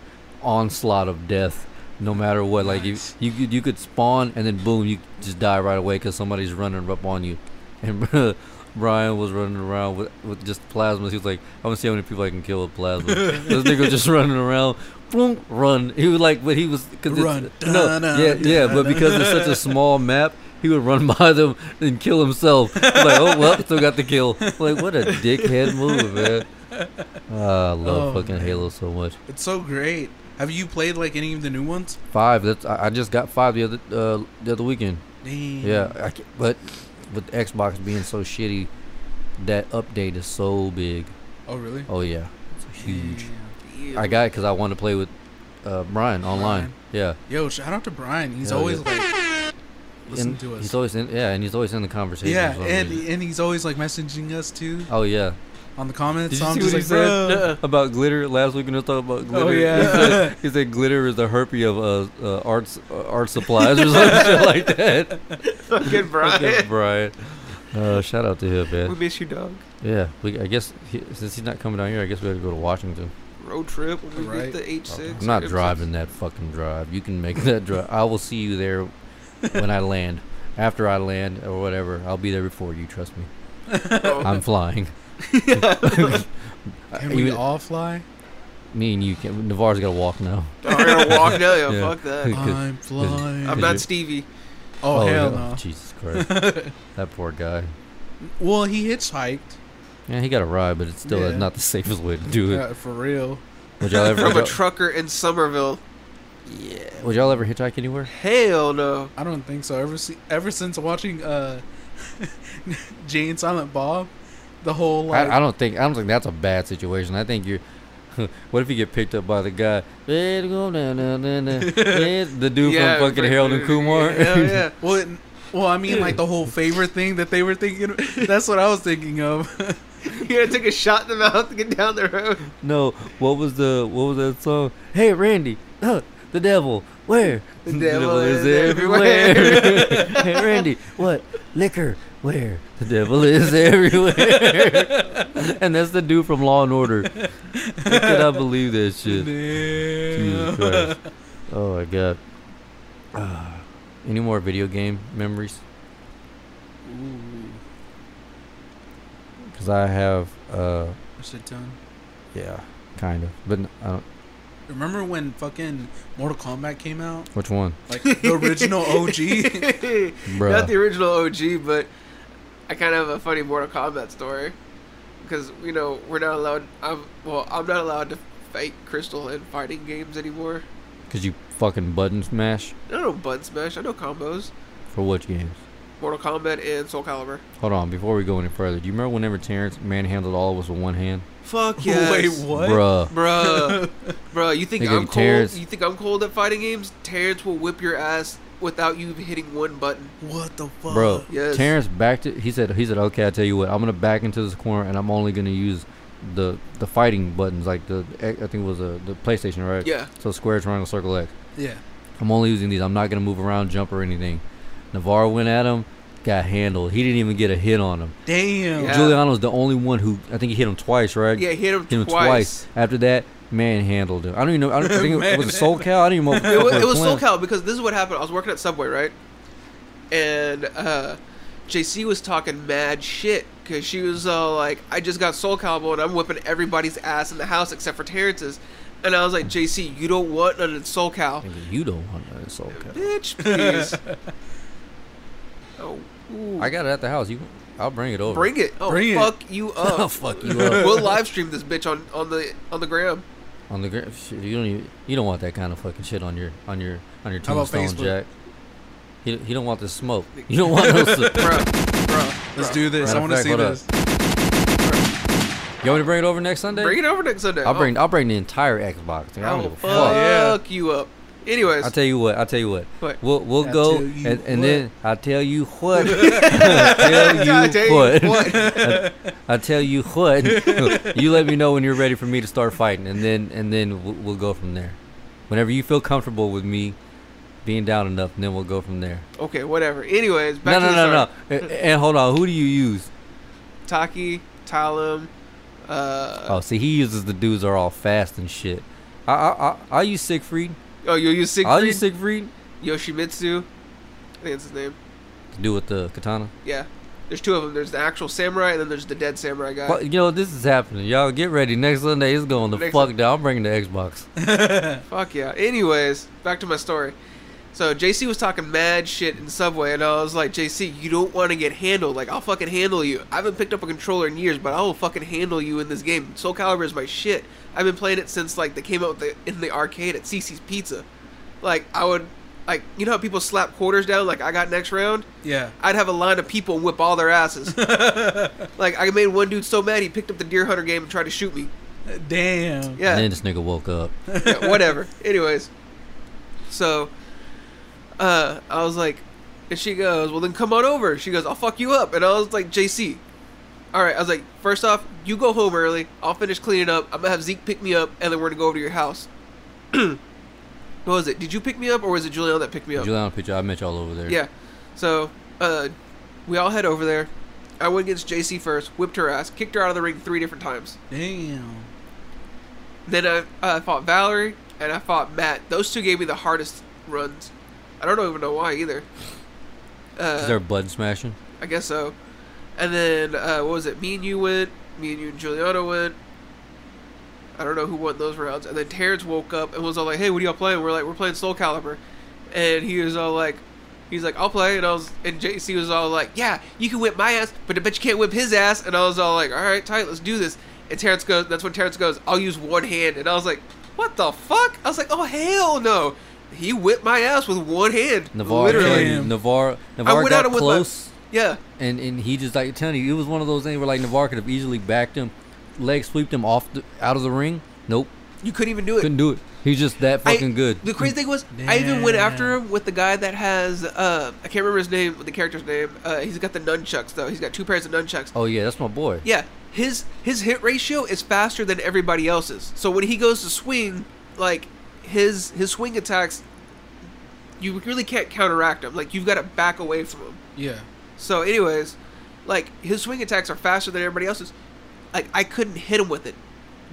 [SPEAKER 1] onslaught of death, no matter what. Like you you could, you could spawn and then boom, you just die right away because somebody's running up on you. *laughs* And Brian was running around with, with just plasmas. He was like, I want to see how many people I can kill with plasma. this nigga was just running around. Boom, run. He was like, but he was cause it's-
[SPEAKER 2] Run.
[SPEAKER 1] No,
[SPEAKER 2] Dun, dun,
[SPEAKER 1] yeah, yeah, but because it's such a small map, he would run *laughs* by them and kill himself. like, oh well, still got the kill. Like, what a dickhead move, man. Ah, I love
[SPEAKER 2] Oh,
[SPEAKER 1] fucking
[SPEAKER 2] man.
[SPEAKER 1] Halo so much.
[SPEAKER 2] It's so great. Have you played like any of the new ones?
[SPEAKER 1] Five. That's I, I just got five the other uh, the other weekend.
[SPEAKER 2] Damn.
[SPEAKER 1] Yeah, I ca- but with Xbox being so shitty, that update is so big.
[SPEAKER 2] Oh really?
[SPEAKER 1] Oh yeah, it's huge.
[SPEAKER 2] Damn.
[SPEAKER 1] I got it because I want to play with uh, Brian online.
[SPEAKER 2] Brian.
[SPEAKER 1] Yeah,
[SPEAKER 2] Yo, shout out to Brian. He's
[SPEAKER 1] Hell
[SPEAKER 2] always
[SPEAKER 1] yeah.
[SPEAKER 2] like listen
[SPEAKER 1] and
[SPEAKER 2] to
[SPEAKER 1] He's
[SPEAKER 2] us.
[SPEAKER 1] always in. Yeah, and he's always in the conversation.
[SPEAKER 2] Yeah,
[SPEAKER 1] for some
[SPEAKER 2] and
[SPEAKER 1] reason.
[SPEAKER 2] and he's always like messaging us too
[SPEAKER 1] oh yeah.
[SPEAKER 2] on the comments.
[SPEAKER 1] Did
[SPEAKER 2] So
[SPEAKER 1] you
[SPEAKER 2] I'm
[SPEAKER 1] see what
[SPEAKER 2] just
[SPEAKER 1] he
[SPEAKER 2] like,
[SPEAKER 1] said
[SPEAKER 2] bro.
[SPEAKER 1] uh, about glitter last week? When I was talking about glitter,
[SPEAKER 2] Oh, yeah.
[SPEAKER 1] he,
[SPEAKER 2] *laughs*
[SPEAKER 1] said, he said glitter is the herpy of uh, uh, arts uh, art supplies or *laughs* some shit like that.
[SPEAKER 2] *laughs*
[SPEAKER 3] Fucking
[SPEAKER 1] Okay,
[SPEAKER 3] Brian,
[SPEAKER 1] Brian. Uh, shout out to him,
[SPEAKER 3] we
[SPEAKER 1] man.
[SPEAKER 3] miss you, dog.
[SPEAKER 1] Yeah, we, I guess he, since he's not coming down here, I guess we have to go to Washington.
[SPEAKER 3] Road trip when we
[SPEAKER 2] Right.
[SPEAKER 3] get the H six.
[SPEAKER 1] I'm not
[SPEAKER 3] *laughs*
[SPEAKER 1] driving that fucking drive. You can make that drive. I will see you there when I land. After I land or whatever, I'll be there before you. Trust
[SPEAKER 2] *laughs*
[SPEAKER 1] me. I'm flying. *laughs*
[SPEAKER 2] Can we
[SPEAKER 1] Even-
[SPEAKER 2] all fly?
[SPEAKER 1] me and you can. Navarre's gotta walk now.
[SPEAKER 3] Oh, we're gonna walk now. Yeah,
[SPEAKER 1] *laughs* Yeah.
[SPEAKER 3] fuck that.
[SPEAKER 1] Because-
[SPEAKER 2] I'm flying.
[SPEAKER 3] I'm
[SPEAKER 1] Could you- *laughs*
[SPEAKER 3] not Stevie.
[SPEAKER 2] oh, hell
[SPEAKER 1] yeah.
[SPEAKER 2] no.
[SPEAKER 1] Jesus
[SPEAKER 2] *laughs*
[SPEAKER 1] Christ. that poor guy.
[SPEAKER 2] Well, he hitchhiked.
[SPEAKER 1] Yeah, he got a ride, but it's still
[SPEAKER 2] Yeah.
[SPEAKER 1] not the safest way to do it.
[SPEAKER 2] Uh, for real.
[SPEAKER 1] Would y'all ever?
[SPEAKER 3] From
[SPEAKER 2] *laughs*
[SPEAKER 1] Would y'all,
[SPEAKER 3] a trucker in Somerville.
[SPEAKER 1] would y'all ever hitchhike anywhere?
[SPEAKER 3] Hell no.
[SPEAKER 2] I don't think so. Ever se- ever since watching uh, *laughs* Jay and Silent Bob, the whole like
[SPEAKER 1] I, I don't think. I don't think that's a bad situation. I think you're. *laughs* What if you get picked up by the
[SPEAKER 2] *laughs*
[SPEAKER 1] guy? "Let it go, na, na, na, na." Eh, the dude from fucking
[SPEAKER 3] but-
[SPEAKER 1] Harold and Kumar.
[SPEAKER 3] *laughs*
[SPEAKER 1] *laughs*
[SPEAKER 3] Hell yeah.
[SPEAKER 2] well, it- well, I mean like the whole favor thing that they were thinking. *laughs* That's what I was thinking of.
[SPEAKER 3] You gotta take a shot in the mouth to get down the road. *laughs*
[SPEAKER 1] no, what was the what was that song? Hey, Randy, huh, the devil, where? *laughs*
[SPEAKER 3] The devil is everywhere.
[SPEAKER 1] hey, Randy, what? Liquor, where? The devil is *laughs* everywhere. and that's the dude from Law and Order. I cannot believe that shit. Jesus Christ.
[SPEAKER 3] *laughs*
[SPEAKER 1] Oh my god. Ah. any more video game memories? Because I have, uh,
[SPEAKER 2] Shit ton.
[SPEAKER 1] yeah, kind of, but n- I don't.
[SPEAKER 2] Remember when fucking Mortal Kombat came out?
[SPEAKER 1] Which one,
[SPEAKER 2] Like *laughs* the original *laughs* OG.
[SPEAKER 1] bro?
[SPEAKER 3] Not the original OG, but I kind of have a funny Mortal Kombat story because you know we're not allowed. I'm well, I'm not allowed to fight Crystal in fighting games anymore.
[SPEAKER 1] Cause you fucking button smash
[SPEAKER 3] I don't know button smash. I know combos.
[SPEAKER 1] for which games?
[SPEAKER 3] Mortal Kombat and Soul Calibur.
[SPEAKER 1] Hold on, before we go any further, do you remember whenever Terrence manhandled all of us with one hand?
[SPEAKER 3] Fuck yes.
[SPEAKER 2] Wait, what?
[SPEAKER 1] Bruh.
[SPEAKER 3] Bruh, bruh, you think
[SPEAKER 1] Nigga,
[SPEAKER 3] I'm cold?
[SPEAKER 1] Terrence-
[SPEAKER 3] You think I'm cold at fighting games? Terrence will whip your ass without you hitting one button.
[SPEAKER 2] What the fuck?
[SPEAKER 1] Bro,
[SPEAKER 3] Yes.
[SPEAKER 1] Terrence backed it. He said, "He said, okay, I tell you what, I'm gonna back into this corner, and I'm only gonna use the the fighting buttons, like the I think it was a, the PlayStation, right?
[SPEAKER 3] Yeah,
[SPEAKER 1] So square, triangle, circle, X.
[SPEAKER 2] Yeah.
[SPEAKER 1] I'm only using these. I'm not gonna move around, jump or anything." Navarro went at him, got handled. He didn't even get a hit on him.
[SPEAKER 2] Damn.
[SPEAKER 3] Yeah.
[SPEAKER 1] Giuliano's the only one who I think he hit him twice, right?
[SPEAKER 3] yeah, hit him,
[SPEAKER 1] hit him
[SPEAKER 3] twice.
[SPEAKER 1] twice. After that, manhandled him. I don't even
[SPEAKER 3] *laughs*
[SPEAKER 1] know. I don't I think it was a Soul Cal. I didn't even know.
[SPEAKER 3] It was,
[SPEAKER 1] *laughs*
[SPEAKER 3] it was SoCal because this is what happened. I was working at Subway, right? And uh, JC was talking mad shit because she was all like, "I just got Soul Calibur and I'm whipping everybody's ass in the house except for Terrence's." And I was like, "JC, you don't want none of Soul Cal,
[SPEAKER 1] Nigga, You don't want a Soul Cal.
[SPEAKER 3] bitch, please." oh, ooh.
[SPEAKER 1] I got it at the house. You, I'll bring it over.
[SPEAKER 3] Bring it. Oh,
[SPEAKER 2] Bring it.
[SPEAKER 1] *laughs*
[SPEAKER 3] fuck you up.
[SPEAKER 1] I'll fuck you up
[SPEAKER 3] We'll live stream this bitch on, on the on the gram.
[SPEAKER 1] on the gra- shit, You don't even, you don't want that kind of fucking shit on your on your on your
[SPEAKER 2] How about
[SPEAKER 1] tombstone,
[SPEAKER 2] Facebook?
[SPEAKER 1] Jack. He, he don't want the smoke. You don't want
[SPEAKER 3] *laughs*
[SPEAKER 1] no smoke.
[SPEAKER 3] Bro, bro,
[SPEAKER 2] Let's do this.
[SPEAKER 1] Matter
[SPEAKER 2] I
[SPEAKER 1] of
[SPEAKER 2] want to
[SPEAKER 1] fact,
[SPEAKER 2] see
[SPEAKER 1] hold up.
[SPEAKER 2] this.
[SPEAKER 1] You want me to bring it over next Sunday?
[SPEAKER 3] bring it over next Sunday. Oh,
[SPEAKER 1] I'll bring I'll bring the entire Xbox. dude. I don't
[SPEAKER 3] I'll
[SPEAKER 1] give a
[SPEAKER 3] fuck
[SPEAKER 1] fuck.
[SPEAKER 2] Yeah.
[SPEAKER 3] you up. Anyways,
[SPEAKER 1] I'll tell you what. I'll tell you what.
[SPEAKER 3] What?
[SPEAKER 1] We'll we'll
[SPEAKER 2] I'll
[SPEAKER 1] go
[SPEAKER 2] tell you
[SPEAKER 1] and, and
[SPEAKER 2] what.
[SPEAKER 1] then I'll tell you what. *laughs* I'll tell you,
[SPEAKER 3] I tell
[SPEAKER 1] *laughs*
[SPEAKER 3] you
[SPEAKER 1] what.
[SPEAKER 3] what.
[SPEAKER 1] I'll tell you what. *laughs* you let me know when you're ready for me to start fighting, and then and then we'll, we'll go from there. Whenever you feel comfortable with me being down enough, and then we'll go from there.
[SPEAKER 3] okay, whatever. Anyways,
[SPEAKER 1] No,
[SPEAKER 3] back
[SPEAKER 1] no,
[SPEAKER 3] to
[SPEAKER 1] no, no.
[SPEAKER 3] the start.
[SPEAKER 1] *laughs*
[SPEAKER 3] Uh,
[SPEAKER 1] And, and hold on. Who do you use?
[SPEAKER 3] Taki, Talum, uh,
[SPEAKER 1] Oh, see, he uses the dudes are all fast and shit. I I I, I use Siegfried.
[SPEAKER 3] oh, you use
[SPEAKER 1] I'll use
[SPEAKER 3] Siegfried,
[SPEAKER 1] Siegfried.
[SPEAKER 3] Yoshimitsu. I think that's his name.
[SPEAKER 1] The dude with the katana.
[SPEAKER 3] Yeah, there's two of them. There's the actual samurai, and then there's the dead samurai guy.
[SPEAKER 1] Well, you know this is happening, y'all. Get ready. Next Sunday it's going the
[SPEAKER 3] Next
[SPEAKER 1] fuck down. I'm bringing the Xbox.
[SPEAKER 3] Fuck yeah. Anyways, back to my story. So JC was talking mad shit in Subway, and I was like, JC, you don't want to get handled. Like, I'll fucking handle you. I haven't picked up a controller in years, but I will fucking handle you in this game. Soul Calibur is my shit. I've been playing it since like they came out with the, in the arcade at CC's Pizza. Like, I would, like, you know how people slap quarters down? Like, I got next round.
[SPEAKER 2] Yeah.
[SPEAKER 3] I'd have a line of people and whip all their asses. like, I made one dude so mad he picked up the Deer Hunter game and tried to shoot me.
[SPEAKER 2] Damn.
[SPEAKER 3] Yeah.
[SPEAKER 1] And then this nigga woke up.
[SPEAKER 3] *laughs* yeah, whatever. Anyways, so uh, I was like, and she goes, "Well, then come on over." She goes, "I'll fuck you up," and I was like, "JC, all right." I was like, first off, you go home early. I'll finish cleaning up. I'm gonna have Zeke pick me up, and then we're gonna go over to your house." *clears throat* what was it? Did you pick me up, or was it Julian that picked me up?
[SPEAKER 1] Julian picture. I met y'all over there.
[SPEAKER 3] Yeah. So, uh, we all head over there. I went against JC first, whipped her ass, kicked her out of the ring three different times.
[SPEAKER 2] Damn.
[SPEAKER 3] Then I, I fought Valerie and I fought Matt. Those two gave me the hardest runs. I don't even know why either.
[SPEAKER 1] Is
[SPEAKER 3] Uh,
[SPEAKER 1] there button smashing?
[SPEAKER 3] I guess so. And then uh, what was it? Me and you went. Me and you and Giuliano went. I don't know who won those rounds. And then Terrence woke up and was all like, "Hey, what are y'all playing?" We're like, "We're playing Soul Calibur," and he was all like, "He's like, I'll play." And I was, and JC was all like, "Yeah, you can whip my ass, but I bet you can't whip his ass." And I was all like, "All right, tight, let's do this." And Terrence goes, "That's when Terrence goes, I'll use one hand." And I was like, "What the fuck?" I was like, "Oh hell no!" He whipped my ass with one hand.
[SPEAKER 1] Navarro.
[SPEAKER 3] literally.
[SPEAKER 1] Navarro.
[SPEAKER 2] Damn.
[SPEAKER 1] Navarro,
[SPEAKER 3] went at
[SPEAKER 1] got
[SPEAKER 3] him with my-
[SPEAKER 1] close.
[SPEAKER 3] Yeah.
[SPEAKER 1] and and he just like telling you it was one of those things where like Navarre could have easily backed him, leg sweeped him off the, out of the ring. Nope,
[SPEAKER 3] You couldn't even do it.
[SPEAKER 1] couldn't do it. He's just that
[SPEAKER 3] I-
[SPEAKER 1] fucking good.
[SPEAKER 3] The crazy thing was, I even went after
[SPEAKER 2] Damn.
[SPEAKER 3] him with the guy that has uh, I can't remember his name, the character's name. Uh, he's got the nunchucks though. He's got two pairs of nunchucks.
[SPEAKER 1] Oh yeah, that's my boy.
[SPEAKER 3] Yeah, his his hit ratio is faster than everybody else's. So when he goes to swing, like his his swing attacks, you really can't counteract him. Like you've got to back away from him.
[SPEAKER 2] Yeah.
[SPEAKER 3] So, anyways, like his swing attacks are faster than everybody else's. Like I couldn't hit him with it.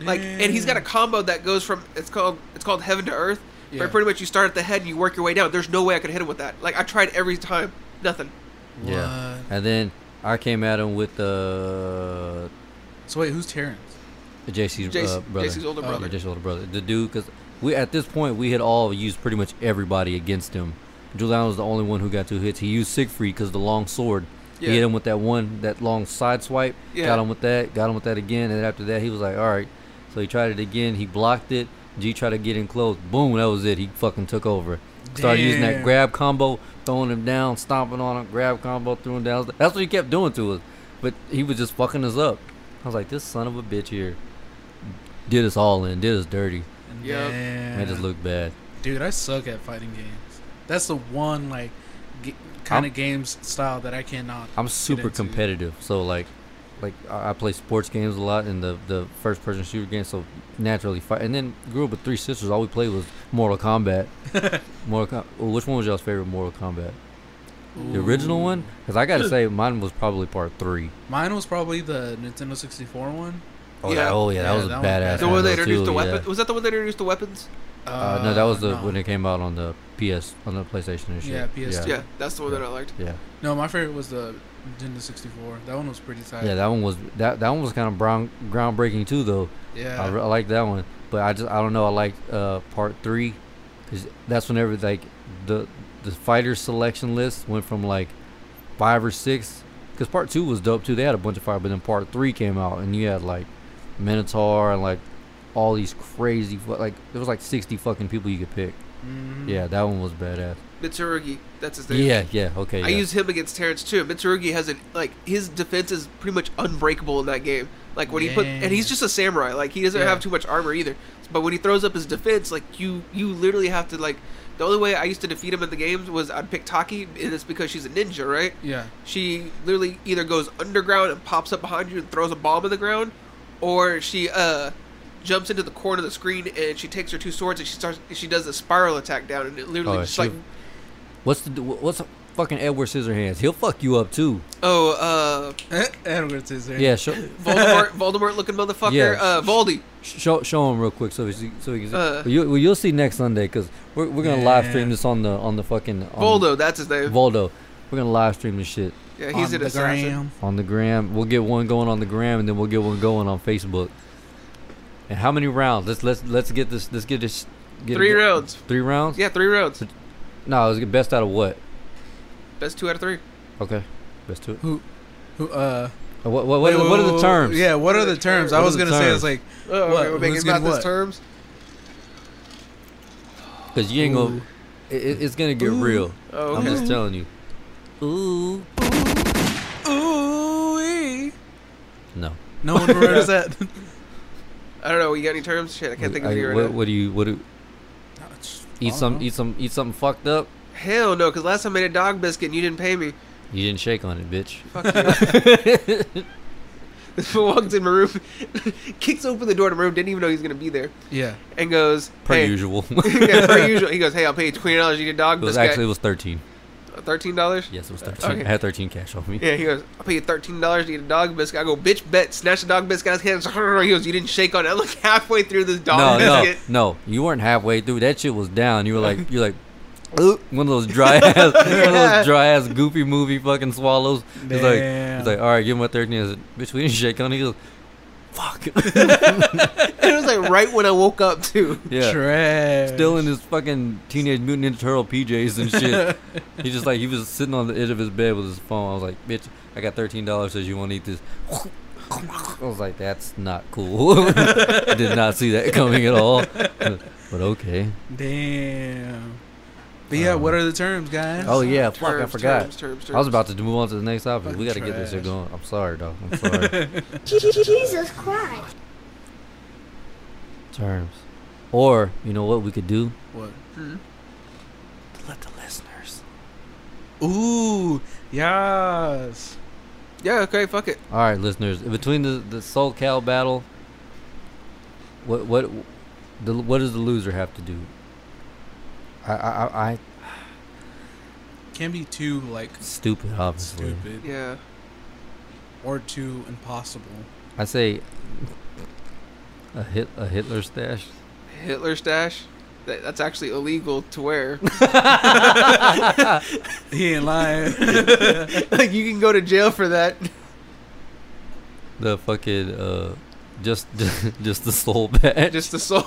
[SPEAKER 3] Like, and he's got a combo that goes from it's called it's called heaven to earth.
[SPEAKER 2] Yeah.
[SPEAKER 3] Where pretty much you start at the head and you work your way down. There's no way I could hit him with that. Like I tried every time, nothing.
[SPEAKER 1] yeah.
[SPEAKER 2] What?
[SPEAKER 1] And then I came at him with uh,
[SPEAKER 2] So wait, who's Terrence?
[SPEAKER 1] JC's uh,
[SPEAKER 3] JC
[SPEAKER 1] brother,
[SPEAKER 3] JC's older
[SPEAKER 2] Oh,
[SPEAKER 1] Yeah,
[SPEAKER 3] brother.
[SPEAKER 1] JC's older brother, the dude. Because we at this point we had all used pretty much everybody against him. Julian was the only one who got two hits. He used Siegfried because the long sword.
[SPEAKER 3] Yeah.
[SPEAKER 1] He hit him with that one, that long side swipe.
[SPEAKER 3] Yeah.
[SPEAKER 1] Got him with that. Got him with that again. And after that, he was like, "All right." So he tried it again. He blocked it. G tried to get in close. Boom, that was it. He fucking took over. Started using that
[SPEAKER 2] Damn.
[SPEAKER 1] grab combo, throwing him down, stomping on him, grab combo, throwing down. That's what he kept doing to us. But he was just fucking us up. I was like, this son of a bitch here did us all in, did us dirty.
[SPEAKER 3] Yep.
[SPEAKER 1] I just looked bad.
[SPEAKER 2] Dude, I suck at fighting games. That's the one like g- kind
[SPEAKER 1] I'm-
[SPEAKER 2] of games style that I cannot.
[SPEAKER 1] I'm super
[SPEAKER 2] into.
[SPEAKER 1] competitive, so like, like I I play sports games a lot and the the first person shooter games. So naturally, fight. And then grew up with three sisters. All we played was Mortal
[SPEAKER 2] *laughs*
[SPEAKER 1] Kombat. Mortal Com- well, Which one was y'all's favorite Mortal Kombat? The original
[SPEAKER 2] Ooh.
[SPEAKER 1] one? Because I gotta say, mine was probably part three.
[SPEAKER 2] Mine was probably the Nintendo 64 one.
[SPEAKER 1] Oh yeah,
[SPEAKER 3] Yeah.
[SPEAKER 1] oh yeah, that
[SPEAKER 2] Yeah,
[SPEAKER 1] was
[SPEAKER 2] that
[SPEAKER 1] a
[SPEAKER 2] was bad.
[SPEAKER 1] badass.
[SPEAKER 2] The
[SPEAKER 3] The
[SPEAKER 1] one though,
[SPEAKER 3] one they introduced
[SPEAKER 1] too,
[SPEAKER 3] the
[SPEAKER 1] yeah.
[SPEAKER 3] weapon. Was that the one they introduced the weapons?
[SPEAKER 1] Uh, no, that was the
[SPEAKER 2] no.
[SPEAKER 1] when it came out on the PS on the PlayStation and shit.
[SPEAKER 2] Yeah, PS2.
[SPEAKER 1] Yeah,
[SPEAKER 3] Yeah, that's the one that I liked.
[SPEAKER 1] yeah,
[SPEAKER 2] No, my favorite was the Nintendo 64. That one was pretty tight.
[SPEAKER 1] Yeah, that one was that that one was kind of brown, groundbreaking too, though.
[SPEAKER 2] yeah.
[SPEAKER 1] I, re- I like that one, but I just I don't know. I like uh, part three because that's whenever like the the fighter selection list went from like five or six. Because part two was dope too. They had a bunch of fire, but then part three came out and you had like Minotaur and like all these crazy fu- like there was like sixty fucking people you could pick.
[SPEAKER 3] Mm-hmm.
[SPEAKER 2] Mhm.
[SPEAKER 1] Yeah, that one was badass.
[SPEAKER 3] Mitsurugi, that's his name.
[SPEAKER 1] Yeah, yeah, okay.
[SPEAKER 3] I
[SPEAKER 1] yeah.
[SPEAKER 3] use him against Terrence too. Mitsurugi has an like his defense is pretty much unbreakable in that game. Like when he put and he's
[SPEAKER 2] Dang.
[SPEAKER 3] just a samurai. Like he doesn't
[SPEAKER 2] Yeah.
[SPEAKER 3] have too much armor either. But when he throws up his defense, like you you literally have to like the only way I used to defeat him in the games was I'd pick Taki, and it's because she's a ninja, right?
[SPEAKER 2] Yeah. *laughs*
[SPEAKER 3] She literally either goes underground and pops up behind you and throws a bomb in the ground, or she uh jumps into the corner of the screen and she takes her two swords and she starts she does a spiral attack down and it literally
[SPEAKER 1] Oh,
[SPEAKER 3] just
[SPEAKER 1] she-
[SPEAKER 3] like
[SPEAKER 1] What's the what's fucking Edward Scissorhands? He'll fuck you up too.
[SPEAKER 3] oh uh
[SPEAKER 2] Edward's is there.
[SPEAKER 1] Yeah, show *laughs*
[SPEAKER 3] Voldemort, Voldemort looking motherfucker.
[SPEAKER 1] Yeah.
[SPEAKER 3] Uh, Voldy.
[SPEAKER 1] show show him real quick so he see- so he can see.
[SPEAKER 3] Uh.
[SPEAKER 1] Well, you, well, you'll see next Sunday because we're we're gonna live stream
[SPEAKER 2] Yeah.
[SPEAKER 1] this on the on the fucking on
[SPEAKER 3] Voldo, that's his name.
[SPEAKER 1] Voldo. We're gonna live stream this shit
[SPEAKER 3] yeah, he's
[SPEAKER 2] On
[SPEAKER 3] an
[SPEAKER 2] the
[SPEAKER 3] assassin.
[SPEAKER 2] gram.
[SPEAKER 1] on the gram. We'll get one going on the gram and then we'll get one going on Facebook. And how many rounds? Let's let's let's get this let's get this get
[SPEAKER 3] Three
[SPEAKER 1] it-
[SPEAKER 3] rounds.
[SPEAKER 1] Three rounds?
[SPEAKER 3] Yeah, three rounds.
[SPEAKER 1] No, it's best out of what?
[SPEAKER 3] Best two out of three.
[SPEAKER 1] Okay. Best two.
[SPEAKER 2] Who,
[SPEAKER 1] Uh,
[SPEAKER 2] uh,
[SPEAKER 1] What what what,
[SPEAKER 2] wait,
[SPEAKER 1] are the-
[SPEAKER 2] wait,
[SPEAKER 1] what
[SPEAKER 2] wait,
[SPEAKER 1] are the
[SPEAKER 2] wait,
[SPEAKER 1] terms?
[SPEAKER 2] Yeah, what are the terms? I
[SPEAKER 1] What
[SPEAKER 2] was
[SPEAKER 1] are the
[SPEAKER 2] gonna say
[SPEAKER 1] terms?
[SPEAKER 2] it's like
[SPEAKER 3] Oh, okay,
[SPEAKER 2] What?
[SPEAKER 3] we're making
[SPEAKER 2] Who's
[SPEAKER 3] about
[SPEAKER 2] getting
[SPEAKER 3] this
[SPEAKER 2] what?
[SPEAKER 3] terms.
[SPEAKER 1] Cuz you ain't going
[SPEAKER 2] Ooh.
[SPEAKER 1] to it, it's going to get real.
[SPEAKER 3] Oh,
[SPEAKER 1] I'm
[SPEAKER 3] okay.
[SPEAKER 1] *laughs* just telling you. Ooh.
[SPEAKER 2] ooh
[SPEAKER 1] No. *laughs*
[SPEAKER 2] No one remembers that.
[SPEAKER 3] I don't know. You got any terms? Shit, I can't think
[SPEAKER 1] I-
[SPEAKER 3] of any right
[SPEAKER 1] what,
[SPEAKER 3] now.
[SPEAKER 1] what do you what do eat some eat some eat something fucked up?
[SPEAKER 3] Hell no, because last time I made a dog biscuit and you didn't pay me. *laughs*
[SPEAKER 1] You didn't shake on it, bitch.
[SPEAKER 3] This fool walks in my room, *laughs* kicks open the door to my room, didn't even know he was going to be there,
[SPEAKER 2] Yeah.
[SPEAKER 3] and goes,
[SPEAKER 1] Per
[SPEAKER 3] hey.
[SPEAKER 1] usual.
[SPEAKER 3] *laughs* yeah, per
[SPEAKER 1] *laughs*
[SPEAKER 3] usual. He goes, hey, I'll pay you $20 to eat a dog
[SPEAKER 1] It was
[SPEAKER 3] biscuit. Uh,
[SPEAKER 1] actually it was thirteen.
[SPEAKER 3] $13?
[SPEAKER 1] Yes, it was thirteen.
[SPEAKER 3] okay.
[SPEAKER 1] I had thirteen cash on me.
[SPEAKER 3] Yeah, he goes, I'll pay you thirteen dollars to get a dog biscuit. I go, bitch bet, snatch the dog biscuit out of his hands. *laughs* He goes, You didn't shake on it. I'm like halfway through this
[SPEAKER 1] No,
[SPEAKER 3] dog
[SPEAKER 1] no,
[SPEAKER 3] biscuit. *laughs*
[SPEAKER 1] no. You weren't halfway through. That shit was down. You were like, you're like, "Oop," one of those dry ass, *laughs* one of those dry ass goofy movie fucking swallows. He's like,
[SPEAKER 2] Damn.
[SPEAKER 1] he's like, all right, give him my thirteen. I said, bitch, we didn't shake on it. He goes, fuck.
[SPEAKER 3] It was like right when I woke up too.
[SPEAKER 1] yeah.
[SPEAKER 2] Trash.
[SPEAKER 1] Still in his fucking Teenage Mutant Ninja Turtle PJs and shit. he just like he was sitting on the edge of his bed with his phone. I was like, bitch, I got thirteen dollars. Says you want to eat this? I was like, that's not cool. *laughs* I Did not see that coming at all. *laughs* But okay.
[SPEAKER 2] Damn. But
[SPEAKER 1] Um,
[SPEAKER 2] yeah, what are the terms, guys?
[SPEAKER 1] Oh yeah, fuck, I
[SPEAKER 3] Terms,
[SPEAKER 1] forgot.
[SPEAKER 3] terms, terms,
[SPEAKER 1] I was
[SPEAKER 3] terms.
[SPEAKER 1] about to move on to the next topic. We gotta
[SPEAKER 2] Fucking
[SPEAKER 1] get this shit
[SPEAKER 2] trash.
[SPEAKER 1] going. I'm sorry, dog. I'm sorry. *laughs*
[SPEAKER 8] Jesus Christ.
[SPEAKER 1] terms. Or you know what we could do?
[SPEAKER 2] What?
[SPEAKER 3] Mm-hmm.
[SPEAKER 1] Let the listeners.
[SPEAKER 2] Ooh, yes.
[SPEAKER 3] Yeah, okay, fuck it.
[SPEAKER 1] All right, listeners. in Between the the Soul Cal battle, what what the what does the loser have to do? I I, I, I
[SPEAKER 2] Can be too like
[SPEAKER 1] stupid obviously.
[SPEAKER 2] stupid
[SPEAKER 3] Yeah.
[SPEAKER 2] or too impossible.
[SPEAKER 1] I say a hit a Hitler stash.
[SPEAKER 3] Hitler stash. That, that's actually illegal to wear. *laughs*
[SPEAKER 2] *laughs* He ain't lying.
[SPEAKER 3] *laughs* like you can go to jail for that. *laughs*
[SPEAKER 1] The fucking uh, just *laughs* just the soul patch.
[SPEAKER 3] Just the soul.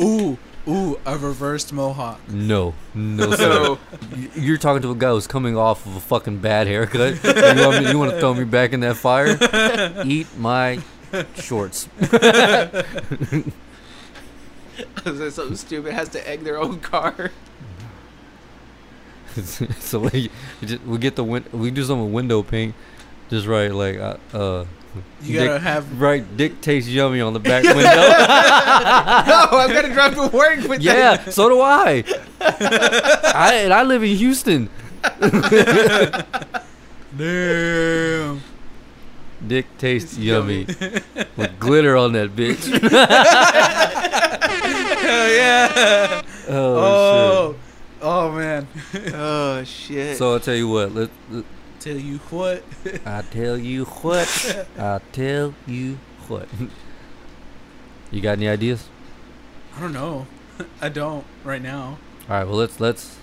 [SPEAKER 2] ooh, ooh, a reversed mohawk.
[SPEAKER 1] no, no, sir.
[SPEAKER 3] *laughs* so
[SPEAKER 1] Y- You're talking to a guy who's coming off of a fucking bad haircut. and you, want me, you want to throw me back in that fire? Eat my shorts.
[SPEAKER 3] I was like, something stupid has to egg their own car. *laughs*
[SPEAKER 1] *laughs* so we, we, just, we get the win- we do some window paint, just right like uh, uh
[SPEAKER 2] You gotta
[SPEAKER 1] dic-
[SPEAKER 2] have-
[SPEAKER 1] right dictates yummy on the
[SPEAKER 2] *laughs*
[SPEAKER 1] back window.
[SPEAKER 3] no, I've got to drive to work with
[SPEAKER 1] yeah,
[SPEAKER 3] that.
[SPEAKER 1] so do I. I and I live in Houston.
[SPEAKER 2] Damn.
[SPEAKER 1] Dick tastes yummy with glitter on that bitch. *laughs*
[SPEAKER 2] *laughs* Hell yeah.
[SPEAKER 1] Oh,
[SPEAKER 2] Oh. Oh man.
[SPEAKER 3] Oh
[SPEAKER 1] shit!
[SPEAKER 3] shit.
[SPEAKER 1] So I'll tell you what. Let, let
[SPEAKER 2] Tell you what.
[SPEAKER 1] I tell you what. I tell you what. You got any ideas?
[SPEAKER 2] I don't know. *laughs* I don't right now.
[SPEAKER 1] All right. Well, let's let's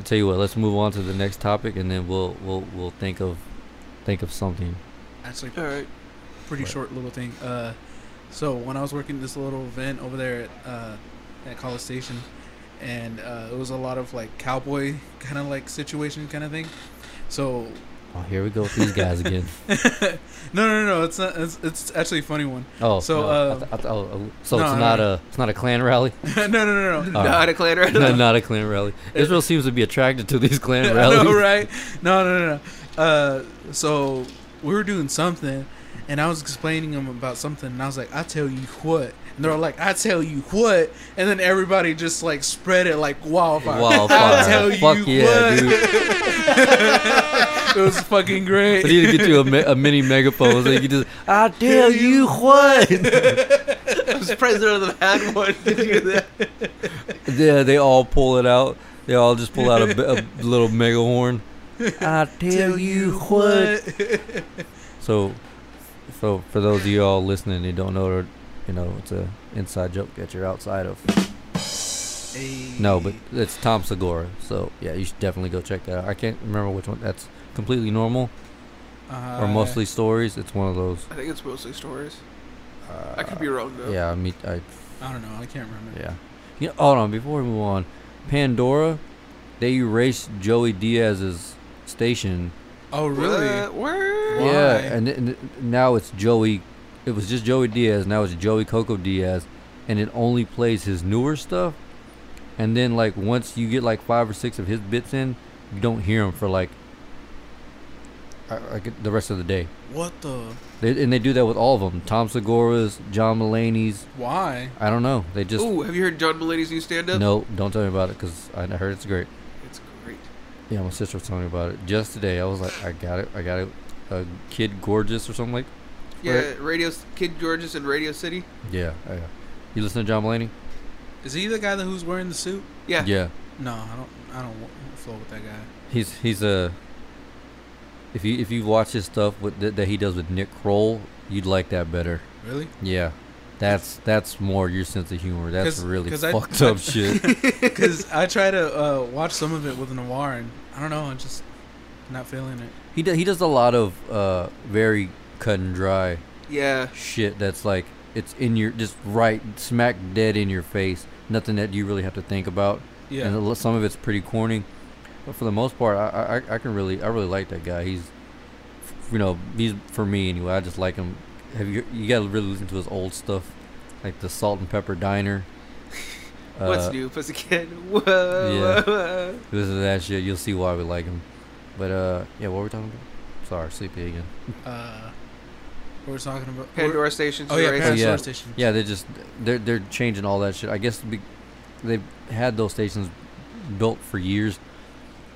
[SPEAKER 1] I tell you what. Let's move on to the next topic, and then we'll we'll we'll think of think of something.
[SPEAKER 2] Actually,
[SPEAKER 3] all right.
[SPEAKER 2] pretty
[SPEAKER 1] What?
[SPEAKER 2] short little thing. Uh, so when I was working this little event over there at uh, at College Station, and uh, it was a lot of like cowboy *laughs* kind of like situation kind of thing. So
[SPEAKER 1] Oh, here we go with these guys
[SPEAKER 2] *laughs*
[SPEAKER 1] again.
[SPEAKER 2] no, no, no, it's not. It's, it's actually a funny one. *laughs*
[SPEAKER 1] Oh,
[SPEAKER 2] So,
[SPEAKER 1] no,
[SPEAKER 2] uh,
[SPEAKER 1] I th- I th- oh, oh, so
[SPEAKER 2] no,
[SPEAKER 1] it's
[SPEAKER 2] no,
[SPEAKER 1] not
[SPEAKER 2] no.
[SPEAKER 1] a it's not a clan
[SPEAKER 2] *laughs*
[SPEAKER 1] rally. *laughs*
[SPEAKER 2] no, no, no, no. *laughs*
[SPEAKER 1] All
[SPEAKER 3] Not
[SPEAKER 1] right.
[SPEAKER 3] a clan right
[SPEAKER 1] no, not a clan rally. Israel seems to be attracted to these clan rallies.
[SPEAKER 2] *laughs* I know, right? No, no, no, no. Uh, so we were doing something, and I was explaining them about something, and I was like, "I tell you what," and they were like, "I tell you what," and then everybody just like spread it like wildfire. *laughs*
[SPEAKER 1] Wildfire.
[SPEAKER 2] I tell
[SPEAKER 1] Fuck
[SPEAKER 2] you
[SPEAKER 1] yeah,
[SPEAKER 2] what.
[SPEAKER 1] dude.
[SPEAKER 2] it was fucking great. *laughs*
[SPEAKER 1] I need to get you a, me- a mini megaphone so you can just. I tell you what.
[SPEAKER 3] I was president of the had one. Did you hear that?
[SPEAKER 1] yeah, they all pull it out. They all just pull out a, b-
[SPEAKER 3] *laughs*
[SPEAKER 1] a little mega horn. I tell you what. *laughs* So, so for those of you all listening who don't know, or, you know, it's a inside joke that you're outside of. No, but it's Tom Segura. So yeah, you should definitely go check that out. I can't remember which one. That's completely normal
[SPEAKER 2] Uh,
[SPEAKER 1] or mostly stories. It's one of those.
[SPEAKER 3] I think it's mostly stories.
[SPEAKER 1] Uh,
[SPEAKER 3] I could be wrong though.
[SPEAKER 1] Yeah, I mean, I
[SPEAKER 2] I don't know. I can't remember.
[SPEAKER 1] yeah. You know, hold on, before we move on, Pandora, they erased Joey Diaz's station.
[SPEAKER 2] Oh, really?
[SPEAKER 3] Uh, where?
[SPEAKER 2] Why?
[SPEAKER 1] Yeah, and, th- and th- now it's Joey. It was just Joey Diaz. Now it's Joey Coco Diaz, and it only plays his newer stuff. And then like once you get like five or six of his bits in, you don't hear him for like I- like the rest of the day.
[SPEAKER 2] What the?
[SPEAKER 1] They, and they do that with all of them. Tom Segura's, John Mulaney's.
[SPEAKER 2] Why?
[SPEAKER 1] I don't know. They just
[SPEAKER 3] Ooh, have you heard John Mulaney's new stand-up?
[SPEAKER 1] no. Don't tell me about it because I I heard it's great.
[SPEAKER 3] It's great.
[SPEAKER 1] Yeah, my sister was telling me about it just today. I was like, I got it, I got it. A kid gorgeous or something like.
[SPEAKER 3] Yeah, Radio Kid George's in Radio City.
[SPEAKER 1] Yeah, yeah. You listen to John Mulaney?
[SPEAKER 2] Is he the guy that who's wearing the suit?
[SPEAKER 3] Yeah.
[SPEAKER 1] Yeah,
[SPEAKER 2] No, I don't. I don't wa- flow with that guy.
[SPEAKER 1] he's he's a. If you if you watch his stuff with that, that he does with Nick Kroll, you'd like that better.
[SPEAKER 2] Really?
[SPEAKER 1] Yeah, that's that's more your sense of humor. That's
[SPEAKER 2] 'Cause-
[SPEAKER 1] really
[SPEAKER 2] 'cause I- *laughs*
[SPEAKER 1] fucked up shit.
[SPEAKER 2] Because I try to uh, watch some of it with Noir, and I don't know, I'm just not feeling it.
[SPEAKER 1] He do, he does a lot of uh very cut and dry
[SPEAKER 3] Yeah.
[SPEAKER 1] shit. That's like it's in your just right smack dead in your face. Nothing that you really have to think about.
[SPEAKER 2] Yeah.
[SPEAKER 1] and a lo- some of it's pretty corny. But for the most part, I, I I can really I really like that guy. He's you know he's for me anyway. I just like him. Have you you gotta really listen to his old stuff, like the Salt and Pepper
[SPEAKER 3] *laughs*
[SPEAKER 1] Diner.
[SPEAKER 3] What's
[SPEAKER 1] Uh,
[SPEAKER 3] new, Pussycat? *laughs* Whoa, whoa,
[SPEAKER 1] yeah.
[SPEAKER 3] whoa.
[SPEAKER 1] Listen to that shit. You'll see why we like him. But uh, yeah, what were we talking about? Sorry, sleepy again.
[SPEAKER 2] uh, what we're talking about?
[SPEAKER 3] Pandora Station's
[SPEAKER 2] Oh yeah,
[SPEAKER 3] erased.
[SPEAKER 2] Pandora
[SPEAKER 1] yeah.
[SPEAKER 2] Station.
[SPEAKER 1] Yeah, they just they're they're changing all that shit. I guess be, they've had those stations built for years,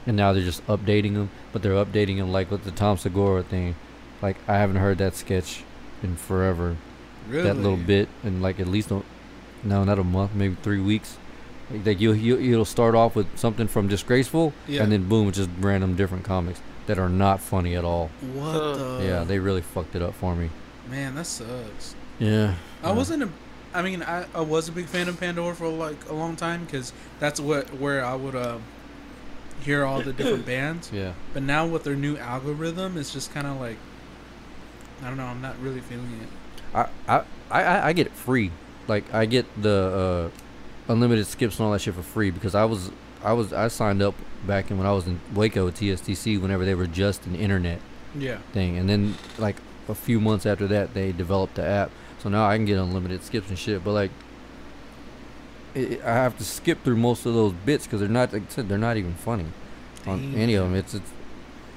[SPEAKER 1] and now they're just updating them. But they're updating them like with the Tom Segura thing. Like I haven't heard that sketch in forever.
[SPEAKER 2] Really?
[SPEAKER 1] That little bit, and like at least a, no, not a month, maybe three weeks. Like, like you'll, you'll you'll start off with something from disgraceful,
[SPEAKER 2] Yeah.
[SPEAKER 1] and then boom, it's just random different comics that are not funny at all.
[SPEAKER 2] What
[SPEAKER 3] Uh,
[SPEAKER 2] the?
[SPEAKER 1] yeah, they really fucked it up for me.
[SPEAKER 2] man, that sucks.
[SPEAKER 1] Yeah,
[SPEAKER 2] I wasn't a. I mean, I, I was a big fan of Pandora for like a long time because that's what where I would um, hear all the different bands.
[SPEAKER 1] Yeah.
[SPEAKER 2] But now with their new algorithm, it's just kind of like I don't know. I'm not really feeling it.
[SPEAKER 1] I, I, I I get it free. Like I get the uh, unlimited skips and all that shit for free because I was I was I signed up back in when I was in Waco at TSTC whenever they were just an internet
[SPEAKER 2] Yeah.
[SPEAKER 1] thing, and then like a few months after that they developed the app, so now I can get unlimited skips and shit. But like it, I have to skip through most of those bits because they're not like I said, they're not even funny on any of them. It's it's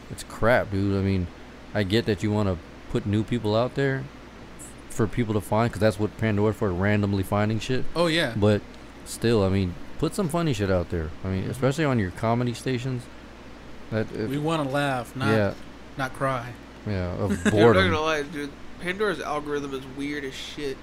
[SPEAKER 1] it's crap, dude. I mean, I get that you want to put new people out there f- for people to find because that's what Pandora for randomly finding shit.
[SPEAKER 2] Oh yeah.
[SPEAKER 1] But still, I mean, put some funny shit out there. I mean, especially on your comedy stations. That if-
[SPEAKER 2] Mm-hmm. we want to laugh, not
[SPEAKER 1] yeah,
[SPEAKER 2] not cry.
[SPEAKER 1] yeah,
[SPEAKER 2] *laughs*
[SPEAKER 1] of
[SPEAKER 3] Dude, I'm not
[SPEAKER 1] boredom.
[SPEAKER 3] gonna lie, dude. Pandora's algorithm is weird as shit.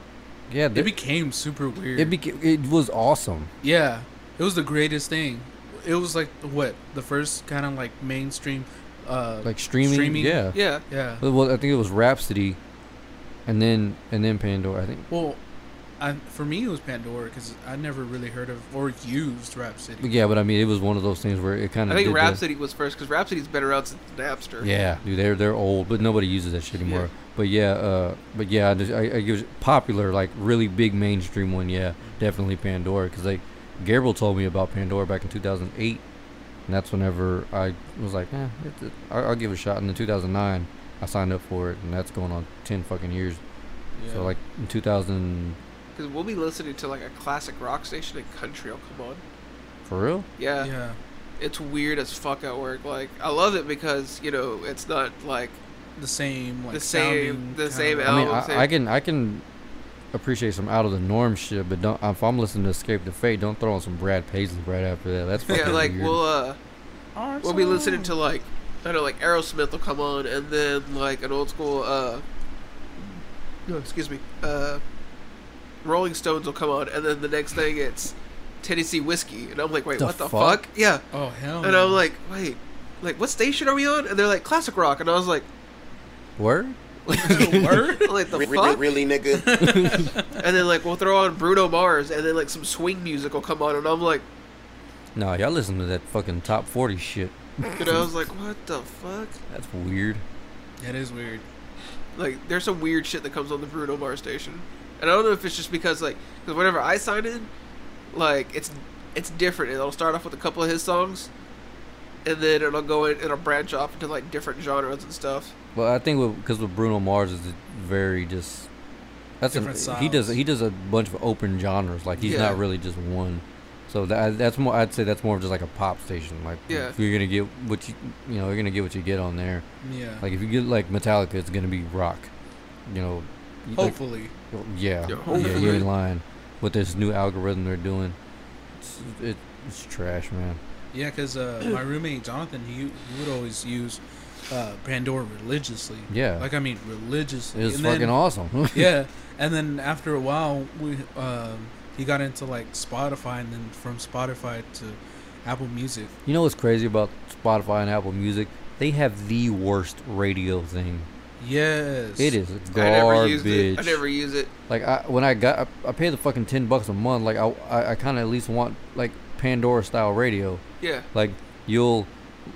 [SPEAKER 1] yeah,
[SPEAKER 2] It
[SPEAKER 1] there-
[SPEAKER 2] became super weird.
[SPEAKER 1] it became it was awesome.
[SPEAKER 2] yeah, it was the greatest thing. It was like what the first kind of like mainstream, uh,
[SPEAKER 1] Like streaming,
[SPEAKER 2] Streaming?
[SPEAKER 1] yeah.
[SPEAKER 3] Yeah.
[SPEAKER 2] yeah.
[SPEAKER 1] Well, I think it was Rhapsody, and then and then Pandora. I think
[SPEAKER 2] Well, I, for me it was Pandora because I never really heard of or used Rhapsody.
[SPEAKER 1] But yeah, but I mean, it was one of those things where it kind
[SPEAKER 3] I
[SPEAKER 1] of.
[SPEAKER 3] think Rhapsody was first because Rhapsody's been around since Napster.
[SPEAKER 1] yeah, dude, they're they're old, but nobody uses that shit anymore. But yeah, uh, but yeah, I, just, I, I give popular like really big mainstream one. Yeah, definitely Pandora because like Gabriel told me about Pandora back in 2008, and that's whenever I was like, eh, it, it- I- I'll give it a shot. And in 2009, I signed up for it, and that's going on 10 fucking years. So like in 2000,
[SPEAKER 3] Because we'll be listening to like a classic rock station and country will come on.
[SPEAKER 1] for real?
[SPEAKER 3] Yeah.
[SPEAKER 2] yeah,
[SPEAKER 3] It's weird as fuck at work. Like I love it because you know it's not
[SPEAKER 1] *laughs*
[SPEAKER 3] like
[SPEAKER 2] the same like
[SPEAKER 3] The same-
[SPEAKER 2] sounding
[SPEAKER 3] the
[SPEAKER 2] kinda
[SPEAKER 3] same
[SPEAKER 2] like-
[SPEAKER 1] I mean,
[SPEAKER 3] album, say-
[SPEAKER 1] I, I can I can appreciate some out of the norm shit, but don't if I'm listening to Escape the Fate, don't throw on some Brad Paisley right after that. That's fucking
[SPEAKER 3] yeah like
[SPEAKER 1] weird.
[SPEAKER 3] we'll uh
[SPEAKER 2] Our
[SPEAKER 3] we'll be
[SPEAKER 2] song.
[SPEAKER 3] listening to like I don't know like Aerosmith will come on and then like an old school uh no, excuse me uh Rolling Stones will come on and then the next thing it's Tennessee whiskey and I'm like wait
[SPEAKER 1] The
[SPEAKER 3] what the
[SPEAKER 1] fuck?
[SPEAKER 3] fuck, yeah
[SPEAKER 2] Oh hell!
[SPEAKER 3] and
[SPEAKER 2] no.
[SPEAKER 3] I'm like wait like what station are we on and they're like classic rock and I
[SPEAKER 1] *laughs*
[SPEAKER 3] was like
[SPEAKER 1] Word?
[SPEAKER 2] word.
[SPEAKER 3] like the fuck
[SPEAKER 6] really, nigga?
[SPEAKER 3] and then like we'll throw on Bruno Mars and then like some swing music will come on and I'm like
[SPEAKER 1] No, y'all listen to that fucking top forty shit.
[SPEAKER 3] you know I was like what the fuck
[SPEAKER 1] That's weird.
[SPEAKER 2] That is weird.
[SPEAKER 3] like there's some weird shit that comes on the Bruno Mars station, and I don't know if it's just because like because whenever I sign in, like it's it's different. It'll start off with a couple of his songs, and then it'll go in it'll branch off into like different genres and stuff.
[SPEAKER 1] Well, I think because with, Bruno Mars is very just. That's an,
[SPEAKER 2] Different
[SPEAKER 1] he does
[SPEAKER 2] styles.
[SPEAKER 1] he does a bunch of open genres. Like he's
[SPEAKER 3] Yeah.
[SPEAKER 1] not really just one. So that that's more. I'd say that's more of just like a pop station. Like
[SPEAKER 3] Yeah.
[SPEAKER 1] you're gonna get what you you know you're gonna get what you get on there.
[SPEAKER 2] Yeah.
[SPEAKER 1] Like if you get like Metallica, it's gonna be rock. You know, you- like,
[SPEAKER 2] Hopefully.
[SPEAKER 1] well, yeah,
[SPEAKER 3] Yeah,
[SPEAKER 1] yeah, you're
[SPEAKER 3] hopefully.
[SPEAKER 1] in line with this new algorithm they're doing. It's, it, it's trash, man.
[SPEAKER 2] Yeah, because uh, my roommate Jonathan, he, he would always use uh, Pandora religiously.
[SPEAKER 1] Yeah,
[SPEAKER 2] Like I mean, religiously.
[SPEAKER 1] it's
[SPEAKER 2] And
[SPEAKER 1] fucking
[SPEAKER 2] *laughs* then-
[SPEAKER 1] awesome. *laughs*
[SPEAKER 2] Yeah, and then after a while, we um, he got into like Spotify, and then from Spotify to Apple Music.
[SPEAKER 1] you know what's crazy about Spotify and Apple Music? They have the worst radio thing.
[SPEAKER 2] Yes.
[SPEAKER 1] It is
[SPEAKER 3] I never used
[SPEAKER 1] garbage.
[SPEAKER 3] it. I never use it.
[SPEAKER 1] Like I, when I got, I, I paid the fucking ten bucks a month. Like I, I, I kind of at least want like Pandora style radio.
[SPEAKER 3] Yeah,
[SPEAKER 1] like you'll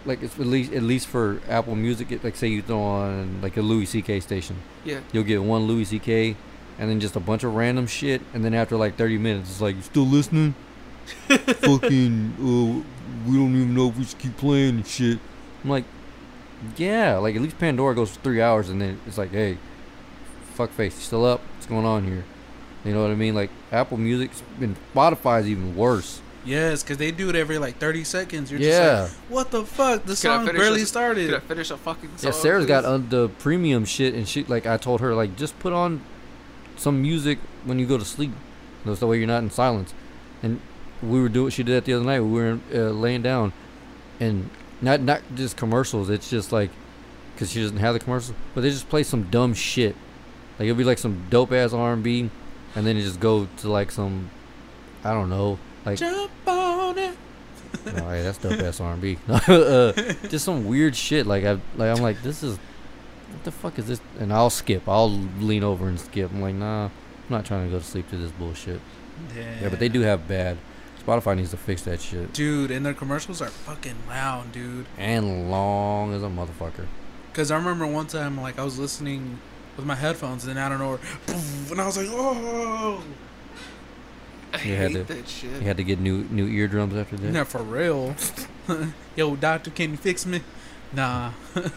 [SPEAKER 1] like it's at least at least for Apple Music. It, like say you throw on like a Louis C.K. station,
[SPEAKER 3] yeah.
[SPEAKER 1] you'll get one Louis C.K. and then just a bunch of random shit. And then after like 30 minutes, it's like you still
[SPEAKER 2] *laughs*
[SPEAKER 1] listening. Fucking, uh, we don't even know if we should keep playing and shit. I'm like, yeah, like at least Pandora goes for three hours, and then it's like, hey, fuckface, you still up? What's going on here? You know what I mean? Like Apple Music's and Spotify's even worse.
[SPEAKER 2] Yes, because they do it every like thirty seconds. You're
[SPEAKER 1] Yeah.
[SPEAKER 2] just like, what the fuck? The
[SPEAKER 3] Can I
[SPEAKER 2] song
[SPEAKER 3] finish
[SPEAKER 2] barely
[SPEAKER 3] this-
[SPEAKER 2] started.
[SPEAKER 3] Can I finish a fucking
[SPEAKER 1] Yeah,
[SPEAKER 3] song?
[SPEAKER 1] Sarah's got
[SPEAKER 3] please?
[SPEAKER 1] uh, the premium shit, and she like I told her like just put on some music when you go to sleep. That's the way you're not in silence. And we were doing. She did that the other night. We were uh, laying down, and not not just commercials. It's just like because she doesn't have the commercials, but they just play some dumb shit. Like it'll be like some dope ass R and B, and then it just go to like some I don't know like
[SPEAKER 2] Jump on it.
[SPEAKER 1] no, hey, that's
[SPEAKER 2] *laughs*
[SPEAKER 1] dope ass R and B. *laughs* Uh, Just some weird shit. Like I, like I'm like, this is, what the fuck is this? And I'll skip. I'll lean over and skip. I'm like, nah, I'm not trying to go to sleep to this bullshit. Yeah, but they do have bad. Spotify needs to fix that shit.
[SPEAKER 2] Dude, and their commercials are fucking loud, dude.
[SPEAKER 1] And long as a motherfucker.
[SPEAKER 2] Because I remember one time, like, I was listening with my headphones, and I don't know, *laughs* and I was like, oh.
[SPEAKER 3] I
[SPEAKER 1] You had
[SPEAKER 3] hate
[SPEAKER 1] to-
[SPEAKER 3] that shit.
[SPEAKER 1] You had to get new new eardrums after that.
[SPEAKER 2] No, for real. *laughs* Yo, doctor, can you fix me? Nah.
[SPEAKER 1] Dr.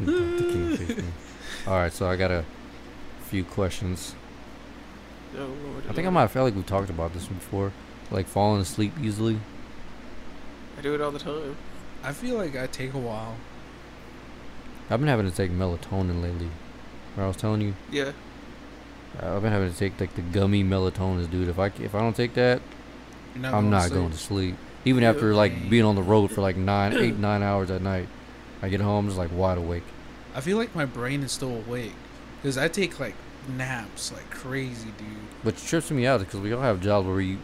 [SPEAKER 1] King fixed me. All right, so I got a few questions.
[SPEAKER 3] Oh, Lord, Oh,
[SPEAKER 1] I think I might. I feel like we talked about this before. like falling asleep easily?
[SPEAKER 3] I do it all the time.
[SPEAKER 2] I feel like I take a while.
[SPEAKER 1] I've been having to take melatonin lately. Where I was telling you,
[SPEAKER 3] Yeah.
[SPEAKER 1] I- I've been having to take like the gummy melatonin, dude. If I c- if I don't take that,
[SPEAKER 2] You're
[SPEAKER 1] I'm
[SPEAKER 2] gonna
[SPEAKER 1] not
[SPEAKER 2] sleep.
[SPEAKER 1] going to sleep. Even
[SPEAKER 2] Yeah,
[SPEAKER 1] after like
[SPEAKER 2] okay.
[SPEAKER 1] being on the road for like nine, eight, nine hours at night, I get home just like wide awake.
[SPEAKER 2] I feel like my brain is still awake because I take like naps like crazy, dude.
[SPEAKER 1] Which trips me out because we all have jobs where we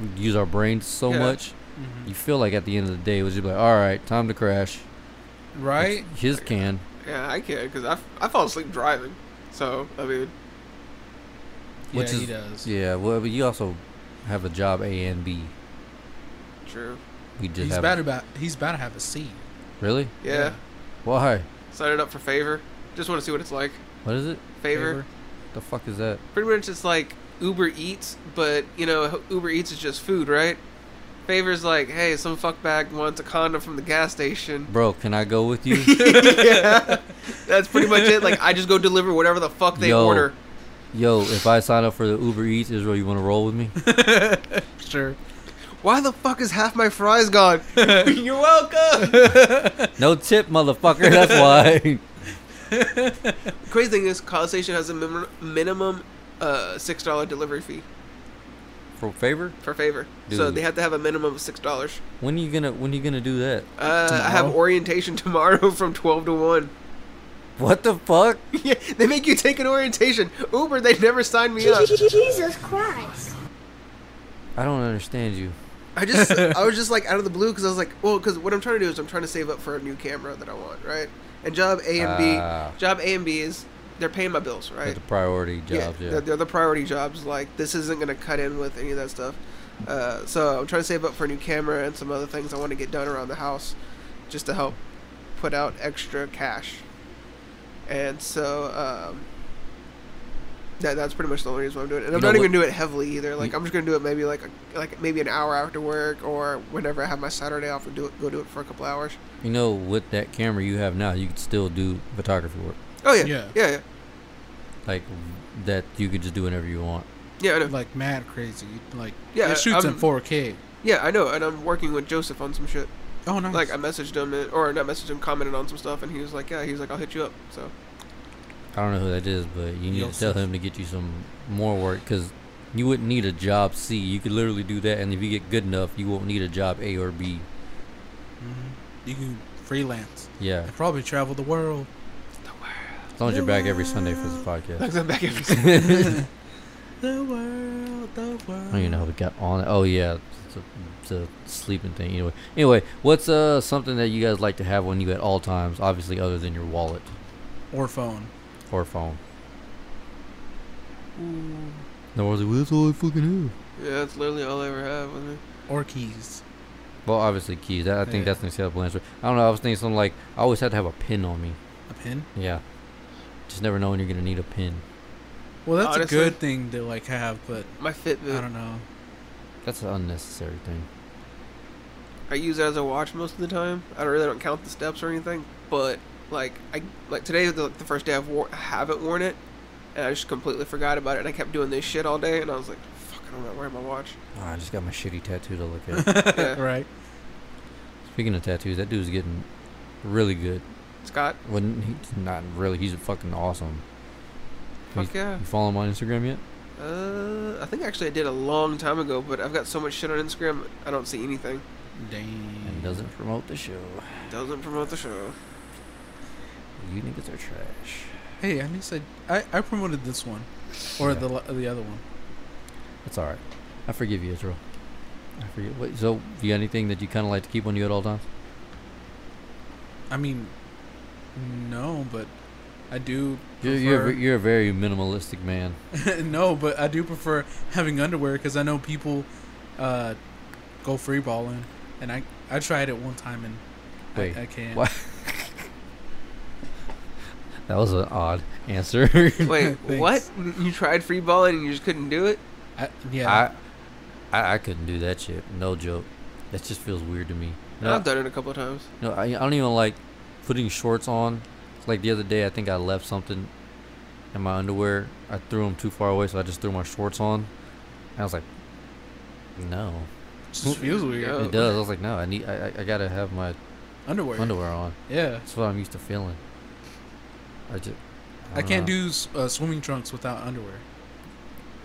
[SPEAKER 1] we use our brains so
[SPEAKER 3] Yeah.
[SPEAKER 1] much.
[SPEAKER 2] Mm-hmm.
[SPEAKER 1] You feel like at the end of the day, it was just like, all right, time to crash.
[SPEAKER 2] Right?
[SPEAKER 1] Which His can.
[SPEAKER 3] Yeah, I can because I, f- I fall asleep driving. So I mean,
[SPEAKER 1] Which
[SPEAKER 2] yeah,
[SPEAKER 1] is-
[SPEAKER 2] he does.
[SPEAKER 1] Yeah, well, but you also have a job A and B.
[SPEAKER 3] true.
[SPEAKER 1] We just
[SPEAKER 2] He's
[SPEAKER 1] have
[SPEAKER 2] about about he's about to have a seat.
[SPEAKER 1] really
[SPEAKER 3] Yeah.
[SPEAKER 2] Yeah.
[SPEAKER 1] why?
[SPEAKER 3] Sign it up for favor. Just want to see what it's like.
[SPEAKER 1] What is it?
[SPEAKER 3] Favor.
[SPEAKER 1] The fuck is that?
[SPEAKER 3] Pretty much it's like Uber Eats, but you know Uber Eats is just food, right? Favor's like, hey, some fuckbag wants a condom from the
[SPEAKER 1] *laughs*
[SPEAKER 3] gas station. *laughs*
[SPEAKER 1] Bro, can I go with you?
[SPEAKER 3] yeah, that's pretty much it. Like I just go deliver whatever the fuck they
[SPEAKER 1] Yo.
[SPEAKER 3] order.
[SPEAKER 1] Yo, if I sign up for the Uber Eats, Israel, you want to roll with me? *laughs*
[SPEAKER 2] Sure.
[SPEAKER 3] Why the fuck is half my fries gone? You're welcome.
[SPEAKER 1] No tip, motherfucker. That's why.
[SPEAKER 3] Crazy thing is, College Station has a min- minimum uh, six dollar delivery fee
[SPEAKER 1] for favor.
[SPEAKER 3] for favor, so
[SPEAKER 1] Dude.
[SPEAKER 3] they have to have a minimum of six dollars.
[SPEAKER 1] When are you gonna When are you gonna do that?
[SPEAKER 3] Uh, I have
[SPEAKER 2] Tomorrow?
[SPEAKER 3] orientation *laughs* tomorrow from twelve to one.
[SPEAKER 1] What the fuck?
[SPEAKER 3] yeah, they make you take an orientation. Uber, they never signed me up.
[SPEAKER 8] Jesus Christ.
[SPEAKER 1] I don't understand you.
[SPEAKER 3] I just, I was just like out of the blue because I was like, well, because what I'm trying to do is I'm trying to save up for a new camera that I want, right? And job A and B,
[SPEAKER 1] Ah.
[SPEAKER 3] job A and B is they're paying my bills,
[SPEAKER 1] That's
[SPEAKER 3] right?
[SPEAKER 1] The priority jobs. Yeah.
[SPEAKER 3] They're, they're the priority jobs. Like this isn't gonna cut in with any of that stuff. Uh, so I'm trying to save up for a new camera and some other things I want to get done around the house, just to help put out extra cash. And so um, that that's pretty much the only reason why I'm doing it. And I'm
[SPEAKER 1] know
[SPEAKER 3] not even
[SPEAKER 1] what-
[SPEAKER 3] gonna do it heavily either. Like
[SPEAKER 1] You-
[SPEAKER 3] I'm just gonna do it maybe like a, like maybe an hour after work or whenever I have my Saturday off and do it, go do it for a couple hours.
[SPEAKER 1] You know, with that camera you have now, you could still do photography work.
[SPEAKER 3] Oh yeah,
[SPEAKER 2] Yeah.
[SPEAKER 3] yeah, yeah, yeah.
[SPEAKER 1] Like that, you could just do whenever you want.
[SPEAKER 3] I know.
[SPEAKER 2] Like mad crazy. Like
[SPEAKER 3] Yeah,
[SPEAKER 2] it shoots in
[SPEAKER 3] I'm-
[SPEAKER 2] 4K.
[SPEAKER 3] yeah, I know. And I'm working with Joseph on some shit.
[SPEAKER 2] Oh no.
[SPEAKER 3] Like I messaged him and- or not messaged him, commented on some stuff, and he was like, "Yeah," he was like, "I'll hit you up." So
[SPEAKER 1] I don't know who that is, but you need to tell
[SPEAKER 2] Yosef.
[SPEAKER 1] him to get you some more work because you wouldn't need a job C. You could literally do that, and if you get good enough, you won't need a job A or B.
[SPEAKER 2] you can
[SPEAKER 3] *laughs*
[SPEAKER 2] freelance.
[SPEAKER 1] Yeah,
[SPEAKER 2] I probably travel the world.
[SPEAKER 1] as long as you're back every Sunday for this podcast.
[SPEAKER 3] I'm *laughs* back every
[SPEAKER 2] The world, the world.
[SPEAKER 1] I don't even know how we got on. Oh yeah, it's a, it's a sleeping thing. Anyway, anyway, what's uh something that you guys like to have on you at all times? Obviously, other than your wallet
[SPEAKER 2] Or phone.
[SPEAKER 1] or phone. Mm. No, I was like, well, that's all I fucking have.
[SPEAKER 3] yeah, that's literally all I ever have with me.
[SPEAKER 2] *laughs* Or keys.
[SPEAKER 1] Well, obviously keys. That, I think
[SPEAKER 2] Yeah.
[SPEAKER 1] that's an acceptable answer. I don't know. I was thinking something like I always had to have a pin on me.
[SPEAKER 2] A pin.
[SPEAKER 1] Yeah. Just never know when you're gonna need a pin.
[SPEAKER 2] Well, that's
[SPEAKER 3] Honestly-
[SPEAKER 2] a good thing to like have, but
[SPEAKER 3] My
[SPEAKER 2] I
[SPEAKER 3] Fitbit,
[SPEAKER 2] don't know.
[SPEAKER 1] That's an unnecessary thing.
[SPEAKER 3] I, use it as a watch most of the time. I don't really don't count the steps or anything, but like I like today is the, like, the first day I've wore, I haven't worn it, and I just completely forgot about it. And I kept doing this shit all day, and I was like, "Fuck, I'm not wearing
[SPEAKER 2] *laughs*
[SPEAKER 3] my watch."
[SPEAKER 1] Oh, I just got my shitty tattoo to look at.
[SPEAKER 3] yeah,
[SPEAKER 2] Right.
[SPEAKER 1] *laughs* Speaking of tattoos, that dude's getting really good.
[SPEAKER 3] Scott,
[SPEAKER 1] When he's not really, he's fucking awesome.
[SPEAKER 3] fuck yeah.
[SPEAKER 1] You follow him on Instagram yet?
[SPEAKER 3] Uh, I think actually I did a long time ago, but I've got so much shit on Instagram, I don't see anything.
[SPEAKER 1] And he
[SPEAKER 2] Dang.
[SPEAKER 1] doesn't promote the show.
[SPEAKER 3] Doesn't promote the show.
[SPEAKER 1] You niggas are trash.
[SPEAKER 2] Hey, I least I, I I promoted this one, or the the the other one.
[SPEAKER 1] It's all right. I forgive you, Israel. I forgive. Wait, so, do you got anything that you kind of like to keep on you at all times?
[SPEAKER 2] I mean, no, but I do.
[SPEAKER 1] You're, you're, a
[SPEAKER 2] prefer-
[SPEAKER 1] ve- you're a very minimalistic man.
[SPEAKER 2] *laughs* no, but I do prefer having underwear because I know people uh, go free balling, and I I tried it one time and
[SPEAKER 1] Wait,
[SPEAKER 2] I, I can't.
[SPEAKER 1] what? That was an odd answer.
[SPEAKER 3] *laughs* Wait,
[SPEAKER 2] Thanks.
[SPEAKER 3] what? You tried free balling and you just couldn't do it?
[SPEAKER 2] I, yeah,
[SPEAKER 1] I, *laughs* I I couldn't do that shit. No joke. That just feels weird to me. No,
[SPEAKER 3] I've done it a couple
[SPEAKER 2] *laughs*
[SPEAKER 3] of times.
[SPEAKER 1] no, I, I don't even like putting shorts on. Like the other day, I think I left something in my underwear. I threw them too far away, so I just threw my shorts on. And I was like, No,
[SPEAKER 2] It just feels weird.
[SPEAKER 3] Yeah.
[SPEAKER 1] it does. I was like, no, I need, I, I- I gotta have my
[SPEAKER 2] Underwear.
[SPEAKER 1] underwear on.
[SPEAKER 2] Yeah.
[SPEAKER 1] That's what I'm used to feeling. I just,
[SPEAKER 2] I can't do s- uh, swimming trunks without underwear.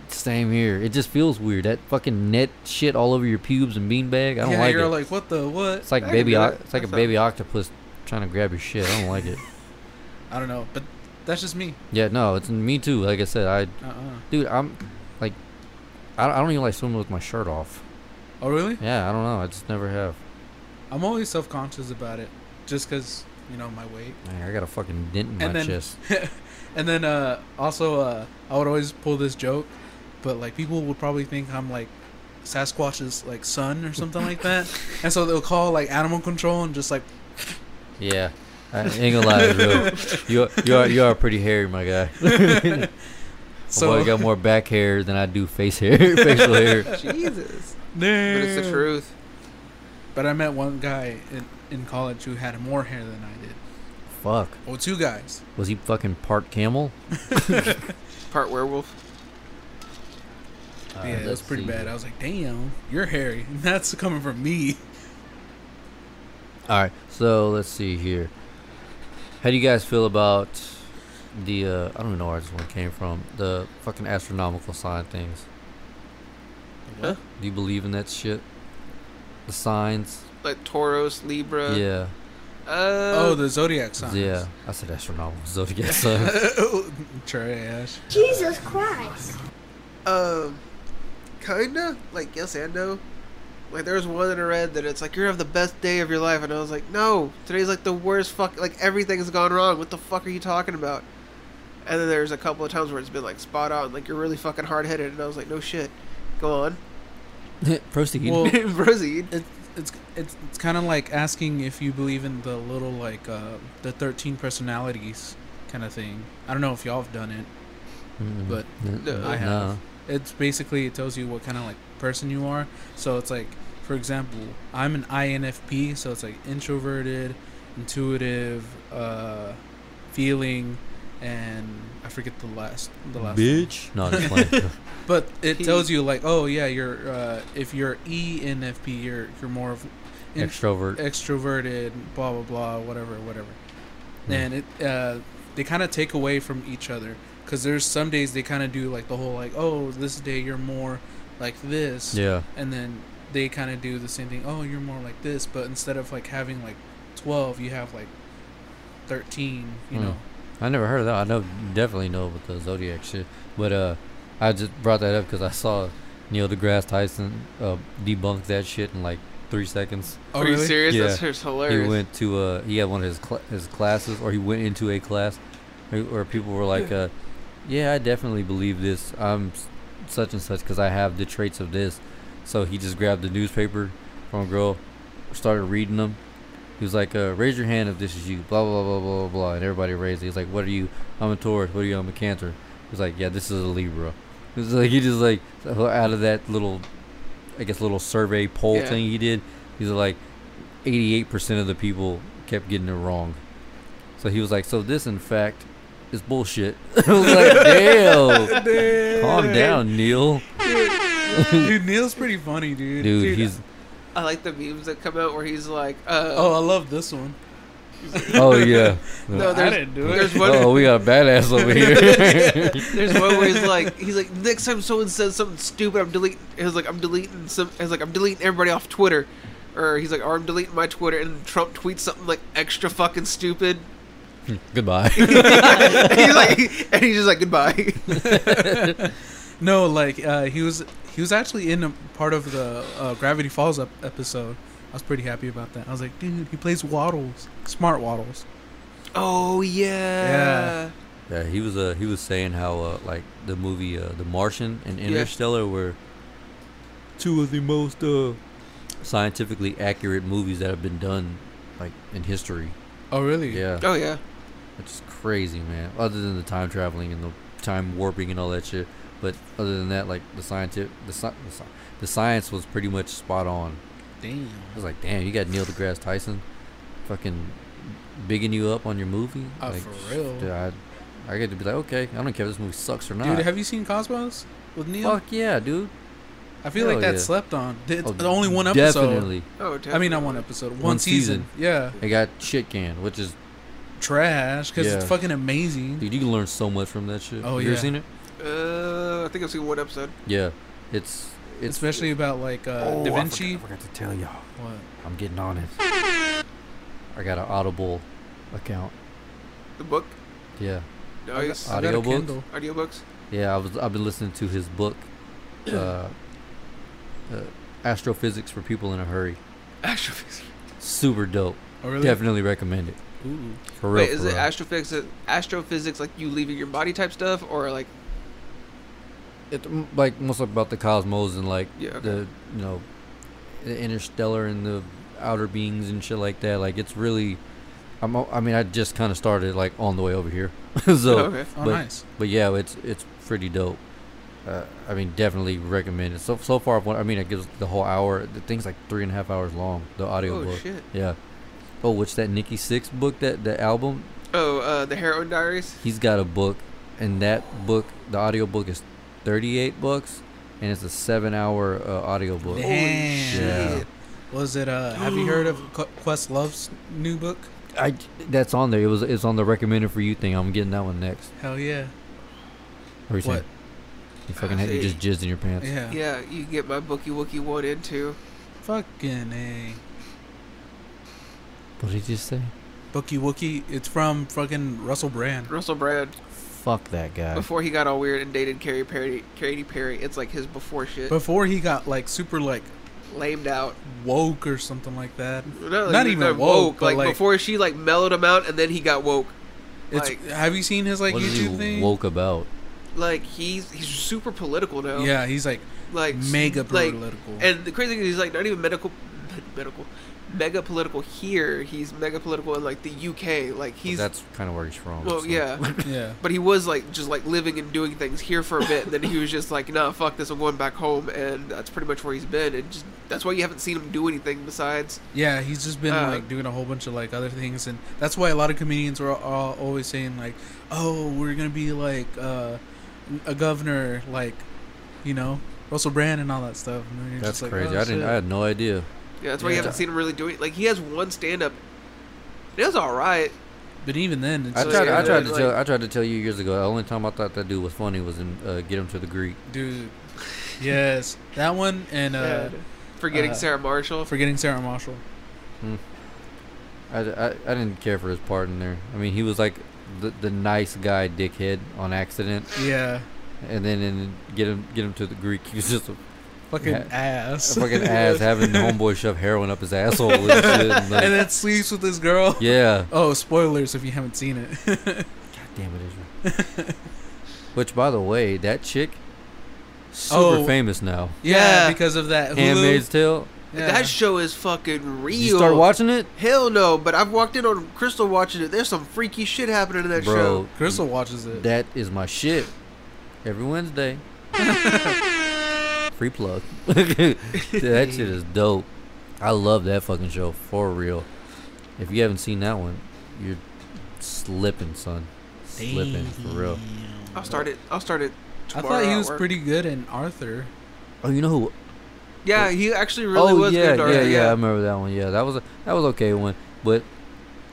[SPEAKER 1] Same here. It just feels weird. That fucking net shit all over your pubes and beanbag. I don't
[SPEAKER 2] yeah,
[SPEAKER 1] like
[SPEAKER 2] you're
[SPEAKER 1] it.
[SPEAKER 2] like, what the what?
[SPEAKER 1] it's like
[SPEAKER 3] I can
[SPEAKER 1] baby.
[SPEAKER 3] do
[SPEAKER 1] Oc-
[SPEAKER 3] that.
[SPEAKER 1] it's like a
[SPEAKER 3] That's
[SPEAKER 1] baby octopus trying to grab your shit. I don't like it.
[SPEAKER 2] I don't know, but that's just me.
[SPEAKER 1] Yeah, no, it's me too. Like I said, I
[SPEAKER 2] Uh-uh.
[SPEAKER 1] dude, I'm like, I don't, I don't even like swimming with my shirt off.
[SPEAKER 2] Oh, really?
[SPEAKER 1] Yeah, I don't know. I just never have.
[SPEAKER 2] I'm always self conscious about it, just because you know my weight.
[SPEAKER 1] Man, I got a fucking dent in my
[SPEAKER 2] And then-
[SPEAKER 1] chest.
[SPEAKER 2] and then uh, also, uh, I would always pull this joke, but like people would probably think I'm like Sasquatch's like son or something like that, and so they'll call like animal control and just like
[SPEAKER 1] Yeah, I ain't gonna lie, bro.
[SPEAKER 2] *laughs*
[SPEAKER 1] You are, you are you are pretty hairy, my guy.
[SPEAKER 2] so.
[SPEAKER 1] So I got more back hair than I do face hair, *laughs* facial
[SPEAKER 2] *laughs*
[SPEAKER 1] hair.
[SPEAKER 3] Jesus.
[SPEAKER 2] Nah.
[SPEAKER 3] But it's the truth.
[SPEAKER 2] But I met one guy in, in college who had more hair than I did.
[SPEAKER 1] Fuck,
[SPEAKER 2] Oh, two guys.
[SPEAKER 1] was he fucking part camel?
[SPEAKER 3] Part werewolf.
[SPEAKER 1] Uh,
[SPEAKER 2] yeah, that's
[SPEAKER 1] let's
[SPEAKER 2] pretty
[SPEAKER 1] see.
[SPEAKER 2] bad. I was like, damn, you're hairy. *laughs* That's coming from me.
[SPEAKER 1] All right, so let's see here. How do you guys feel about the? Uh, I don't even know where this one came from. The fucking astronomical sign things.
[SPEAKER 3] Huh?
[SPEAKER 1] Do you believe in that shit? The signs.
[SPEAKER 3] Like Tauros, Libra.
[SPEAKER 1] yeah.
[SPEAKER 2] oh,
[SPEAKER 3] Uh,
[SPEAKER 2] the zodiac Uh, signs.
[SPEAKER 1] Yeah. I uh, said astronomical zodiac sign.
[SPEAKER 2] *laughs* Trash.
[SPEAKER 8] Jesus Christ.
[SPEAKER 3] Um, kinda like yes and no. Like there was one that I read that it's like you're gonna have the best day of your life, and I was like, no, today's like the worst fuck. Like everything's gone wrong. What the fuck are you talking about? And then there's a couple of times where it's been like spot on. Like you're really fucking hard headed, and I was like, no shit. Go on,
[SPEAKER 1] *laughs* Proceed.
[SPEAKER 2] Well,
[SPEAKER 3] *laughs* proceed.
[SPEAKER 2] it, it's it's it's kind of like asking if you believe in the little like uh, the thirteen personalities kind of thing. I don't know if y'all have done it.
[SPEAKER 1] Mm-mm.
[SPEAKER 2] but
[SPEAKER 1] N-
[SPEAKER 3] no, I
[SPEAKER 2] have. It's basically it tells you what kind of like person you are. So it's like, for example, I'm an INFP, so it's like introverted, intuitive, uh, feeling, and I forget the last the last. one.
[SPEAKER 1] Bitch. No, I'm just playing.
[SPEAKER 2] *laughs* But it tells you like, oh yeah, you're uh, if you're ENFP, you're you're more of in-
[SPEAKER 1] Extrovert.
[SPEAKER 2] extroverted, blah blah blah, whatever, whatever.
[SPEAKER 1] Hmm.
[SPEAKER 2] And it uh, they kind of take away from each other because there's some days they kind of do like the whole like oh this day you're more like this,
[SPEAKER 1] Yeah.
[SPEAKER 2] and then they kind of do the same thing oh you're more like this, but instead of like having like twelve, you have like thirteen, you
[SPEAKER 1] Hmm.
[SPEAKER 2] know.
[SPEAKER 1] I never heard of that. I know definitely know about the zodiac shit, but uh, I just brought that up because I saw Neil deGrasse Tyson uh, debunk that shit in like three seconds.
[SPEAKER 2] Oh
[SPEAKER 3] are you
[SPEAKER 2] really?
[SPEAKER 3] serious?
[SPEAKER 1] Yeah.
[SPEAKER 3] That's just hilarious.
[SPEAKER 1] He went to uh, he had one of his cl- his classes, or he went into a class where where people were like, uh, "Yeah, I definitely believe this. I'm s- such and such because I have the traits of this." So he just grabbed the newspaper from a girl, started reading them. He was like, uh, "Raise your hand if this is you." Blah blah blah blah blah blah. And everybody raised. it. He's like, "What are you? I'm a Taurus. What are you? I'm a Cancer." He was like, "Yeah, this is a Libra." It was like he just like so out of that little, I guess, little survey poll
[SPEAKER 3] Yeah.
[SPEAKER 1] thing he did. He's like, 88% of the people kept getting it wrong. So he was like, "So this, in fact, is bullshit." *laughs* I was
[SPEAKER 3] *laughs*
[SPEAKER 1] like, "Damn, calm down, Neil,
[SPEAKER 2] *laughs* dude, Neil's pretty funny, dude.
[SPEAKER 1] dude. he's
[SPEAKER 3] I like the memes that come out where he's like, uh,
[SPEAKER 2] oh I love this one.
[SPEAKER 1] oh yeah,
[SPEAKER 3] *laughs* no, there's,
[SPEAKER 2] I didn't do
[SPEAKER 1] *laughs*
[SPEAKER 2] it.
[SPEAKER 3] there's one.
[SPEAKER 1] oh we got a badass over here."
[SPEAKER 3] There's one
[SPEAKER 2] *laughs*
[SPEAKER 3] where he's like, he's like, next time someone says something stupid, I'm deleting. He's like, I'm deleting some. He's like, I'm deleting everybody off Twitter, or he's like, or I'm deleting my Twitter. And Trump tweets something like extra fucking stupid. *laughs*
[SPEAKER 1] Goodbye.
[SPEAKER 3] and he's like, and he's just like, goodbye. *laughs*
[SPEAKER 2] No, like uh, he was he was actually in a part of the uh, Gravity Falls ep- episode. I was pretty happy about that. I was like, dude, he plays Waddles, smart Waddles.
[SPEAKER 3] oh
[SPEAKER 2] Yeah.
[SPEAKER 3] yeah.
[SPEAKER 1] yeah, he was uh, he was saying how uh, like the movie uh, The Martian and
[SPEAKER 3] Yeah.
[SPEAKER 1] Interstellar were two of the most uh, scientifically accurate movies that have been done like in history.
[SPEAKER 2] Oh, really?
[SPEAKER 1] Yeah.
[SPEAKER 3] Oh yeah.
[SPEAKER 1] Which is crazy, man. Other than the time traveling and the time warping and all that shit, but other than that, like the scientific, the, sci- the, sci- the science was pretty much spot on.
[SPEAKER 2] Damn.
[SPEAKER 1] I was like, damn, you got Neil deGrasse Tyson, fucking bigging you up on your movie.
[SPEAKER 2] Oh,
[SPEAKER 1] like,
[SPEAKER 2] for real?
[SPEAKER 1] Dude, I, I get to be like, okay, I don't care if this movie sucks or not.
[SPEAKER 2] Dude, have you seen Cosmos with Neil?
[SPEAKER 1] Fuck yeah, dude.
[SPEAKER 2] I feel like
[SPEAKER 1] Hell
[SPEAKER 2] that's
[SPEAKER 1] yeah.
[SPEAKER 2] slept on. It's
[SPEAKER 1] Oh,
[SPEAKER 2] the only one episode.
[SPEAKER 1] Definitely.
[SPEAKER 3] Oh,
[SPEAKER 2] I mean, not one episode, one,
[SPEAKER 1] One
[SPEAKER 2] season. Yeah,
[SPEAKER 1] It got shit canned, which is
[SPEAKER 2] trash because it's
[SPEAKER 1] Yeah.
[SPEAKER 2] fucking amazing.
[SPEAKER 1] dude, you can learn so much from that shit.
[SPEAKER 2] Oh,
[SPEAKER 1] Have you
[SPEAKER 2] yeah.
[SPEAKER 1] ever seen it?
[SPEAKER 3] Uh, I think I've seen one episode.
[SPEAKER 1] Yeah. It's it's
[SPEAKER 2] Especially about like uh, Da
[SPEAKER 1] Oh, I
[SPEAKER 2] Vinci.
[SPEAKER 1] forgot, I forgot to tell y'all.
[SPEAKER 2] What?
[SPEAKER 1] I'm getting on it. I got an Audible account.
[SPEAKER 3] The book.
[SPEAKER 1] Yeah. Oh,
[SPEAKER 3] Nice.
[SPEAKER 2] I got a
[SPEAKER 1] Audiobooks?
[SPEAKER 2] Kindle.
[SPEAKER 3] Audiobooks.
[SPEAKER 1] Yeah, I was I've been listening to his book uh, uh Astrophysics for People in a Hurry.
[SPEAKER 3] Astrophysics.
[SPEAKER 1] Super dope.
[SPEAKER 2] Oh really?
[SPEAKER 1] Definitely recommend it.
[SPEAKER 2] Ooh.
[SPEAKER 1] For real.
[SPEAKER 3] Wait,
[SPEAKER 1] for
[SPEAKER 3] is it
[SPEAKER 1] real.
[SPEAKER 3] astrophysics? Astrophysics like you leaving your body type stuff, or like
[SPEAKER 1] it, m- like mostly about the cosmos and like
[SPEAKER 3] Yeah, okay.
[SPEAKER 1] the you know the interstellar and the outer beings and shit like that. Like it's really, I'm o- I mean I just kind of started like on the way over here, *laughs* so
[SPEAKER 3] okay,
[SPEAKER 2] Oh,
[SPEAKER 1] But-
[SPEAKER 2] nice.
[SPEAKER 1] but yeah, it's it's pretty dope. Uh, I mean, definitely recommend it. So so far, I've won- I mean, it gives the whole hour. The thing's like three and a half hours long. The audio
[SPEAKER 3] Oh,
[SPEAKER 1] book.
[SPEAKER 3] shit.
[SPEAKER 1] Yeah. Oh, which that Nikki Six book that the album
[SPEAKER 3] oh, uh, the heroin diaries.
[SPEAKER 1] he's got a book and that book the audiobook is 38 bucks and it's a seven hour uh, audiobook
[SPEAKER 2] Damn.
[SPEAKER 1] shit.
[SPEAKER 2] Was it? Uh, have you heard of Qu- Quest Love's new book?
[SPEAKER 1] I, that's on there it was it's on the recommended for you thing i'm getting that one next
[SPEAKER 2] Hell yeah.
[SPEAKER 1] what, are you, saying?
[SPEAKER 2] What?
[SPEAKER 1] you fucking had you just jizzed in your pants
[SPEAKER 2] Yeah.
[SPEAKER 3] Yeah, you get my bookie wookie one and two.
[SPEAKER 2] Fucking a. Eh.
[SPEAKER 1] what did you say
[SPEAKER 2] Bookie Wookie. It's from fucking Russell Brand.
[SPEAKER 3] Russell Brand
[SPEAKER 1] fuck that guy
[SPEAKER 3] before he got all weird and dated Carrie Perry. Katy Perry. It's like his before shit.
[SPEAKER 2] Before he got like super like
[SPEAKER 3] lamed out.
[SPEAKER 2] woke or something like that.
[SPEAKER 3] like,
[SPEAKER 2] Not even woke, but,
[SPEAKER 3] like,
[SPEAKER 2] like-
[SPEAKER 3] before she like mellowed him out, and then he got woke.
[SPEAKER 2] It's
[SPEAKER 3] Like-
[SPEAKER 2] have you seen his like
[SPEAKER 1] what is
[SPEAKER 2] YouTube
[SPEAKER 1] he
[SPEAKER 2] thing?
[SPEAKER 1] woke about
[SPEAKER 3] Like he's he's super political now.
[SPEAKER 2] Yeah, he's like
[SPEAKER 3] like
[SPEAKER 2] mega
[SPEAKER 3] like,
[SPEAKER 2] political.
[SPEAKER 3] And the crazy thing is, he's like not even medical, medical, mega political here. He's mega political in like the UK. Like
[SPEAKER 1] Well,
[SPEAKER 3] he's
[SPEAKER 1] that's kind of where he's from
[SPEAKER 3] well,
[SPEAKER 1] so- *laughs*
[SPEAKER 3] yeah.
[SPEAKER 2] yeah.
[SPEAKER 3] But he was like just like living and doing things here for a bit, and then he was just like, nah, fuck this, I'm going back home, and that's pretty much where he's been. And just that's why you haven't seen him do anything besides.
[SPEAKER 2] Yeah, he's just been
[SPEAKER 3] Uh,
[SPEAKER 2] like doing a whole bunch of like other things, and that's why a lot of comedians are all always saying like, "Oh, we're gonna be like uh, a governor, like, you know, Russell Brand and all that stuff." And then you're
[SPEAKER 1] that's
[SPEAKER 2] just like,
[SPEAKER 1] crazy
[SPEAKER 2] "Oh,
[SPEAKER 1] i didn't
[SPEAKER 2] shit."
[SPEAKER 1] i had no idea
[SPEAKER 3] Yeah, that's why you
[SPEAKER 2] Yeah.
[SPEAKER 3] haven't seen him really doing. Like he has one stand up. It was all right.
[SPEAKER 2] But even then, it's
[SPEAKER 1] I
[SPEAKER 2] just
[SPEAKER 1] tried,
[SPEAKER 3] yeah,
[SPEAKER 1] I tried
[SPEAKER 3] like-
[SPEAKER 1] to tell I tried to tell you years ago. The only time I thought that dude was funny was in uh, Get Him to the Greek.
[SPEAKER 2] dude. yes, that one and uh,
[SPEAKER 3] And forgetting
[SPEAKER 2] uh,
[SPEAKER 3] Sarah Marshall.
[SPEAKER 2] forgetting Sarah Marshall.
[SPEAKER 1] I, I, I didn't care for his part in there. I mean, he was like the the nice guy dickhead on accident,
[SPEAKER 2] Yeah,
[SPEAKER 1] and then in get him get him to the Greek. He was just a,
[SPEAKER 2] fucking
[SPEAKER 1] Yeah.
[SPEAKER 2] ass. *laughs*
[SPEAKER 1] fucking ass having the homeboy shove heroin up his asshole. And shit, and like-
[SPEAKER 2] and then sleeps with this girl.
[SPEAKER 1] yeah,
[SPEAKER 2] Oh, spoilers if you haven't seen it.
[SPEAKER 1] damn it, Israel. Which, by the way, that chick super
[SPEAKER 2] Oh.
[SPEAKER 1] famous now.
[SPEAKER 2] yeah, because of that. Hulu.
[SPEAKER 1] Handmaid's Tale.
[SPEAKER 2] Yeah.
[SPEAKER 3] That show is fucking real.
[SPEAKER 1] Did you start watching it,
[SPEAKER 3] Hell no, but I've walked in on Crystal watching it. There's some freaky shit happening in that
[SPEAKER 1] bro?
[SPEAKER 3] show.
[SPEAKER 2] Crystal watches it.
[SPEAKER 1] That is my shit. Every *laughs* Wednesday. Free plug. *laughs* that shit is dope. I love that fucking show for real. If you haven't seen that one, you're slipping, son. Slipping for real.
[SPEAKER 3] I'll start it. I'll start it.
[SPEAKER 2] I
[SPEAKER 3] Tomorrow
[SPEAKER 2] thought he
[SPEAKER 3] at
[SPEAKER 2] was
[SPEAKER 3] work.
[SPEAKER 2] pretty good in Arthur.
[SPEAKER 1] Oh, you know who?
[SPEAKER 3] Yeah, he actually really
[SPEAKER 1] oh,
[SPEAKER 3] was
[SPEAKER 1] yeah,
[SPEAKER 3] good.
[SPEAKER 1] yeah,
[SPEAKER 3] already,
[SPEAKER 1] yeah, I remember that one. Yeah, that was a, that was okay one, but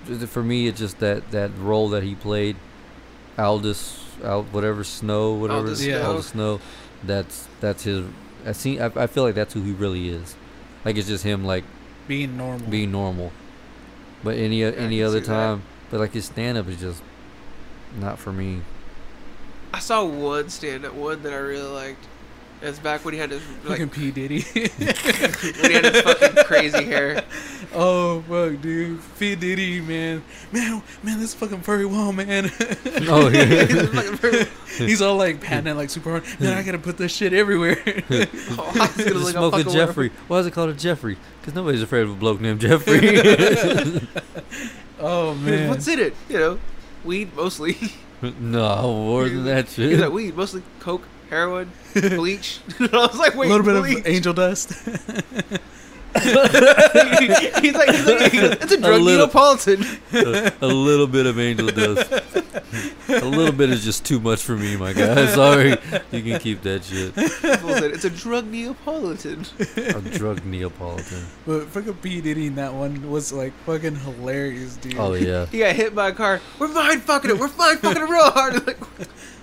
[SPEAKER 1] th- for me, it's just that that role that he played, Aldous, Al, whatever Snow, whatever
[SPEAKER 3] Aldous
[SPEAKER 2] Yeah.
[SPEAKER 1] Aldous Snow. That's that's his. I see. I, I feel like that's who he really is. Like it's just him, like
[SPEAKER 2] Being normal.
[SPEAKER 1] being normal. But any
[SPEAKER 3] I
[SPEAKER 1] any
[SPEAKER 3] can
[SPEAKER 1] other
[SPEAKER 3] see that.
[SPEAKER 1] time, but like his stand up is just not for
[SPEAKER 3] *laughs*
[SPEAKER 1] me. *laughs*
[SPEAKER 3] I saw one stand up one that I really liked. It's back when
[SPEAKER 2] *laughs*
[SPEAKER 3] he had his like
[SPEAKER 2] fucking P *laughs* Diddy.
[SPEAKER 3] when he had his fucking crazy
[SPEAKER 2] *laughs*
[SPEAKER 3] hair. *laughs*
[SPEAKER 2] oh fuck, dude, P Diddy, man, man, man, this fucking furry wall, man. *laughs*
[SPEAKER 1] Oh yeah.
[SPEAKER 3] His *laughs* fucking fur-
[SPEAKER 2] He's all like patting it like super hard. Man, I gotta put this
[SPEAKER 1] *laughs*
[SPEAKER 2] shit everywhere. *laughs*
[SPEAKER 3] oh, I was gonna
[SPEAKER 1] the
[SPEAKER 3] look up
[SPEAKER 1] smoke of
[SPEAKER 3] fucking where-
[SPEAKER 1] Jeffrey. Why is it called a Jeffrey? Because nobody's afraid of a bloke named
[SPEAKER 3] *laughs*
[SPEAKER 1] Jeffrey.
[SPEAKER 2] oh man,
[SPEAKER 3] What's in it? You know, weed mostly. *laughs*
[SPEAKER 1] *laughs* no, more than that
[SPEAKER 3] He's
[SPEAKER 1] shit.
[SPEAKER 3] like weed mostly, coke,
[SPEAKER 1] *laughs*
[SPEAKER 3] heroin, bleach. *laughs* I was like,
[SPEAKER 2] a
[SPEAKER 3] wait,
[SPEAKER 2] little bit
[SPEAKER 3] bleach.
[SPEAKER 2] of angel dust.
[SPEAKER 3] *laughs* he's
[SPEAKER 1] *laughs*
[SPEAKER 3] like, he's like, it's a drug *laughs*
[SPEAKER 1] little-
[SPEAKER 3] Neapolitan.
[SPEAKER 1] a little bit of angel dust. a little bit is just too much for me, my guy. *laughs* Sorry, you can keep that shit.
[SPEAKER 3] People said it's a drug Neapolitan.
[SPEAKER 1] A drug Neapolitan.
[SPEAKER 2] *laughs* But fucking P Diddy in that one was like fucking hilarious, dude.
[SPEAKER 1] Oh yeah,
[SPEAKER 3] He got hit by a car. We're mind fucking it. We're mind fucking it real hard. Like,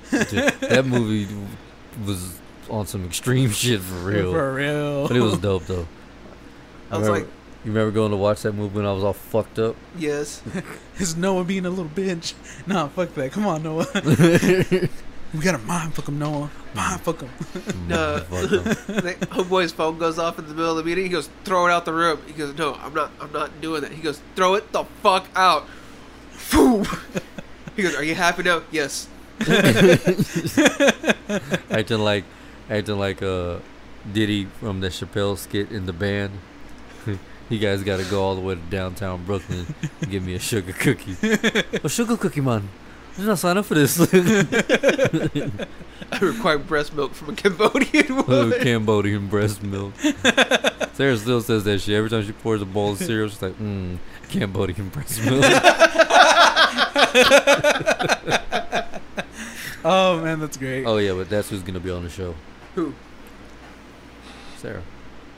[SPEAKER 1] Dude, that movie was on some extreme shit for real.
[SPEAKER 2] *laughs* For real.
[SPEAKER 1] But it was dope though.
[SPEAKER 3] I was
[SPEAKER 1] remember-
[SPEAKER 3] like,
[SPEAKER 1] you remember going to watch that movie when I was all fucked
[SPEAKER 3] *laughs*
[SPEAKER 1] up?
[SPEAKER 3] yes.
[SPEAKER 2] Is Noah being a little bitch? Nah, fuck that. Come
[SPEAKER 1] *laughs*
[SPEAKER 2] on, Noah. we gotta mind fuck him, Noah. Mind fuck him.
[SPEAKER 3] No.
[SPEAKER 1] Motherfucker.
[SPEAKER 3] Like, *laughs* Homeboy's phone goes off in the middle of the meeting. He goes, throw it out the room. He goes, no, I'm not. I'm not doing that. He goes, throw it the fuck out. Phew. *laughs* He goes, are you happy now? Yes.
[SPEAKER 1] acting like, acting like uh, Diddy from the Chappelle skit in the band. *laughs* you guys got to go all the way to downtown Brooklyn and give me a sugar cookie. A sugar cookie, man. I did not sign up for this. *laughs*
[SPEAKER 3] I require breast milk from a Cambodian *laughs*
[SPEAKER 1] Oh,
[SPEAKER 3] woman.
[SPEAKER 1] Cambodian breast milk. Sarah still says that shit. Every time she pours a bowl of cereal, she's like, mmm, Cambodian breast milk.
[SPEAKER 2] Oh man, that's great.
[SPEAKER 1] oh, yeah, but that's who's going to be on the show.
[SPEAKER 3] Who?
[SPEAKER 1] Sarah.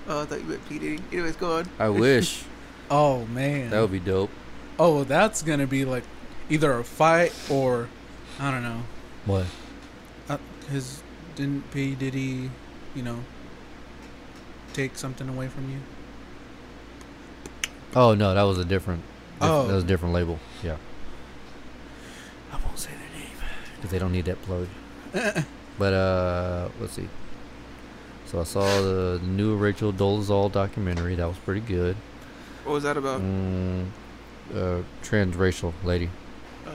[SPEAKER 3] Oh, I thought you meant P Diddy. Anyways, go on.
[SPEAKER 1] I wish.
[SPEAKER 2] Oh man.
[SPEAKER 1] That would be dope.
[SPEAKER 2] oh, that's gonna be like either a fight or I don't know.
[SPEAKER 1] What?
[SPEAKER 2] Uh, Cause didn't P Diddy, you know, take something away from you?
[SPEAKER 1] Oh, no, that was a different.
[SPEAKER 2] Oh.
[SPEAKER 1] That was a different label. Yeah. I won't say their name. Uh-uh. Because they don't need that plug. but, uh, let's see. So I saw the new Rachel Dolezal documentary. That was pretty good.
[SPEAKER 3] What was that about?
[SPEAKER 1] Mm, uh, transracial lady.
[SPEAKER 3] Uh,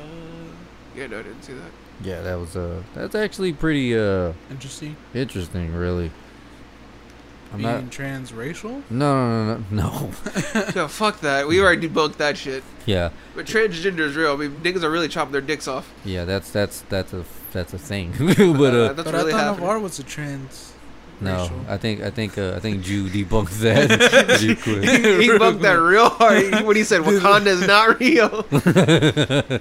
[SPEAKER 3] yeah, no, I didn't
[SPEAKER 1] *laughs*
[SPEAKER 3] see that.
[SPEAKER 1] Yeah, that was uh that's actually pretty uh
[SPEAKER 2] Interesting.
[SPEAKER 1] interesting really. I'm
[SPEAKER 2] Being
[SPEAKER 1] not
[SPEAKER 2] transracial?
[SPEAKER 1] no no no no *laughs* no.
[SPEAKER 3] no, fuck that. We already debunked that shit.
[SPEAKER 1] yeah.
[SPEAKER 3] But transgender is real. I mean, niggas are really chopping their dicks off.
[SPEAKER 1] Yeah, that's that's that's a that's a thing. *laughs* but uh
[SPEAKER 3] that's
[SPEAKER 2] but
[SPEAKER 3] really
[SPEAKER 2] I thought
[SPEAKER 3] happening.
[SPEAKER 2] Navarre was a trans.
[SPEAKER 1] no,
[SPEAKER 2] racial.
[SPEAKER 1] I think I think uh, I think Jew debunked that
[SPEAKER 2] *laughs*
[SPEAKER 1] *laughs* pretty quick.
[SPEAKER 3] he bumped that real hard when he
[SPEAKER 1] *laughs*
[SPEAKER 3] said Wakanda is not real. *laughs*
[SPEAKER 2] I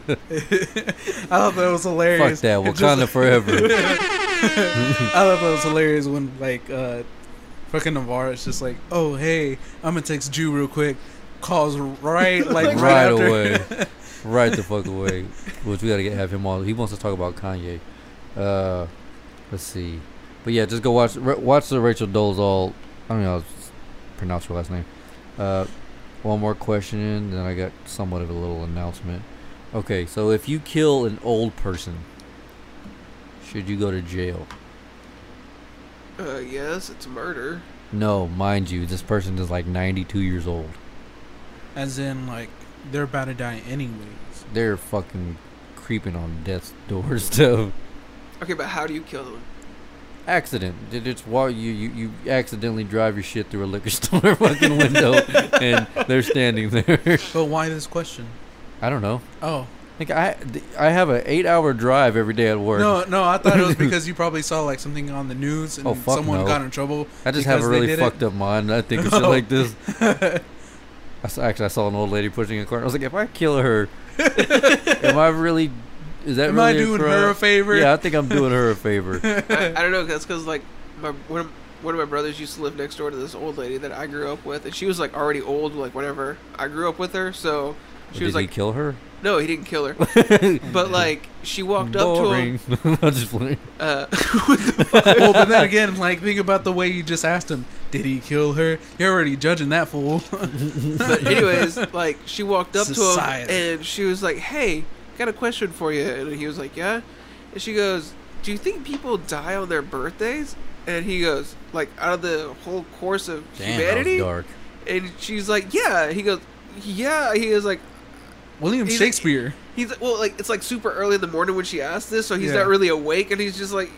[SPEAKER 2] thought that was
[SPEAKER 1] Fuck
[SPEAKER 2] hilarious.
[SPEAKER 1] that
[SPEAKER 2] It just-
[SPEAKER 1] Wakanda forever.
[SPEAKER 2] I thought that was hilarious when like uh fucking Navarre is just like, oh hey, I'm gonna text Jew real quick. Calls *laughs* right *laughs* like
[SPEAKER 1] right
[SPEAKER 2] right, after.
[SPEAKER 1] away. right the fuck away. Which we gotta get, have him on. He wants to talk about Kanye. Uh, let's see. But yeah, just go watch re- watch the Rachel Dolezal. I don't know how to s- pronounce her last name. Uh, one more question, then I got somewhat of a little announcement. Okay, so if you kill an old person, should you go to jail?
[SPEAKER 3] Uh, yes, it's murder.
[SPEAKER 1] No, mind you, this person is like 92 years old.
[SPEAKER 2] As in like they're about to die anyways.
[SPEAKER 1] They're fucking creeping on death's *laughs* doorstep.
[SPEAKER 3] Okay, but how do you kill them?
[SPEAKER 1] accident. It- It's why you, you, you accidentally drive your shit through a liquor *laughs* store fucking window, and they're standing there.
[SPEAKER 2] But why this question?
[SPEAKER 1] I don't know.
[SPEAKER 2] Oh
[SPEAKER 1] Like I, th- I have an eight-hour drive every day at work.
[SPEAKER 2] no, no! I thought
[SPEAKER 1] *laughs*
[SPEAKER 2] it was because you probably saw like something on the news and
[SPEAKER 1] Oh, fuck
[SPEAKER 2] someone
[SPEAKER 1] no.
[SPEAKER 2] got in trouble.
[SPEAKER 1] I just have
[SPEAKER 2] because
[SPEAKER 1] a
[SPEAKER 2] they
[SPEAKER 1] really
[SPEAKER 2] did it.
[SPEAKER 1] fucked up mind. I think of shit
[SPEAKER 2] *laughs* No.
[SPEAKER 1] like this. I saw, actually, I saw an old lady pushing a cart. I was like, if I kill
[SPEAKER 2] *laughs*
[SPEAKER 1] her, am I really? Is that
[SPEAKER 2] Am
[SPEAKER 1] really
[SPEAKER 2] I doing
[SPEAKER 1] a
[SPEAKER 2] her a
[SPEAKER 1] crime?
[SPEAKER 2] favor?
[SPEAKER 1] Yeah, I think I'm doing her a favor.
[SPEAKER 3] I, I don't know. That's because like my one of, one of my brothers used to live next door to this old lady that I grew up with, and she was like already old. Like whenever I grew up with her, so she
[SPEAKER 1] Did
[SPEAKER 3] was
[SPEAKER 1] he
[SPEAKER 3] like,
[SPEAKER 1] kill
[SPEAKER 3] *laughs*
[SPEAKER 1] her?
[SPEAKER 3] no, he
[SPEAKER 1] *laughs*
[SPEAKER 3] didn't kill her, but like she walked up to him.
[SPEAKER 1] Boring. *laughs* I'm just playing.
[SPEAKER 3] Uh,
[SPEAKER 2] *laughs*
[SPEAKER 3] *laughs*
[SPEAKER 2] well, but then again, like think about the way you just asked him. Did he kill her? You're already judging that fool. *laughs*
[SPEAKER 1] *laughs*
[SPEAKER 3] But anyways, like she walked up
[SPEAKER 2] Society.
[SPEAKER 3] to him and she was like, "Hey, got a question for you." And he was like, "Yeah." And she goes, "Do you think people die on their birthdays?" And he goes, "Like out of the whole course of
[SPEAKER 1] Damn, that was
[SPEAKER 3] humanity." *laughs*
[SPEAKER 1] dark.
[SPEAKER 3] And she's like, "Yeah." He goes, "Yeah." He is like,
[SPEAKER 2] William
[SPEAKER 3] He's-
[SPEAKER 2] Shakespeare.
[SPEAKER 3] "He's like, well, like it's like super early in the morning when she asked this, so he's
[SPEAKER 2] Yeah.
[SPEAKER 3] not really awake." And he's just like.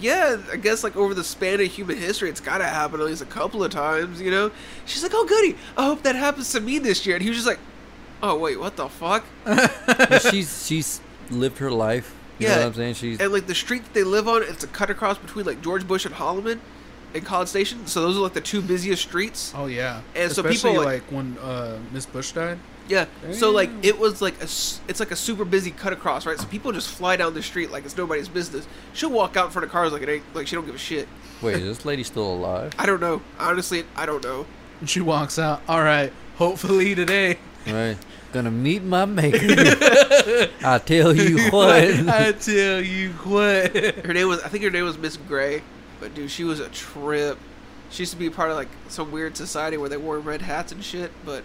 [SPEAKER 3] Yeah, I guess like over the span of human history, it's gotta happen at least a couple of times, you know. She's like, "Oh goody, I hope that happens to me this year." And he was just like, "Oh wait, what the fuck?"
[SPEAKER 1] But she's she's lived her life. You know
[SPEAKER 3] Yeah.
[SPEAKER 1] what I'm saying? She's
[SPEAKER 3] And like the street that they live on, it's a cut across between like George Bush and Holloman and College Station. So those are like the two busiest streets.
[SPEAKER 2] Oh yeah,
[SPEAKER 3] And so
[SPEAKER 2] Especially
[SPEAKER 3] people,
[SPEAKER 2] like, when uh, Miss Bush died.
[SPEAKER 3] Yeah. So like it was like a s- it's like a super busy cut across, right? So people just fly down the street like it's nobody's business. She'll walk out in front of cars like it ain't like she don't give a shit.
[SPEAKER 1] Wait, is this lady still
[SPEAKER 3] *laughs*
[SPEAKER 1] alive?
[SPEAKER 3] I don't know. Honestly, I don't know.
[SPEAKER 2] And she walks out. All right. Hopefully today.
[SPEAKER 1] Right. Gonna meet my maker.
[SPEAKER 3] *laughs*
[SPEAKER 1] I tell *laughs*
[SPEAKER 2] *laughs*
[SPEAKER 1] you what.
[SPEAKER 2] I tell you what.
[SPEAKER 3] Her name was I think her name was Miss Gray, but dude, she was a trip. She used to be part of like some weird society where they wore red hats and shit,
[SPEAKER 2] *laughs*
[SPEAKER 3] but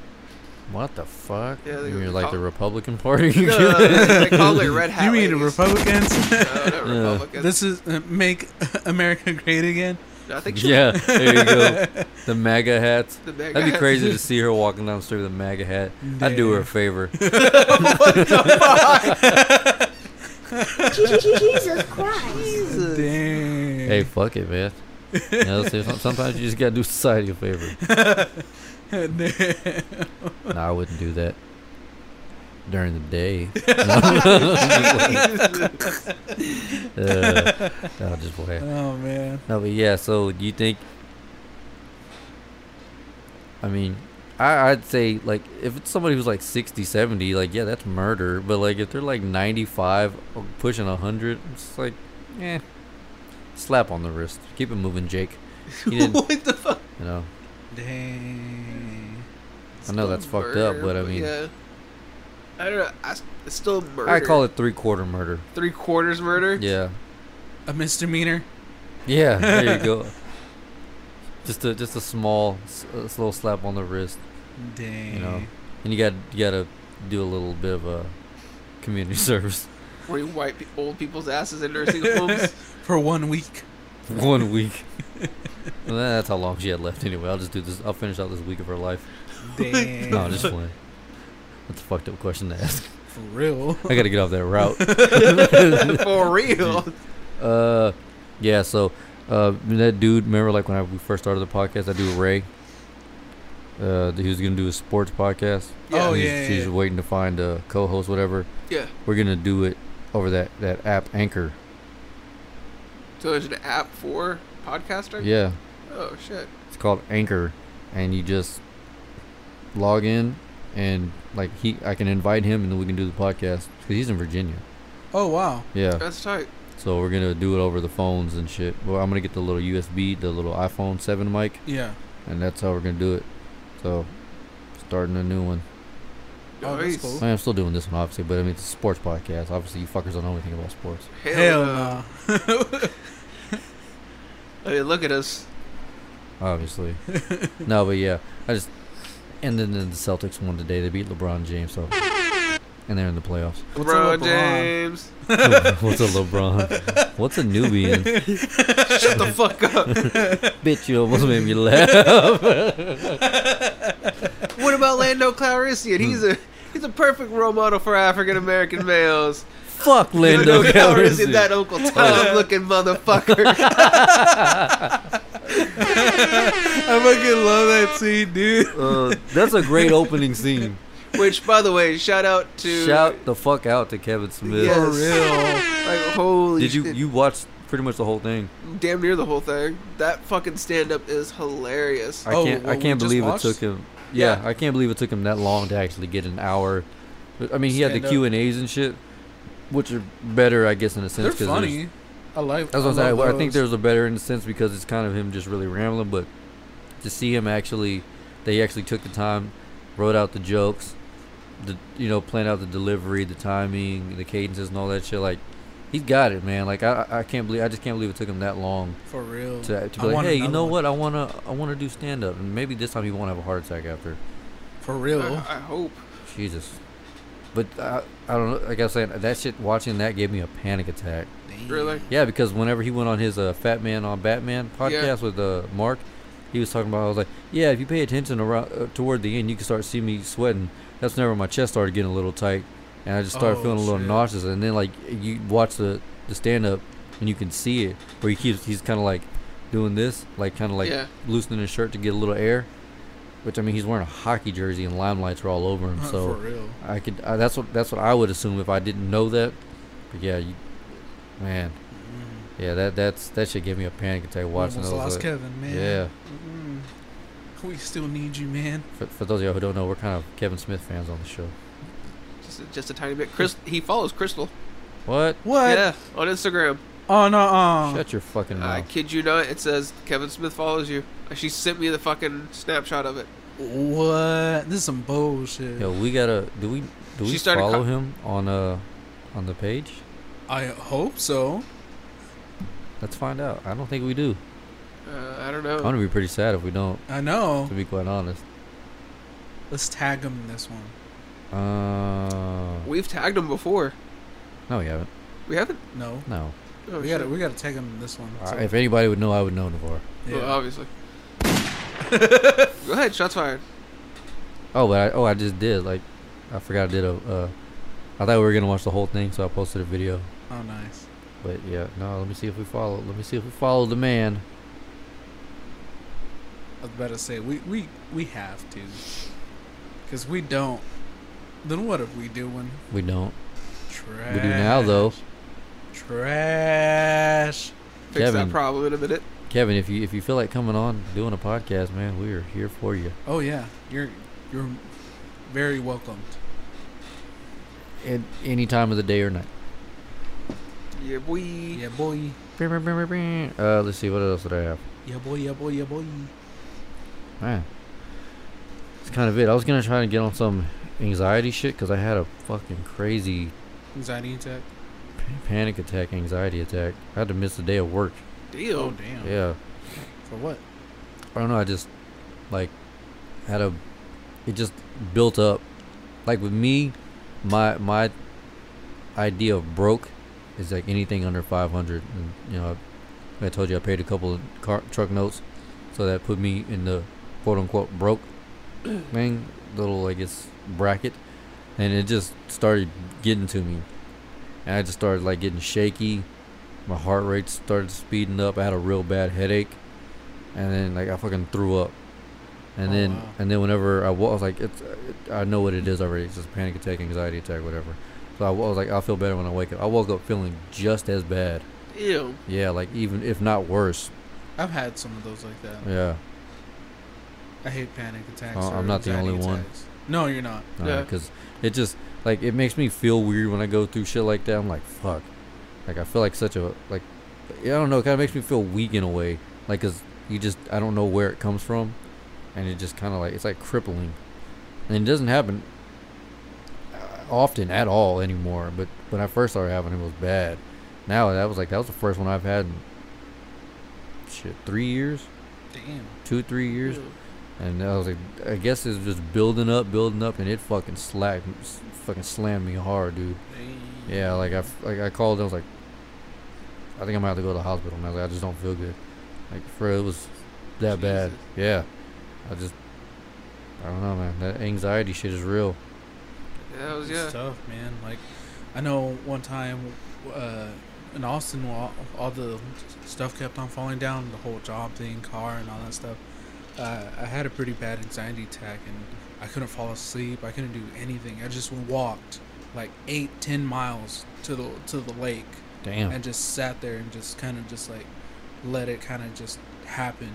[SPEAKER 1] What the fuck?
[SPEAKER 3] Yeah, they-
[SPEAKER 1] you
[SPEAKER 3] they
[SPEAKER 1] mean like
[SPEAKER 3] call-
[SPEAKER 1] the Republican Party?
[SPEAKER 3] *laughs* uh, they called it red hat.
[SPEAKER 2] You mean the
[SPEAKER 3] ladies.
[SPEAKER 2] *laughs*
[SPEAKER 3] *laughs*
[SPEAKER 2] Republicans?
[SPEAKER 3] No, not
[SPEAKER 1] Yeah.
[SPEAKER 3] Republicans.
[SPEAKER 2] this is uh, make *laughs* America great again.
[SPEAKER 3] I think she
[SPEAKER 1] yeah, there you go.
[SPEAKER 3] *laughs*
[SPEAKER 1] The MAGA hats.
[SPEAKER 3] The MAGA
[SPEAKER 1] That'd be
[SPEAKER 3] hats.
[SPEAKER 1] crazy to see her walking down the street with a MAGA
[SPEAKER 3] *laughs*
[SPEAKER 1] hat. I'd do her a favor.
[SPEAKER 8] Jesus Christ.
[SPEAKER 2] Dang.
[SPEAKER 1] hey, fuck it, man. You know, so- sometimes you just gotta do society a favor. No, I wouldn't do that during the day. *laughs* uh, I'll just play.
[SPEAKER 2] oh man.
[SPEAKER 1] No, but yeah. So do you think? I mean, I, I'd say like if it's somebody who's like 60, 70, like yeah, that's murder. But like if they're like ninety five, pushing hundred, it's like, eh, slap on the wrist. Keep it moving, Jake.
[SPEAKER 3] *laughs*
[SPEAKER 1] You didn't,
[SPEAKER 3] what the fuck?
[SPEAKER 1] you know.
[SPEAKER 2] Dang.
[SPEAKER 1] I know that's fucked up, but I mean,
[SPEAKER 3] yeah. I don't know. I s it's still murder.
[SPEAKER 1] I call it three quarter murder.
[SPEAKER 3] three quarters murder.
[SPEAKER 1] Yeah,
[SPEAKER 2] A misdemeanor.
[SPEAKER 1] yeah. There you
[SPEAKER 3] *laughs*
[SPEAKER 1] go. Just a just a small, s- a little slap on the wrist.
[SPEAKER 2] Dang.
[SPEAKER 1] and you got you got to do a little bit of uh, community *laughs* service
[SPEAKER 3] Where you wipe pe- old people's asses in
[SPEAKER 1] *laughs*
[SPEAKER 3] nursing homes. *laughs*
[SPEAKER 2] For one week.
[SPEAKER 1] for one
[SPEAKER 2] *laughs*
[SPEAKER 1] week. well, that's how long she had left anyway. I'll just do this. I'll finish out this week of her life.
[SPEAKER 2] Dang.
[SPEAKER 1] *laughs* No, I'm
[SPEAKER 2] *laughs*
[SPEAKER 1] just playing. That's a fucked up question to ask.
[SPEAKER 2] For real.
[SPEAKER 1] I gotta get off that route.
[SPEAKER 2] *laughs*
[SPEAKER 3] For real.
[SPEAKER 1] *laughs* Uh, yeah. So, uh, that dude. Remember, like when I we first started the podcast, I do Ray. Uh, he was gonna do a sports podcast.
[SPEAKER 3] Yeah.
[SPEAKER 2] Oh
[SPEAKER 1] He's-
[SPEAKER 2] yeah.
[SPEAKER 1] She's
[SPEAKER 2] yeah.
[SPEAKER 1] waiting to find a co-host, whatever.
[SPEAKER 3] Yeah.
[SPEAKER 1] We're gonna do it over that that app Anchor.
[SPEAKER 3] So there's an app for podcasting.
[SPEAKER 1] Yeah.
[SPEAKER 3] Oh shit.
[SPEAKER 1] It's called Anchor, and you just log in and like he, I can invite him, and then we can do the podcast because he's in Virginia.
[SPEAKER 2] Oh wow.
[SPEAKER 1] Yeah,
[SPEAKER 3] That's tight.
[SPEAKER 1] so we're gonna do it over the phones and shit. Well, I'm gonna get the little USB, the little iPhone seven mic,
[SPEAKER 2] Yeah.
[SPEAKER 1] and that's how we're gonna do it. So, starting a new one.
[SPEAKER 2] Oh, that's
[SPEAKER 3] Nice.
[SPEAKER 2] cool.
[SPEAKER 1] I mean, I'm still doing this one, obviously, but I mean it's a sports podcast. Obviously, you fuckers don't know anything about sports.
[SPEAKER 3] Hell,
[SPEAKER 2] Hell
[SPEAKER 3] no.
[SPEAKER 2] no.
[SPEAKER 3] I mean, look at us.
[SPEAKER 1] Obviously, no, but yeah, I just and then the Celtics won today. They beat LeBron James, so and they're in the playoffs.
[SPEAKER 2] What's up,
[SPEAKER 3] LeBron
[SPEAKER 2] LeBron?
[SPEAKER 3] James.
[SPEAKER 1] *laughs* What's a LeBron? What's a Nubian?
[SPEAKER 3] Shut the fuck
[SPEAKER 1] *laughs*
[SPEAKER 3] up.
[SPEAKER 1] Bitch, you almost made me laugh. *laughs*
[SPEAKER 3] What about Lando Calrissian? He's a he's a perfect role model for African American males.
[SPEAKER 1] Fuck *laughs* Lando
[SPEAKER 3] Lando Calrissian, that
[SPEAKER 1] Calrissian. *laughs*
[SPEAKER 3] Uncle Tom looking motherfucker.
[SPEAKER 2] I fucking love that scene, dude.
[SPEAKER 1] Uh, that's a great
[SPEAKER 2] *laughs*
[SPEAKER 1] opening scene.
[SPEAKER 3] Which, by the way, shout out to
[SPEAKER 1] Shout the fuck out to Kevin Smith.
[SPEAKER 3] Yes.
[SPEAKER 2] real.
[SPEAKER 3] Like holy
[SPEAKER 1] Did you
[SPEAKER 3] shit.
[SPEAKER 1] you watched pretty much the whole thing?
[SPEAKER 3] damn near the whole thing. That fucking stand up is hilarious.
[SPEAKER 1] I
[SPEAKER 2] Oh,
[SPEAKER 1] can't
[SPEAKER 2] what
[SPEAKER 1] I
[SPEAKER 2] we
[SPEAKER 1] can't
[SPEAKER 2] just
[SPEAKER 1] believe
[SPEAKER 2] watched?
[SPEAKER 1] it took him. Yeah,
[SPEAKER 3] Yeah.
[SPEAKER 1] I can't believe it took him that long to actually get an hour. But, I mean, he had
[SPEAKER 2] Stand
[SPEAKER 1] the
[SPEAKER 2] up.
[SPEAKER 1] Q and A's and shit, which are better, I guess, in a
[SPEAKER 2] They're
[SPEAKER 1] sense. 'cause there's-
[SPEAKER 2] funny. I like.
[SPEAKER 1] That's what
[SPEAKER 2] I
[SPEAKER 1] I'm
[SPEAKER 2] love
[SPEAKER 1] saying. I think
[SPEAKER 2] those.
[SPEAKER 1] there's a better in a sense because it's kind of him just really rambling, but to see him actually, they actually took the time, wrote out the jokes, the you know, planned out the delivery, the timing, the cadences, and all that shit. Like, he's got it, man. Like, I I I can't believe I just can't believe it took him that long
[SPEAKER 2] for real.
[SPEAKER 1] to, to
[SPEAKER 2] I
[SPEAKER 1] be like,
[SPEAKER 2] want
[SPEAKER 1] hey, you
[SPEAKER 2] another
[SPEAKER 1] know
[SPEAKER 2] one.
[SPEAKER 1] what? I wanna I wanna do stand up, and maybe this time he won't have a heart attack after.
[SPEAKER 2] For
[SPEAKER 3] I,
[SPEAKER 2] real.
[SPEAKER 3] I hope.
[SPEAKER 1] Jesus. But I, I don't know. Like I was saying, that shit watching that gave me a panic attack.
[SPEAKER 3] Really?
[SPEAKER 1] Yeah, because whenever he went on his uh, Fat Man on Batman podcast
[SPEAKER 3] Yeah.
[SPEAKER 1] with uh, Mark, he was talking about. I was like, yeah, if you pay attention around, uh, toward the end, you can start seeing me sweating. That's whenever my chest started getting a little tight, and I just started
[SPEAKER 2] Oh,
[SPEAKER 1] feeling a little
[SPEAKER 2] shit.
[SPEAKER 1] nauseous. And then like you watch the the stand up, and you can see it where he keeps he's kind of like doing this, like kind of like
[SPEAKER 3] Yeah.
[SPEAKER 1] loosening his shirt to get a little air. Which I mean, he's wearing a hockey jersey, and limelights are all over him.
[SPEAKER 2] Huh,
[SPEAKER 1] So
[SPEAKER 2] for real.
[SPEAKER 1] I could. I, that's what. That's what I would assume if I didn't know that. But yeah, you, man. Yeah, that that's that shit gave me a panic attack watching.
[SPEAKER 2] Almost
[SPEAKER 1] I was
[SPEAKER 2] lost
[SPEAKER 1] like,
[SPEAKER 2] Kevin, man.
[SPEAKER 1] Yeah.
[SPEAKER 2] We still need you, man.
[SPEAKER 1] For, for those of you who don't know, we're kind of Kevin Smith fans on the show.
[SPEAKER 3] Just a, just a tiny bit.
[SPEAKER 1] *laughs*
[SPEAKER 3] Chris, he follows Crystal.
[SPEAKER 1] What?
[SPEAKER 2] What?
[SPEAKER 3] yeah, on Instagram.
[SPEAKER 2] Oh no. Uh,
[SPEAKER 1] Shut your fucking
[SPEAKER 3] I
[SPEAKER 1] mouth.
[SPEAKER 3] kid you not. It says Kevin Smith follows you. And She sent me the fucking snapshot of it.
[SPEAKER 2] What? This is some bullshit.
[SPEAKER 1] Yo, we gotta. Do we? Do we
[SPEAKER 3] She started
[SPEAKER 1] follow
[SPEAKER 3] co-
[SPEAKER 1] him on uh on the page?
[SPEAKER 2] I hope so.
[SPEAKER 1] Let's find out. I don't think we do.
[SPEAKER 3] Uh, I don't
[SPEAKER 1] I'm
[SPEAKER 3] know.
[SPEAKER 1] gonna be pretty sad if we don't.
[SPEAKER 2] I know.
[SPEAKER 1] To be quite honest.
[SPEAKER 2] Let's tag him in this one.
[SPEAKER 1] Uh,
[SPEAKER 3] We've tagged him before.
[SPEAKER 1] no, we haven't.
[SPEAKER 3] We haven't.
[SPEAKER 2] No,
[SPEAKER 1] No.
[SPEAKER 3] Oh,
[SPEAKER 2] we
[SPEAKER 3] shit.
[SPEAKER 2] gotta we gotta tag him in this one.
[SPEAKER 1] Uh,
[SPEAKER 2] So-
[SPEAKER 1] if anybody would know, I would know Navar.
[SPEAKER 2] yeah.
[SPEAKER 3] Well, uh, obviously. *laughs* Go ahead. Shots fired.
[SPEAKER 1] Oh, but I, oh, I just did. Like, I forgot I did a. Uh, I thought we were gonna watch the whole thing, so I posted a video.
[SPEAKER 2] oh nice.
[SPEAKER 1] But yeah, no. Let me see if we follow. Let me see if we follow the man.
[SPEAKER 2] I was about to say we we we have to, cause we don't. Then what if we do one?
[SPEAKER 1] We don't.
[SPEAKER 2] Trash.
[SPEAKER 1] We do now though.
[SPEAKER 2] Trash.
[SPEAKER 3] Fix
[SPEAKER 1] Kevin.
[SPEAKER 3] that problem in a minute.
[SPEAKER 1] Kevin, if you if you feel like coming on doing a podcast, man, we are here for you.
[SPEAKER 2] Oh yeah, you're you're very welcomed.
[SPEAKER 1] At any time of the day or night.
[SPEAKER 3] Yeah, we.
[SPEAKER 2] Yeah boy.
[SPEAKER 1] Uh, let's see what else did I have.
[SPEAKER 2] Yeah boy. Yeah boy. Yeah boy.
[SPEAKER 1] Man, it's kind of it. I was gonna try to get on some anxiety shit because I had a fucking crazy
[SPEAKER 2] Anxiety attack.
[SPEAKER 1] pa- panic attack, anxiety attack. I had to miss a day of work.
[SPEAKER 2] Oh
[SPEAKER 3] Deal.
[SPEAKER 2] damn.
[SPEAKER 1] Yeah,
[SPEAKER 2] For what?
[SPEAKER 1] I don't know. I just like had a. It just built up. Like with me, my my idea of broke is like anything under five hundred. You know, I, I told you I paid a couple of car, truck notes, so that put me in the quote unquote
[SPEAKER 2] *clears throat*
[SPEAKER 1] broke thing, little I guess bracket, and it just started getting to me, and I just started like getting shaky. My heart rate started speeding up. I had a real bad headache, and then like I fucking threw up. And
[SPEAKER 2] Oh,
[SPEAKER 1] then
[SPEAKER 2] wow.
[SPEAKER 1] and then whenever I wa- I was like, it's it, I know what it is already. It's just panic attack, anxiety attack, whatever. So I wa- I was like, I'll feel better when I wake up. I woke up feeling just as bad.
[SPEAKER 3] Deal.
[SPEAKER 1] Yeah, like even if not worse.
[SPEAKER 2] I've had some of those like that.
[SPEAKER 1] Yeah,
[SPEAKER 2] I hate panic attacks.
[SPEAKER 1] Oh,
[SPEAKER 2] or
[SPEAKER 1] I'm not the
[SPEAKER 2] anxiety
[SPEAKER 1] only one.
[SPEAKER 2] attacks. No, you're not.
[SPEAKER 3] Yeah.
[SPEAKER 1] because it just like it makes me feel weird when I go through shit like that. I'm like, fuck. Like I feel like such a like, I don't know. It kind of makes me feel weak in a way. Like, cause you just I don't know where it comes from, and it just kind of like it's like crippling, and it doesn't happen uh, often at all anymore. But when I first started having it, it was bad. Now that was like that was the first one I've had. In, shit, three years,
[SPEAKER 2] Damn.
[SPEAKER 1] two three years.
[SPEAKER 3] Deal.
[SPEAKER 1] And I was like, I guess it's just building up, building up, and it fucking slacked, s- fucking slammed me hard, dude. Yeah, like I, f- like I called. I was like, I think I might have to go to the hospital. And I was like, I just don't feel good. Like for real, it was that bad.
[SPEAKER 3] Jesus.
[SPEAKER 1] Yeah, I just, I don't know, man. That anxiety shit is real.
[SPEAKER 3] That was
[SPEAKER 2] It's
[SPEAKER 3] yeah.
[SPEAKER 2] tough, man. Like, I know one time uh, in Austin, while all the stuff kept on falling down, the whole job thing, car, and all that stuff. Uh, I had a pretty bad anxiety attack, and I couldn't fall asleep. I couldn't do anything. I just walked like eight, ten miles to the to the lake,
[SPEAKER 1] Damn.
[SPEAKER 2] and just sat there and just kind of just like let it kind of just happen.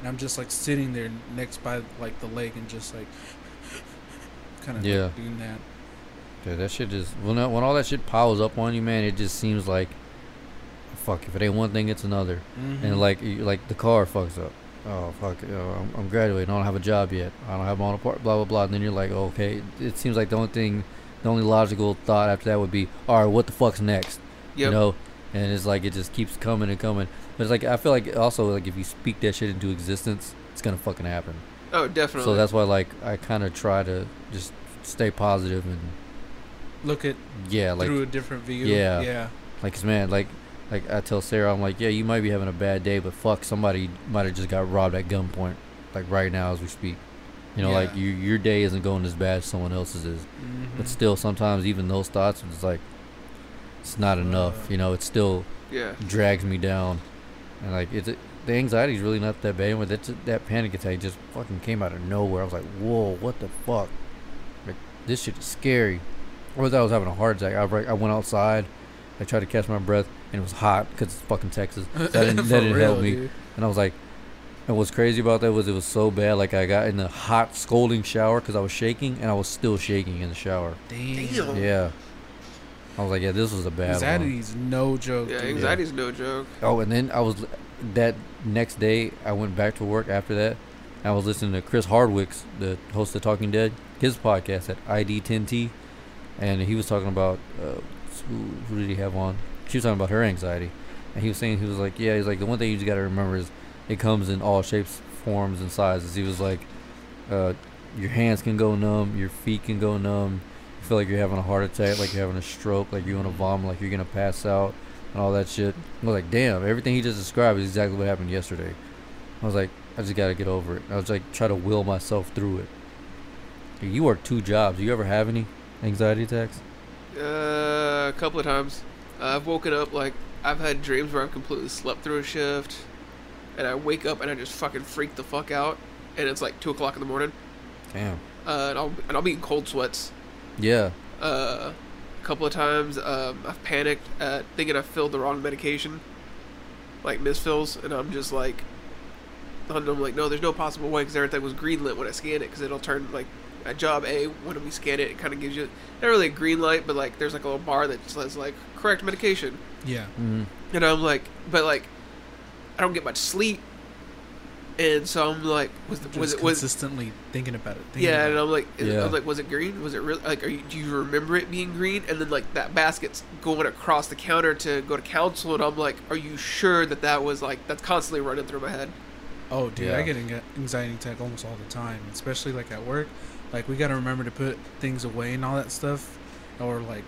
[SPEAKER 2] And I'm just like sitting there next by like the lake and just like kind of
[SPEAKER 1] Yeah.
[SPEAKER 2] doing that.
[SPEAKER 1] Dude, that shit just when that- when all that shit piles up on you, man. It just seems like, fuck. If it ain't one thing, it's another.
[SPEAKER 2] Mhm.
[SPEAKER 1] and like you- like the car fucks up. Oh fuck! You know, I'm, I'm graduating. I don't have a job yet. I don't have my own apartment. Blah blah blah. And then you're like, okay. It seems like the only thing, the only logical thought after that would be, all right, what the fuck's next? You
[SPEAKER 3] Yep.
[SPEAKER 1] know. And it's like it just keeps coming and coming. But it's like I feel like also like if you speak that shit into existence, it's gonna fucking happen.
[SPEAKER 3] Oh, definitely.
[SPEAKER 1] So that's why like I kind of try to just stay positive and
[SPEAKER 2] look at
[SPEAKER 1] yeah, like
[SPEAKER 2] through a different view.
[SPEAKER 1] Yeah.
[SPEAKER 2] yeah.
[SPEAKER 1] Like, 'cause, man, like, like I tell Sarah, I'm like, yeah, you might be having a bad day, but fuck, somebody might have just got robbed at gunpoint, like right now as we speak. You know, like
[SPEAKER 2] Yeah.
[SPEAKER 1] you, your day isn't going as bad as someone else's is,
[SPEAKER 3] Mm-hmm.
[SPEAKER 2] Mm.
[SPEAKER 1] but still, sometimes even those thoughts, it's like, it's not enough.
[SPEAKER 2] Uh.
[SPEAKER 1] You know, it still
[SPEAKER 3] yeah.
[SPEAKER 1] drags me down, and like it's the anxiety's really not that bad. With that, that panic attack just fucking came out of nowhere. I was like, whoa, what the fuck? Like this shit is scary. Or was I was having a heart attack. I, like, I went outside. I tried
[SPEAKER 2] Mm-hmm.
[SPEAKER 1] to catch my breath, and it was hot because it's fucking Texas. So that didn't, that
[SPEAKER 2] For
[SPEAKER 1] didn't help
[SPEAKER 2] real,
[SPEAKER 1] me.
[SPEAKER 2] dude.
[SPEAKER 1] And I was like, And what's crazy about that was it was so bad. Like I got in a hot, scolding shower because I was shaking, and I was still shaking in the shower.
[SPEAKER 2] *laughs* Damn.
[SPEAKER 3] Damn.
[SPEAKER 1] Yeah. I was like, yeah, this was a bad one.
[SPEAKER 2] Anxiety's no joke.
[SPEAKER 3] Yeah,
[SPEAKER 2] dude.
[SPEAKER 3] anxiety's no joke.
[SPEAKER 1] Oh, and then I was that next day. I went back to work after that. I was listening to Chris Hardwick's, the host of Talking Dead, his podcast at ID10T, and he was talking about uh, who, who did he have on? She was talking about her anxiety, and he was saying he was like, yeah, he's like the one thing you just got to remember is it comes in all shapes, forms, and sizes. He was like, uh, your hands can go numb, your feet can go numb. You feel like you're having a heart attack, like you're having a stroke, like you're gonna vomit, like you're gonna pass out, and all that shit. I was like, damn, everything he just described is exactly what happened yesterday. I was like, I just gotta get over it. I was like, try to will myself through it. Like, you work two jobs. Do you ever have any anxiety attacks?
[SPEAKER 3] Uh, a couple of times, uh, I've woken up like I've had dreams where I've completely slept through a shift, and I wake up and I just fucking freak the fuck out, and it's like two o'clock in the morning,
[SPEAKER 1] Damn.
[SPEAKER 3] uh, and I'll and I'll be in cold sweats.
[SPEAKER 1] Yeah.
[SPEAKER 3] Uh, a couple of times, um, I've panicked at thinking I filled the wrong medication, like misfills, and I'm just like, and I'm like, no, there's no possible way because everything was green lit when I scanned it because it'll turn like at job A when we scan it, it kind of gives you not really a green light, but like there's like a little bar that says like correct medication,
[SPEAKER 2] Yeah.
[SPEAKER 1] Mm.
[SPEAKER 3] and I'm like, but like, I don't get much sleep, and so I'm like, was the,
[SPEAKER 2] Just
[SPEAKER 3] was it was
[SPEAKER 2] consistently thinking about it. Thinking
[SPEAKER 3] yeah, and
[SPEAKER 2] about
[SPEAKER 3] I'm like, is-
[SPEAKER 1] Yeah.
[SPEAKER 3] I was like, was it green? Was it real? Like, are you, do you remember it being green? And then like that basket's going across the counter to go to council, and I'm like, are you sure that that was like that's constantly running through my head?
[SPEAKER 2] it. Oh, dude,
[SPEAKER 1] Yeah.
[SPEAKER 2] I get an- anxiety attack almost all the time, especially like at work. Like we gotta remember to put things away and all that stuff, or like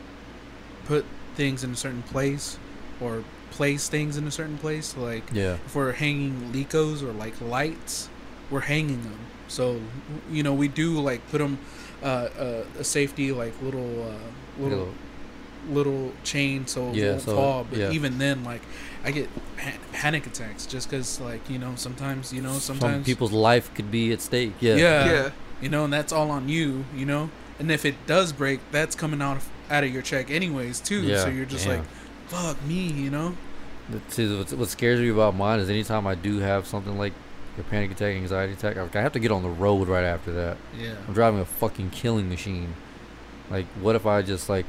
[SPEAKER 2] put things in a certain place, or place things in a certain place. Like
[SPEAKER 1] Yeah.
[SPEAKER 2] if we're hanging lecos or like lights, we're hanging them. So you know we do like put them uh, uh, a safety like little uh, little
[SPEAKER 1] Little-
[SPEAKER 2] little chain so it
[SPEAKER 1] Yeah,
[SPEAKER 2] won't
[SPEAKER 1] so-
[SPEAKER 2] fall. But
[SPEAKER 1] yeah.
[SPEAKER 2] even then, like I get pa- panic attacks just because like you know sometimes you know sometimes
[SPEAKER 1] Some people's life could be at stake. Yeah.
[SPEAKER 2] yeah.
[SPEAKER 3] Yeah.
[SPEAKER 2] you know and that's all on you you know and if it does break that's coming out of out of your check anyways too.
[SPEAKER 1] Yeah,
[SPEAKER 2] So you're just
[SPEAKER 1] damn.
[SPEAKER 2] like fuck me you know
[SPEAKER 1] But See, what's- what scares me about mine is anytime I do have something like a panic attack, anxiety attack, I I have to get on the road right after that.
[SPEAKER 2] yeah
[SPEAKER 1] I'm driving a fucking killing machine. Like, what if I just like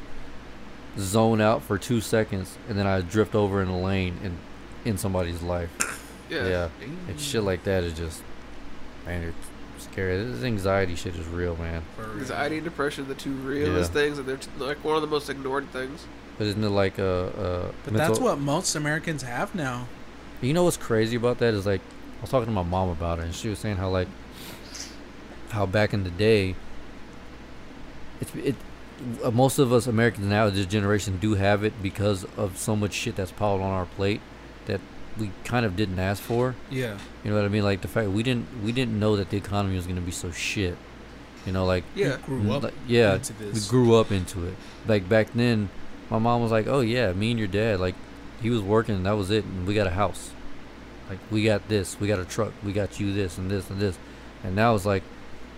[SPEAKER 1] zone out for two seconds and then I drift over in a lane and in somebody's life?
[SPEAKER 3] Yeah.
[SPEAKER 1] Yeah, and shit like that is just man, it's scary. This anxiety shit is real, man.
[SPEAKER 2] For real.
[SPEAKER 3] Anxiety and depression, the two realest things, and they're t- like one of the most ignored things.
[SPEAKER 1] But isn't it like a, a
[SPEAKER 2] But that's what most Americans have now.
[SPEAKER 1] You know what's crazy about that is like I was talking to my mom about it, and she was saying how like how back in the day, it's it uh, most of us Americans now this generation do have it because of so much shit that's piled on our plate that we kind of didn't ask for.
[SPEAKER 2] Yeah.
[SPEAKER 1] You know what I mean? Like the fact we didn't we didn't know that the economy was gonna be so shit. You know, like
[SPEAKER 3] Yeah.
[SPEAKER 2] Grew up
[SPEAKER 1] like, yeah,
[SPEAKER 2] into
[SPEAKER 1] we
[SPEAKER 2] this.
[SPEAKER 1] grew up into it. Like back then, my mom was like, "Oh yeah, me and your dad, like he was working, and that was it, and we got a house, like we got this, we got a truck, we got you this and this and this," and now it's like,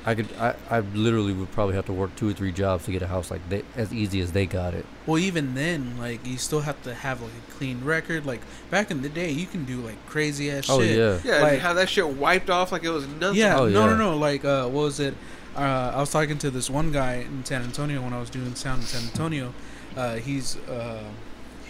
[SPEAKER 1] I could, I, I literally would probably have to work two or three jobs to get a house like they, as easy as they got it.
[SPEAKER 2] Well, even then, like you still have to have like a clean record. Like back in the day, you can do like crazy ass
[SPEAKER 1] Oh
[SPEAKER 2] shit. *laughs*
[SPEAKER 1] yeah,
[SPEAKER 3] Yeah,
[SPEAKER 2] Like-
[SPEAKER 3] and have that shit wiped off like it was nothing.
[SPEAKER 2] Yeah,
[SPEAKER 1] Oh,
[SPEAKER 2] no,
[SPEAKER 1] yeah.
[SPEAKER 2] no, no. Like, uh, what was it? Uh, I was talking to this one guy in San Antonio when I was doing sound in San Antonio. Uh, he's uh,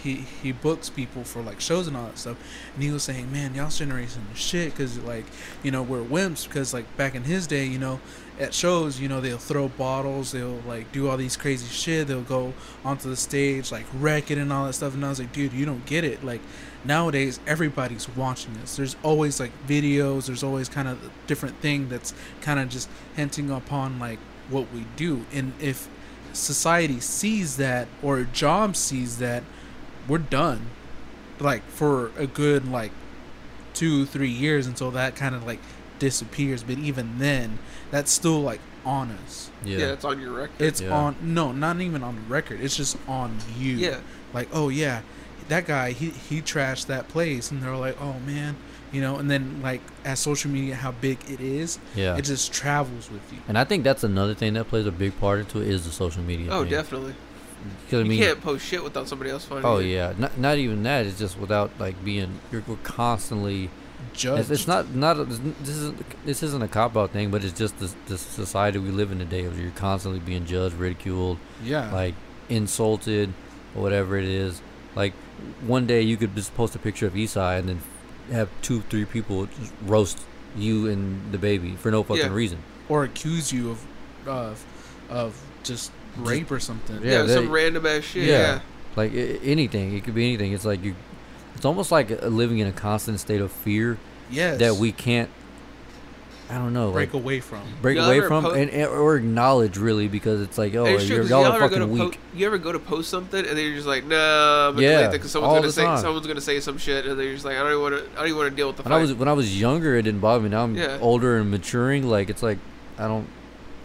[SPEAKER 2] he he books people for like shows and all that stuff, and he was saying, "Man, y'all's generation is shit because like you know we're wimps because like back in his day, you know." At shows, you know, they'll throw bottles, they'll like do all these crazy shit, they'll go onto the stage, like wreck it and all that stuff. And I was like, dude, you don't get it. Like, nowadays everybody's watching this there's always like videos there's always kind of a different thing that's kind of just hinting upon like what we do and if society sees that or a job sees that we're done like for a good like two three years until that kind of like disappears but even then that's still like on us
[SPEAKER 1] yeah,
[SPEAKER 3] yeah. it's on your record.
[SPEAKER 2] it's
[SPEAKER 1] Yeah.
[SPEAKER 2] on no not even on the record it's just on you
[SPEAKER 3] yeah,
[SPEAKER 2] like oh yeah that guy he he trashed that place and they're like oh man you know and then like as social media how big it is
[SPEAKER 1] yeah.
[SPEAKER 2] it just travels with you
[SPEAKER 1] and I think that's another thing that plays a big part into it is the social media.
[SPEAKER 3] oh,
[SPEAKER 1] thing.
[SPEAKER 3] definitely.
[SPEAKER 1] 'Cause, I mean,
[SPEAKER 3] you can't post shit without somebody else finding.
[SPEAKER 1] Oh
[SPEAKER 3] it.
[SPEAKER 1] yeah, not, not even that. It's just without like being you're we're constantly
[SPEAKER 2] judged.
[SPEAKER 1] It's, it's not not a, this isn't this isn't a cop out thing, but it's just the, the society we live in today. Where you're constantly being judged, ridiculed,
[SPEAKER 2] yeah,
[SPEAKER 1] like insulted, or whatever it is. Like one day you could just post a picture of Esai and then have two three people just roast you and the baby for no fucking
[SPEAKER 3] Yeah.
[SPEAKER 1] reason.
[SPEAKER 2] or accuse you of of of just rape or something.
[SPEAKER 1] Yeah,
[SPEAKER 3] Yeah, some
[SPEAKER 1] they-
[SPEAKER 3] random ass shit.
[SPEAKER 1] yeah.
[SPEAKER 3] Yeah.
[SPEAKER 1] Like I- anything, it could be anything. It's like you. It's almost like uh, living in a constant state of fear
[SPEAKER 2] Yes.
[SPEAKER 1] that we can't. I don't know. Like,
[SPEAKER 2] break away from.
[SPEAKER 1] break
[SPEAKER 3] Y'all
[SPEAKER 1] away
[SPEAKER 3] ever
[SPEAKER 1] from
[SPEAKER 3] po-
[SPEAKER 1] and, and- or acknowledge really because it's like oh
[SPEAKER 3] And it's true,
[SPEAKER 1] you're,
[SPEAKER 3] 'cause
[SPEAKER 1] y'all are
[SPEAKER 3] ever go to
[SPEAKER 1] fucking
[SPEAKER 3] po-
[SPEAKER 1] weak
[SPEAKER 3] you ever go to post something and then you're just like, nah, I'm gonna
[SPEAKER 1] Yeah,
[SPEAKER 3] delete that 'cause someone's
[SPEAKER 1] all
[SPEAKER 3] gonna
[SPEAKER 1] the
[SPEAKER 3] say
[SPEAKER 1] time.
[SPEAKER 3] someone's gonna say some shit and then you're just like, I don't even want to, I don't even want to deal with the
[SPEAKER 1] when I
[SPEAKER 3] fight.
[SPEAKER 1] was when I was younger it didn't bother me now I'm
[SPEAKER 3] Yeah.
[SPEAKER 1] older and maturing like it's like I don't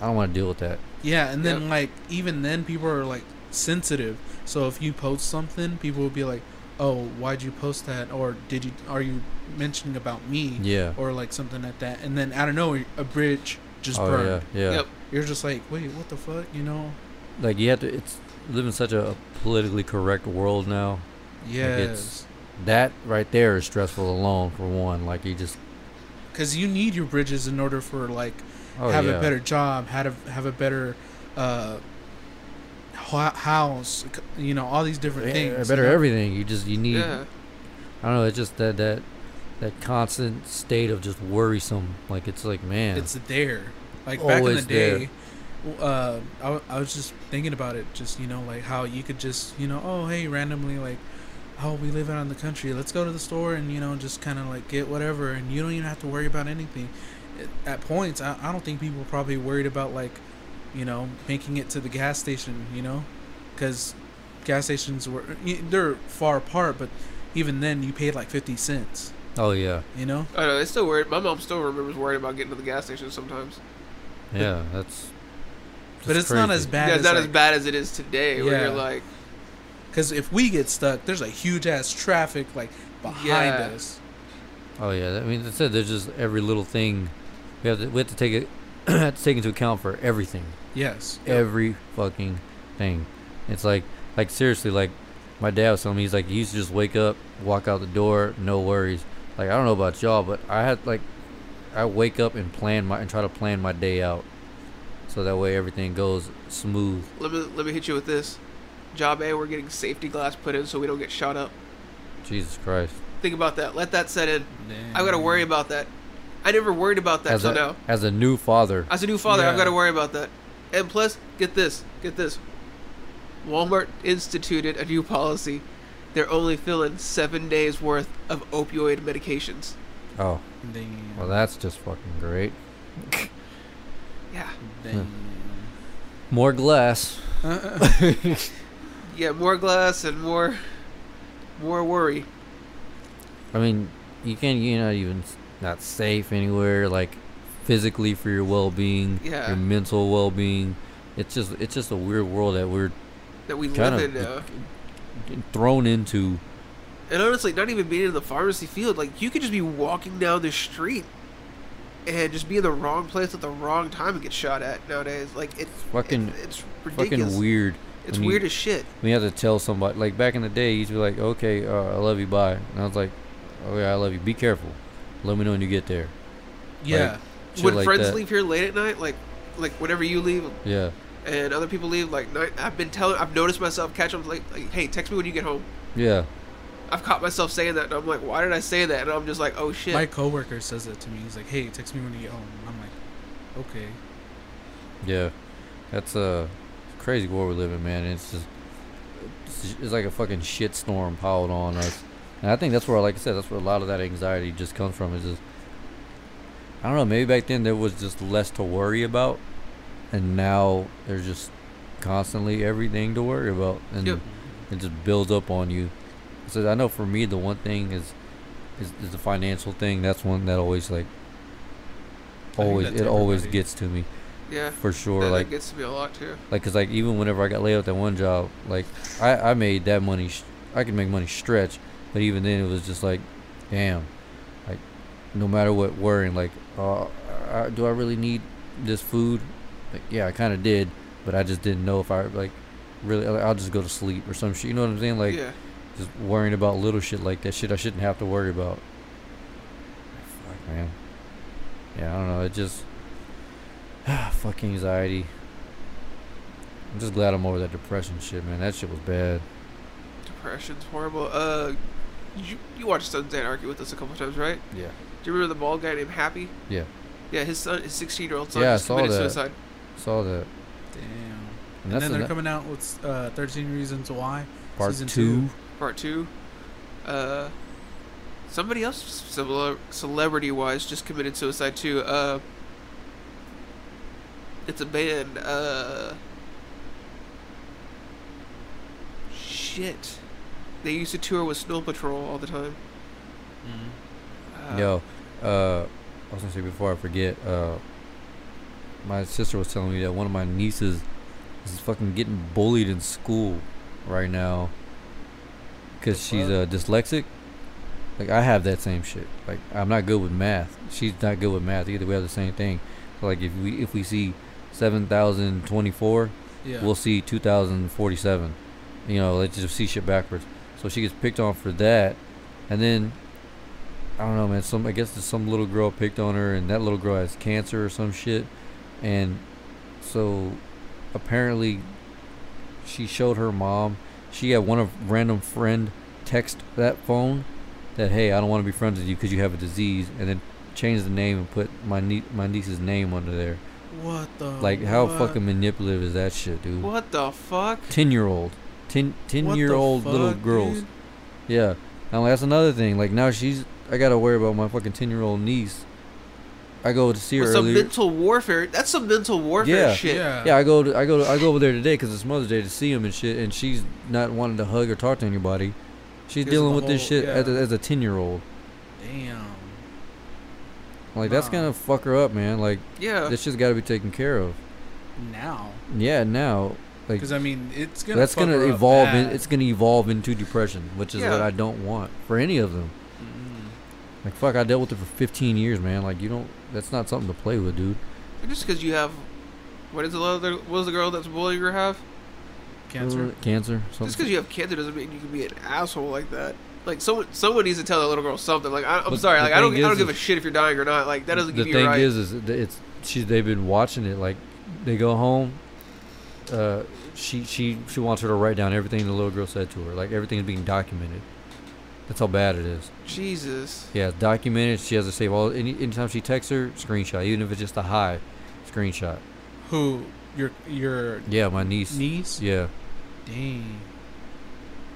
[SPEAKER 1] I don't want to deal with that
[SPEAKER 2] Yeah, and then
[SPEAKER 3] Yep.
[SPEAKER 2] like even then people are like sensitive. So if you post something, people will be like, "Oh, why'd you post that?" Or did you are you mentioning about me?
[SPEAKER 1] Yeah.
[SPEAKER 2] Or like something like that. And then I don't know, a bridge just
[SPEAKER 1] oh
[SPEAKER 2] burned.
[SPEAKER 1] yeah yeah
[SPEAKER 3] Yep.
[SPEAKER 2] You're just like, wait, what the fuck? You know?
[SPEAKER 1] like you have to it's live in such a politically correct world now
[SPEAKER 2] Yes.
[SPEAKER 1] that right there is stressful alone for one like you just
[SPEAKER 2] Because you need your bridges in order for like
[SPEAKER 1] oh
[SPEAKER 2] have
[SPEAKER 1] yeah
[SPEAKER 2] a better job, how to have a better uh, ho- house. You know, all these different
[SPEAKER 1] Yeah,
[SPEAKER 2] things.
[SPEAKER 1] Eh, better
[SPEAKER 2] you know?
[SPEAKER 1] everything you just you need
[SPEAKER 3] yeah.
[SPEAKER 1] I don't know it's just that that that constant state of just worrisome like it's like man
[SPEAKER 2] it's there. Like back in the
[SPEAKER 1] Always there.
[SPEAKER 2] day, w- uh, I, w- I was just thinking about it. Just you know, like how you could just you know, oh hey, randomly like, oh we live out in the country. Let's go to the store and you know just kind of like get whatever, and you don't even have to worry about anything. It- At points, I, I don't think people probably worried about like, you know, making it to the gas station. You know, because gas stations were y- they're far apart, but even then you paid like fifty cents.
[SPEAKER 1] oh yeah
[SPEAKER 2] You know.
[SPEAKER 3] I know. It's still worried. My mom still remembers worrying about getting to the gas station sometimes.
[SPEAKER 1] yeah that's
[SPEAKER 2] but
[SPEAKER 1] that's
[SPEAKER 2] it's not
[SPEAKER 1] crazy.
[SPEAKER 2] as bad.
[SPEAKER 3] yeah,
[SPEAKER 2] as
[SPEAKER 3] it's not
[SPEAKER 2] like,
[SPEAKER 3] as bad as it is today, where
[SPEAKER 2] Yeah.
[SPEAKER 3] you're like,
[SPEAKER 2] Because if we get stuck, there's a huge ass traffic like behind
[SPEAKER 3] Yeah.
[SPEAKER 2] us.
[SPEAKER 1] Oh yeah, I mean, that's it. There's just every little thing. We have to we have to take it *clears throat* have to take into account for everything,
[SPEAKER 2] Yes.
[SPEAKER 1] every fucking thing. It's like like seriously, like my dad was telling me, he's like he used to just wake up, walk out the door, no worries. Like I don't know about y'all, but I had like I wake up and plan my and try to plan my day out, so that way everything goes smooth.
[SPEAKER 3] let me let me hit you with this. Job A, we're getting safety glass put in so we don't get shot up.
[SPEAKER 1] Jesus Christ!
[SPEAKER 3] Think about that. Let that set in. I've got to worry about that. I never worried about that
[SPEAKER 1] As
[SPEAKER 3] till
[SPEAKER 1] a
[SPEAKER 3] now.
[SPEAKER 1] as a new father,
[SPEAKER 3] As a new father, I've
[SPEAKER 2] Yeah.
[SPEAKER 3] got to worry about that. And plus, get this, get this. Walmart instituted a new policy. They're only filling seven days worth of opioid medications.
[SPEAKER 1] oh
[SPEAKER 2] Damn.
[SPEAKER 1] well, that's just fucking great.
[SPEAKER 3] Yeah,
[SPEAKER 2] Damn.
[SPEAKER 1] More glass.
[SPEAKER 3] yeah, more glass and more, more worry.
[SPEAKER 1] I mean, you can't. You're not even s- not safe anywhere. Like physically for your well-being,
[SPEAKER 3] Yeah.
[SPEAKER 1] your mental well-being. It's just it's just a weird world that we're
[SPEAKER 3] that we
[SPEAKER 1] Kinda,
[SPEAKER 3] live in now.
[SPEAKER 1] thrown into.
[SPEAKER 3] And honestly, not even being in the pharmacy field, like you could just be walking down the street and just be in the wrong place at the wrong time and get shot at nowadays. Like it's
[SPEAKER 1] fucking-
[SPEAKER 3] it's, it's ridiculous.
[SPEAKER 1] Fucking weird.
[SPEAKER 3] It's
[SPEAKER 1] when you-
[SPEAKER 3] weird as shit.
[SPEAKER 1] We had to tell somebody. Like back in the day, you used to be like, "Okay, uh, I love you, bye," and I was like, "Oh yeah, I love you. Be careful. Let me know when you get there."
[SPEAKER 2] Yeah.
[SPEAKER 1] Shit
[SPEAKER 3] when
[SPEAKER 1] like
[SPEAKER 3] friends
[SPEAKER 1] that.
[SPEAKER 3] leave here late at night, like like whenever you leave
[SPEAKER 1] Yeah.
[SPEAKER 3] and other people leave, like night, I've been telling, I've noticed myself catch them like, like, hey, text me when you get home.
[SPEAKER 1] Yeah.
[SPEAKER 3] I've caught myself saying that, and I'm like, why did I say that? And I'm just like, oh shit.
[SPEAKER 2] My coworker says that to me. He's like, "Hey, text me when you get home." I'm like, "Okay."
[SPEAKER 1] Yeah, that's a crazy world we live in, man. It's just it's, just- it's like a fucking shitstorm piled on us, and I think that's where, like I said, that's where a lot of that anxiety just comes from. Is just I don't know. Maybe back then there was just less to worry about, and now there's just constantly everything to worry about, and
[SPEAKER 3] Yep.
[SPEAKER 1] it just builds up on you. So I know for me, the one thing is is, is the financial thing. That's one that always like
[SPEAKER 2] think
[SPEAKER 1] always
[SPEAKER 2] that's
[SPEAKER 1] it always
[SPEAKER 2] everybody.
[SPEAKER 1] gets to me
[SPEAKER 3] yeah.
[SPEAKER 1] for sure.
[SPEAKER 3] That,
[SPEAKER 1] like
[SPEAKER 3] that gets to me a lot too.
[SPEAKER 1] like, cause like even whenever I got laid off that one job, like I I made that money, sh- I could make money stretch, but even then it was just like, damn, like no matter what worrying, like uh, I, do I really need this food? Like yeah, I kind of did, but I just didn't know if I like really like, I'll just go to sleep or some shit. You know what I'm saying? Like
[SPEAKER 3] yeah.
[SPEAKER 1] just worrying about little shit like that shit I shouldn't have to worry about. man. Yeah, I don't know. It just *sighs* fuck anxiety. I'm just glad I'm over that depression shit, man. That shit was bad.
[SPEAKER 3] Depression's horrible. Uh, you you watched Sons of Anarchy with us a couple times, right?
[SPEAKER 1] Yeah.
[SPEAKER 3] Do you remember the bald guy named Happy?
[SPEAKER 1] Yeah.
[SPEAKER 3] Yeah, his son, his sixteen-year-old son,
[SPEAKER 1] Yeah, I
[SPEAKER 3] just
[SPEAKER 1] saw
[SPEAKER 3] committed
[SPEAKER 1] that.
[SPEAKER 3] suicide.
[SPEAKER 1] Saw that.
[SPEAKER 2] Damn.
[SPEAKER 1] And
[SPEAKER 2] And,
[SPEAKER 1] that's
[SPEAKER 2] then
[SPEAKER 1] the
[SPEAKER 2] they're
[SPEAKER 1] ne-
[SPEAKER 2] coming out with uh, 13 Reasons Why.
[SPEAKER 1] Part
[SPEAKER 2] season
[SPEAKER 1] two.
[SPEAKER 3] Part two. Uh, somebody else, cele- celebrity-wise, just committed suicide too. Uh, it's a band. Uh, shit, they used to tour with Snow Patrol all the time. Uh,
[SPEAKER 1] Yo, uh, I was gonna say before I forget, uh, my sister was telling me that one of my nieces is fucking getting bullied in school right now because she's uh, dyslexic. Like I have that same shit. Like I'm not good with math. She's not good with math either. We have the same thing. So, like if we if we see seven thousand twenty four,
[SPEAKER 2] Yeah.
[SPEAKER 1] we'll see 2047. You know, they just see shit backwards. So she gets picked on for that, and then I don't know, man. Some I guess there's some little girl picked on her, and that little girl has cancer or some shit, and so apparently she showed her mom. She had one of random friend text that phone that hey, I don't want to be friends with you because you have a disease, and then changed the name and put my nie- my niece's name under there.
[SPEAKER 2] what the?
[SPEAKER 1] Like how
[SPEAKER 2] what?
[SPEAKER 1] fucking manipulative is that shit, dude?
[SPEAKER 3] What the fuck?
[SPEAKER 1] 10 year old 10, 10
[SPEAKER 2] What the
[SPEAKER 1] year old little
[SPEAKER 2] fuck,
[SPEAKER 1] girls
[SPEAKER 2] dude?
[SPEAKER 1] yeah now that's another thing like now she's i gotta worry about my fucking 10 year old niece i go to see her
[SPEAKER 3] With some
[SPEAKER 1] earlier
[SPEAKER 3] mental warfare. That's some mental warfare
[SPEAKER 1] Yeah.
[SPEAKER 3] shit.
[SPEAKER 2] Yeah.
[SPEAKER 1] yeah i go to, i go to, i go over there today because it's mother's day to see him and shit and she's not wanting to hug or talk to anybody she's
[SPEAKER 2] Because of
[SPEAKER 1] dealing
[SPEAKER 2] the
[SPEAKER 1] with this
[SPEAKER 2] whole-
[SPEAKER 1] shit as, a,
[SPEAKER 2] yeah.
[SPEAKER 1] as a 10 year old
[SPEAKER 2] Damn.
[SPEAKER 1] like that's
[SPEAKER 2] Nah.
[SPEAKER 1] gonna fuck her up man like
[SPEAKER 3] Yeah.
[SPEAKER 1] this shit's gotta be taken care of
[SPEAKER 2] Now.
[SPEAKER 1] yeah now like
[SPEAKER 2] Because I mean, it's gonna.
[SPEAKER 1] that's
[SPEAKER 2] fuck
[SPEAKER 1] gonna
[SPEAKER 2] her up
[SPEAKER 1] evolve in,
[SPEAKER 2] bad.
[SPEAKER 1] it's gonna evolve into depression which is what
[SPEAKER 3] Yeah.
[SPEAKER 1] i don't want for any of them
[SPEAKER 3] Mm-hmm.
[SPEAKER 2] Mm.
[SPEAKER 1] Like fuck, I dealt with it for 15 years, man. Like you don't. That's not something to play with, dude.
[SPEAKER 3] Just because you have, what is the other? What is the girl that's bullying her have?
[SPEAKER 2] Cancer.
[SPEAKER 1] Uh, cancer. Something.
[SPEAKER 3] Just because you have cancer doesn't mean you can be an asshole like that. Like someone, someone needs to tell that little girl something. Like I, I'm
[SPEAKER 1] But
[SPEAKER 3] sorry,
[SPEAKER 1] the
[SPEAKER 3] like I don't,
[SPEAKER 1] thing
[SPEAKER 3] I don't
[SPEAKER 1] is
[SPEAKER 3] give a
[SPEAKER 1] is-
[SPEAKER 3] shit if you're dying or not. Like that doesn't
[SPEAKER 1] the
[SPEAKER 3] give you
[SPEAKER 1] thing
[SPEAKER 3] a right.
[SPEAKER 1] is, is it- it's she. They've been watching it. Like they go home. Uh, she she she wants her to write down everything the little girl said to her. Like everything's being documented. That's how bad it is.
[SPEAKER 3] Jesus.
[SPEAKER 1] Yeah, it's documented. She has to save all. Any anytime she texts her, screenshot. Even if it's just a hi, screenshot.
[SPEAKER 2] Who? Your your
[SPEAKER 1] Yeah, my niece.
[SPEAKER 2] niece?
[SPEAKER 1] Yeah,
[SPEAKER 2] Dang.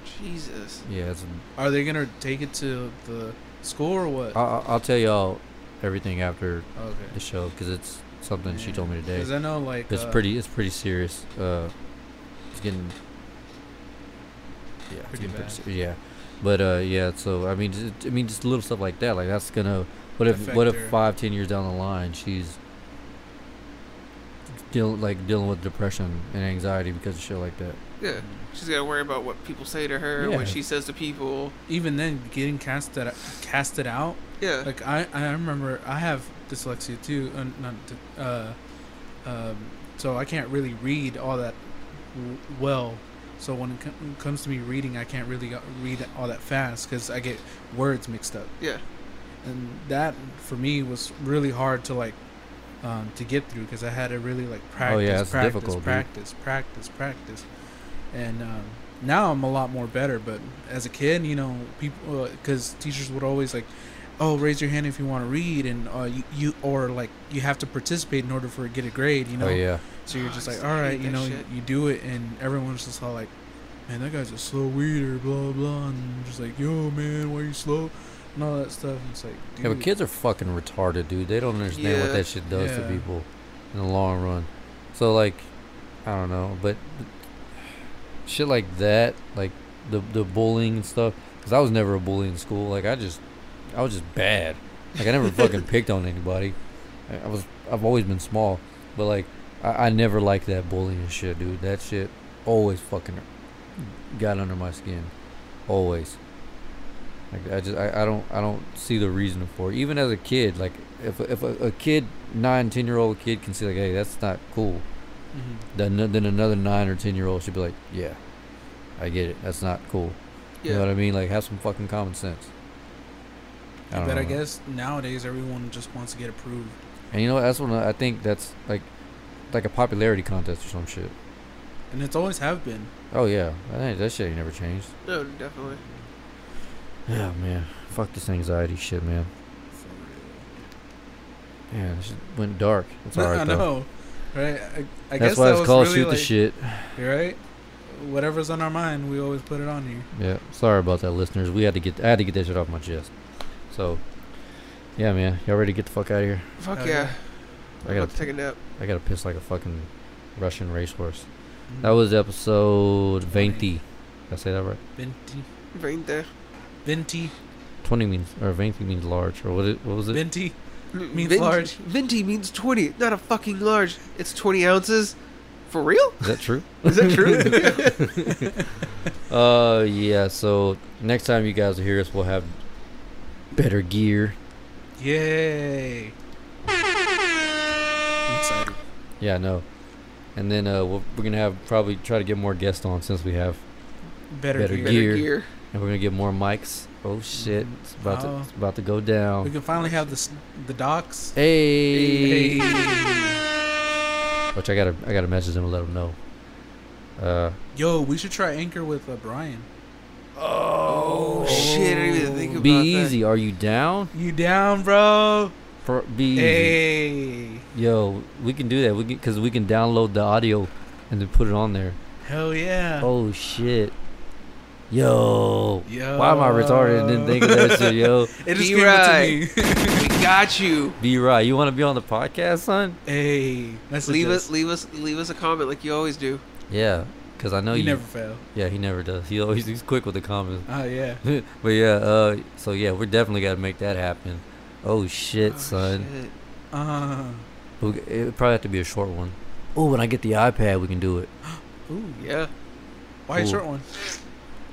[SPEAKER 3] Jesus.
[SPEAKER 1] yeah. It's,
[SPEAKER 2] Are they gonna take it to the school or what?
[SPEAKER 1] I, I- I'll tell y'all everything after
[SPEAKER 2] okay.
[SPEAKER 1] the show because it's something she told me today.
[SPEAKER 2] Because I know like
[SPEAKER 1] It's
[SPEAKER 2] uh,
[SPEAKER 1] pretty. It's pretty serious. Uh, it's getting. Yeah, it's
[SPEAKER 2] Pretty
[SPEAKER 1] getting
[SPEAKER 2] bad.
[SPEAKER 1] ser- yeah, but uh, yeah. So I mean, just, I mean, just little stuff like that. Like that's gonna. What if?
[SPEAKER 2] Affect
[SPEAKER 1] What if
[SPEAKER 2] her.
[SPEAKER 1] five, ten years down the line, she's deal like dealing with depression and anxiety because of shit like that.
[SPEAKER 3] Yeah. She's gotta worry about what people say to her,
[SPEAKER 1] Mm. Yeah.
[SPEAKER 3] what she says to people.
[SPEAKER 2] Even then, getting casted casted out.
[SPEAKER 3] Yeah.
[SPEAKER 2] Like I I remember I have dyslexia too. Uh, not d- uh, um, so I can't really read all that w- well. So when it com- comes to me reading, I can't really go- read all that fast because I get words mixed up.
[SPEAKER 3] yeah.
[SPEAKER 2] and that for me was really hard to like um, to get through because I had to really like practice,
[SPEAKER 1] Oh, it's
[SPEAKER 2] practice,
[SPEAKER 1] difficult, dude.
[SPEAKER 2] practice, practice, practice, and um, now I'm a lot more better. But as a kid, you know, people because teachers would always like, "Oh, raise your hand if you want to read," and uh, you, you or like you have to participate in order for get a grade. You know,
[SPEAKER 1] oh yeah,
[SPEAKER 2] so you're
[SPEAKER 3] Oh,
[SPEAKER 2] just
[SPEAKER 3] I
[SPEAKER 2] like,
[SPEAKER 3] used to
[SPEAKER 2] all
[SPEAKER 3] hate
[SPEAKER 2] right, you
[SPEAKER 3] that
[SPEAKER 2] know,
[SPEAKER 3] shit.
[SPEAKER 2] you do it, and everyone's just all like, man, that guy's a slow reader, blah blah, and I'm just like, yo, man, why you slow, and all that stuff. And it's like,
[SPEAKER 1] yeah. But kids are fucking retarded, dude. They don't understand what
[SPEAKER 3] Yeah.
[SPEAKER 1] that shit does to
[SPEAKER 2] Yeah.
[SPEAKER 1] people in the long run. So like, I don't know, but shit like that, like the the bullying and stuff. Because I was never a bully in school. Like I just, I was just bad. Like I never fucking picked on anybody. I I was, I've always been small, but like I, I never liked that bullying shit, dude. That shit always fucking got under my skin, always. Like I just, I, I don't, I don't see the reason for it. Even as a kid, like if a- if a, a kid, nine, ten year old kid can see like, hey, that's not cool
[SPEAKER 2] Mhm.
[SPEAKER 1] then then another nine or ten year old should be like, yeah, I get it. That's not cool.
[SPEAKER 3] Yeah.
[SPEAKER 1] You know what I mean? Like have some fucking common sense. I don't
[SPEAKER 2] but I
[SPEAKER 1] know.
[SPEAKER 2] guess nowadays everyone just wants to get approved.
[SPEAKER 1] And you know what? That's when I think that's like like a popularity contest or some shit.
[SPEAKER 2] And it's always have been.
[SPEAKER 1] Oh yeah, that, ain't, that shit ain't never changed.
[SPEAKER 3] No, definitely.
[SPEAKER 1] Yeah, man. Fuck this anxiety shit, man. Man, this shit went dark. It's alright
[SPEAKER 2] *laughs* I
[SPEAKER 1] though.
[SPEAKER 2] know, right? I, I
[SPEAKER 1] That's
[SPEAKER 2] guess
[SPEAKER 1] why
[SPEAKER 2] that
[SPEAKER 1] it's
[SPEAKER 2] was
[SPEAKER 1] called
[SPEAKER 2] really
[SPEAKER 1] shoot
[SPEAKER 2] like,
[SPEAKER 1] the shit.
[SPEAKER 2] Right? Whatever's on our mind, we always put it on here.
[SPEAKER 1] Yeah, sorry about that, listeners. We had to get I had to get that shit off my chest. So, yeah, man, y'all ready to get the fuck out of here?
[SPEAKER 3] Fuck
[SPEAKER 2] Oh,
[SPEAKER 3] yeah.
[SPEAKER 2] yeah.
[SPEAKER 1] I
[SPEAKER 3] I'm about
[SPEAKER 1] gotta
[SPEAKER 3] to take a nap.
[SPEAKER 1] I gotta piss like a fucking Russian racehorse. That was episode twenty. Did I say that right?
[SPEAKER 2] Venti,
[SPEAKER 3] Right there.
[SPEAKER 2] venti,
[SPEAKER 1] Twenty means or venti means large or what? It, what was it?
[SPEAKER 2] venti. Means
[SPEAKER 3] Vin-
[SPEAKER 2] large.
[SPEAKER 3] Venti means 20, not a fucking large. It's 20 ounces. For real?
[SPEAKER 1] Is that true?
[SPEAKER 3] Is that
[SPEAKER 1] *laughs*
[SPEAKER 3] true?
[SPEAKER 1] Uh, yeah. So next time you guys will hear us, we'll have better gear.
[SPEAKER 2] Yay! I'm excited.
[SPEAKER 1] Yeah, I know. And then uh, we'll, we're gonna have probably try to get more guests on since we have,
[SPEAKER 2] Better,
[SPEAKER 1] Better
[SPEAKER 2] gear.
[SPEAKER 3] Better
[SPEAKER 1] Gear.
[SPEAKER 3] gear.
[SPEAKER 1] and we're gonna get more mics. Oh shit, it's about to
[SPEAKER 2] Oh.
[SPEAKER 1] it's about to go
[SPEAKER 2] We
[SPEAKER 1] down.
[SPEAKER 2] can finally have this the docs.
[SPEAKER 1] Hey.
[SPEAKER 2] Hey.
[SPEAKER 1] Which I gotta I gotta message them and let them know. Uh,
[SPEAKER 2] Yo, we should try anchor with uh, Brian.
[SPEAKER 3] Oh, shit, I didn't even think about
[SPEAKER 1] be
[SPEAKER 3] that.
[SPEAKER 1] easy. Are you down?
[SPEAKER 2] You down, bro?
[SPEAKER 1] For, be easy.
[SPEAKER 2] Hey,
[SPEAKER 1] Yo, we can do that. We can because we can download the audio and then put it on there.
[SPEAKER 2] hell yeah!
[SPEAKER 1] Oh shit. Yo.
[SPEAKER 2] Uh. Yo.
[SPEAKER 1] Why am I retarded and didn't think of that shit, yo?
[SPEAKER 2] *laughs* It just
[SPEAKER 3] Be
[SPEAKER 2] came
[SPEAKER 3] right.
[SPEAKER 2] to me. *laughs*
[SPEAKER 3] We got you.
[SPEAKER 1] Be right. You want to be on the podcast, son?
[SPEAKER 2] hey, message
[SPEAKER 3] Leave
[SPEAKER 2] us.
[SPEAKER 3] us, leave us, leave us a comment like you always do.
[SPEAKER 1] Yeah, because I know
[SPEAKER 2] You
[SPEAKER 1] you.
[SPEAKER 2] never fail.
[SPEAKER 1] yeah, he never does. He always he's quick with the comments.
[SPEAKER 2] Oh yeah.
[SPEAKER 1] *laughs* but yeah, uh, so yeah, we're definitely gotta make that happen. Oh shit, son.
[SPEAKER 3] Shit.
[SPEAKER 2] Uh,
[SPEAKER 1] We- It probably have to be a short one. Oh, when I get the iPad, we can do it.
[SPEAKER 2] ooh.
[SPEAKER 3] Yeah.
[SPEAKER 2] Why a
[SPEAKER 1] Ooh.
[SPEAKER 2] short one?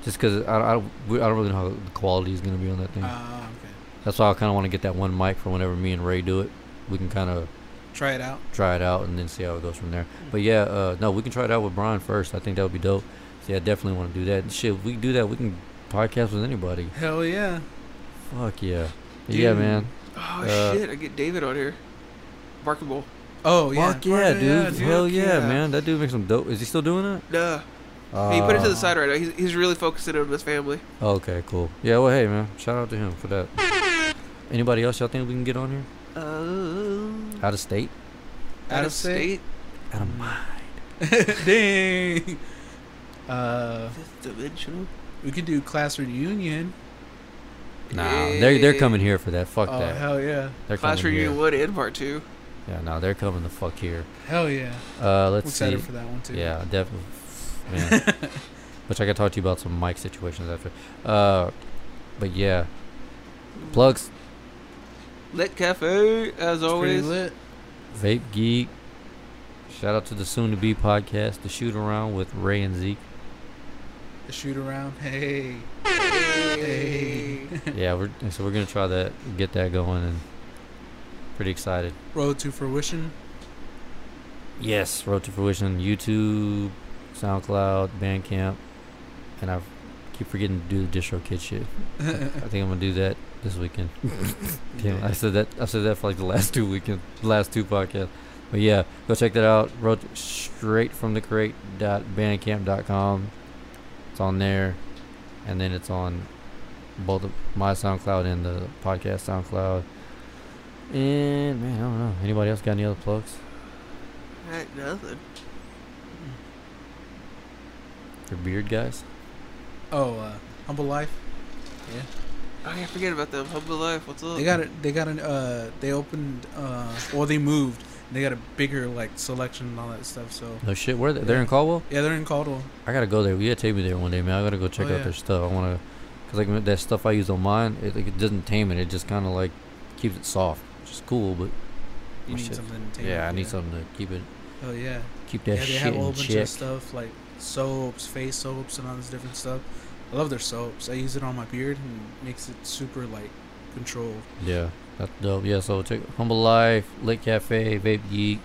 [SPEAKER 1] Just because I, I, don't- we- I don't really know how the quality is gonna be on that thing.
[SPEAKER 2] Ah, okay.
[SPEAKER 1] That's why I kind of want to get that one mic for whenever me and Ray do it. We can kind of
[SPEAKER 2] Try it out.
[SPEAKER 1] try it out and then see how it goes from there. But yeah, uh, no, we can try it out with Brian first. I think that would be dope. So yeah, I definitely want to do that. And shit, if we can do that, we can podcast with anybody.
[SPEAKER 2] Hell yeah.
[SPEAKER 1] Fuck yeah. Yeah,
[SPEAKER 2] Dude.
[SPEAKER 1] man.
[SPEAKER 3] Oh
[SPEAKER 1] Uh,
[SPEAKER 3] shit! I get David on here. Barkable.
[SPEAKER 2] Oh yeah.
[SPEAKER 1] Fuck yeah, dude. Hell yeah,
[SPEAKER 3] yeah.
[SPEAKER 1] man. That dude makes some dope. Is he still doing it?
[SPEAKER 3] Nah. hey, put it to
[SPEAKER 1] Uh,
[SPEAKER 3] the side right now. He's, he's really focusing on his family.
[SPEAKER 1] Okay, cool. Yeah, well, hey, man. Shout out to him for that. Anybody else y'all think we can get on here?
[SPEAKER 3] Um,
[SPEAKER 1] Out of state?
[SPEAKER 2] Out of state.
[SPEAKER 1] Out of mind.
[SPEAKER 2] *laughs* Dang. Uh,
[SPEAKER 3] fifth dimensional.
[SPEAKER 2] we could do class reunion.
[SPEAKER 1] Nah, they're, they're coming here for that. Fuck
[SPEAKER 2] oh
[SPEAKER 1] that.
[SPEAKER 2] hell yeah.
[SPEAKER 1] They're
[SPEAKER 3] Class
[SPEAKER 1] coming
[SPEAKER 3] reunion
[SPEAKER 1] here.
[SPEAKER 3] one and part two.
[SPEAKER 1] Yeah, no, they're coming the fuck here.
[SPEAKER 2] Hell yeah.
[SPEAKER 1] Uh,
[SPEAKER 2] I'm
[SPEAKER 1] let's see.
[SPEAKER 2] excited for that one too.
[SPEAKER 1] Yeah,
[SPEAKER 3] *laughs*
[SPEAKER 1] definitely. Man. Which I could talk to you about some mic situations after. Uh, but yeah, plugs,
[SPEAKER 3] Lit Cafe,
[SPEAKER 2] It's
[SPEAKER 3] as
[SPEAKER 2] pretty
[SPEAKER 3] always.
[SPEAKER 2] lit.
[SPEAKER 1] vape geek. Shout out to the soon to be podcast, the shoot around with Ray and Zeke.
[SPEAKER 2] The shoot around. Hey.
[SPEAKER 3] Hey.
[SPEAKER 1] yeah, we're so we're gonna try that, get that going, and pretty excited.
[SPEAKER 2] *laughs* Road to fruition.
[SPEAKER 1] Yes, Road to Fruition, YouTube, SoundCloud, Bandcamp, and I keep forgetting to do the Distro Kid shit. I think I'm gonna do that this weekend. Damn, I said that. I said that for like the last two weekends, last two podcasts. But yeah, go check that out. Road to- straight from the crate. dot bandcamp.com. It's on there, and then it's on both of my SoundCloud and the podcast SoundCloud. And man, I don't know. Anybody else got any other plugs?
[SPEAKER 3] Ain't nothing.
[SPEAKER 1] Your beard, guys.
[SPEAKER 2] Oh, uh, humble life.
[SPEAKER 3] Oh, yeah, forget about them. Humble life. What's up?
[SPEAKER 2] They got it. They got an. Uh, they opened. Uh, or they moved. and They got a bigger like selection and all that stuff. So
[SPEAKER 1] No shit. Where they? They're in Caldwell.
[SPEAKER 2] yeah, they're in Caldwell.
[SPEAKER 1] I gotta go there. You gotta take me there one day, man. I gotta go check
[SPEAKER 2] Oh,
[SPEAKER 1] out
[SPEAKER 2] yeah.
[SPEAKER 1] their stuff. I wanna, cause like that stuff I use on mine, it, like, it doesn't tame it. It just kind of like keeps it soft, which is cool. But
[SPEAKER 2] You
[SPEAKER 1] Oh,
[SPEAKER 2] need
[SPEAKER 1] shit.
[SPEAKER 2] something. To take
[SPEAKER 1] yeah, I
[SPEAKER 2] with
[SPEAKER 1] need
[SPEAKER 2] you.
[SPEAKER 1] something to keep it,
[SPEAKER 2] Oh yeah.
[SPEAKER 1] keep that
[SPEAKER 2] yeah, they
[SPEAKER 1] shit
[SPEAKER 2] have a whole
[SPEAKER 1] in
[SPEAKER 2] bunch
[SPEAKER 1] check.
[SPEAKER 2] of stuff like soaps, face soaps, and all this different stuff. I love their soaps. I use it on my beard and it makes it super like controlled.
[SPEAKER 1] Yeah, that's dope. Yeah, so check Humble Life, Lake Cafe, Vape Geek,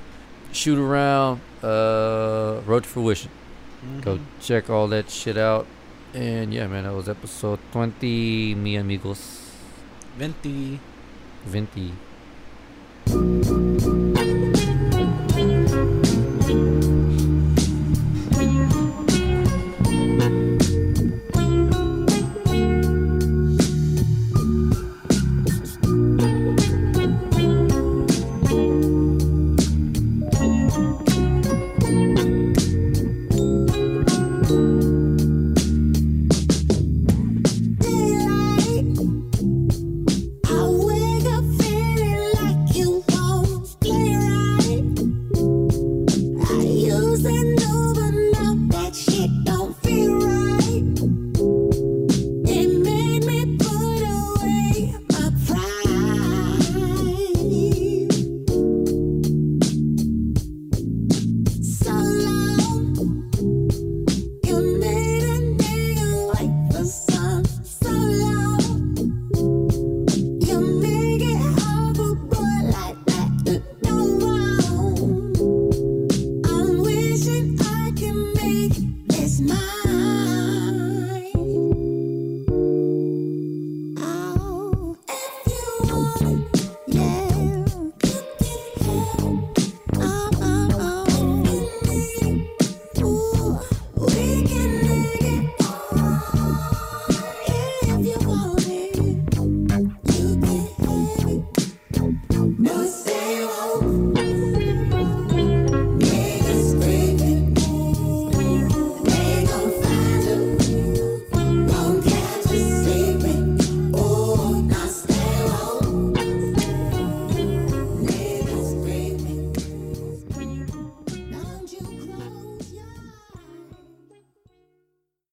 [SPEAKER 1] Shoot Around, uh, Road to Fruition. Go
[SPEAKER 2] Mhm.
[SPEAKER 1] check all that shit out. And yeah, man, that was episode twenty. Mi amigos.
[SPEAKER 9] Venti.
[SPEAKER 2] Venti.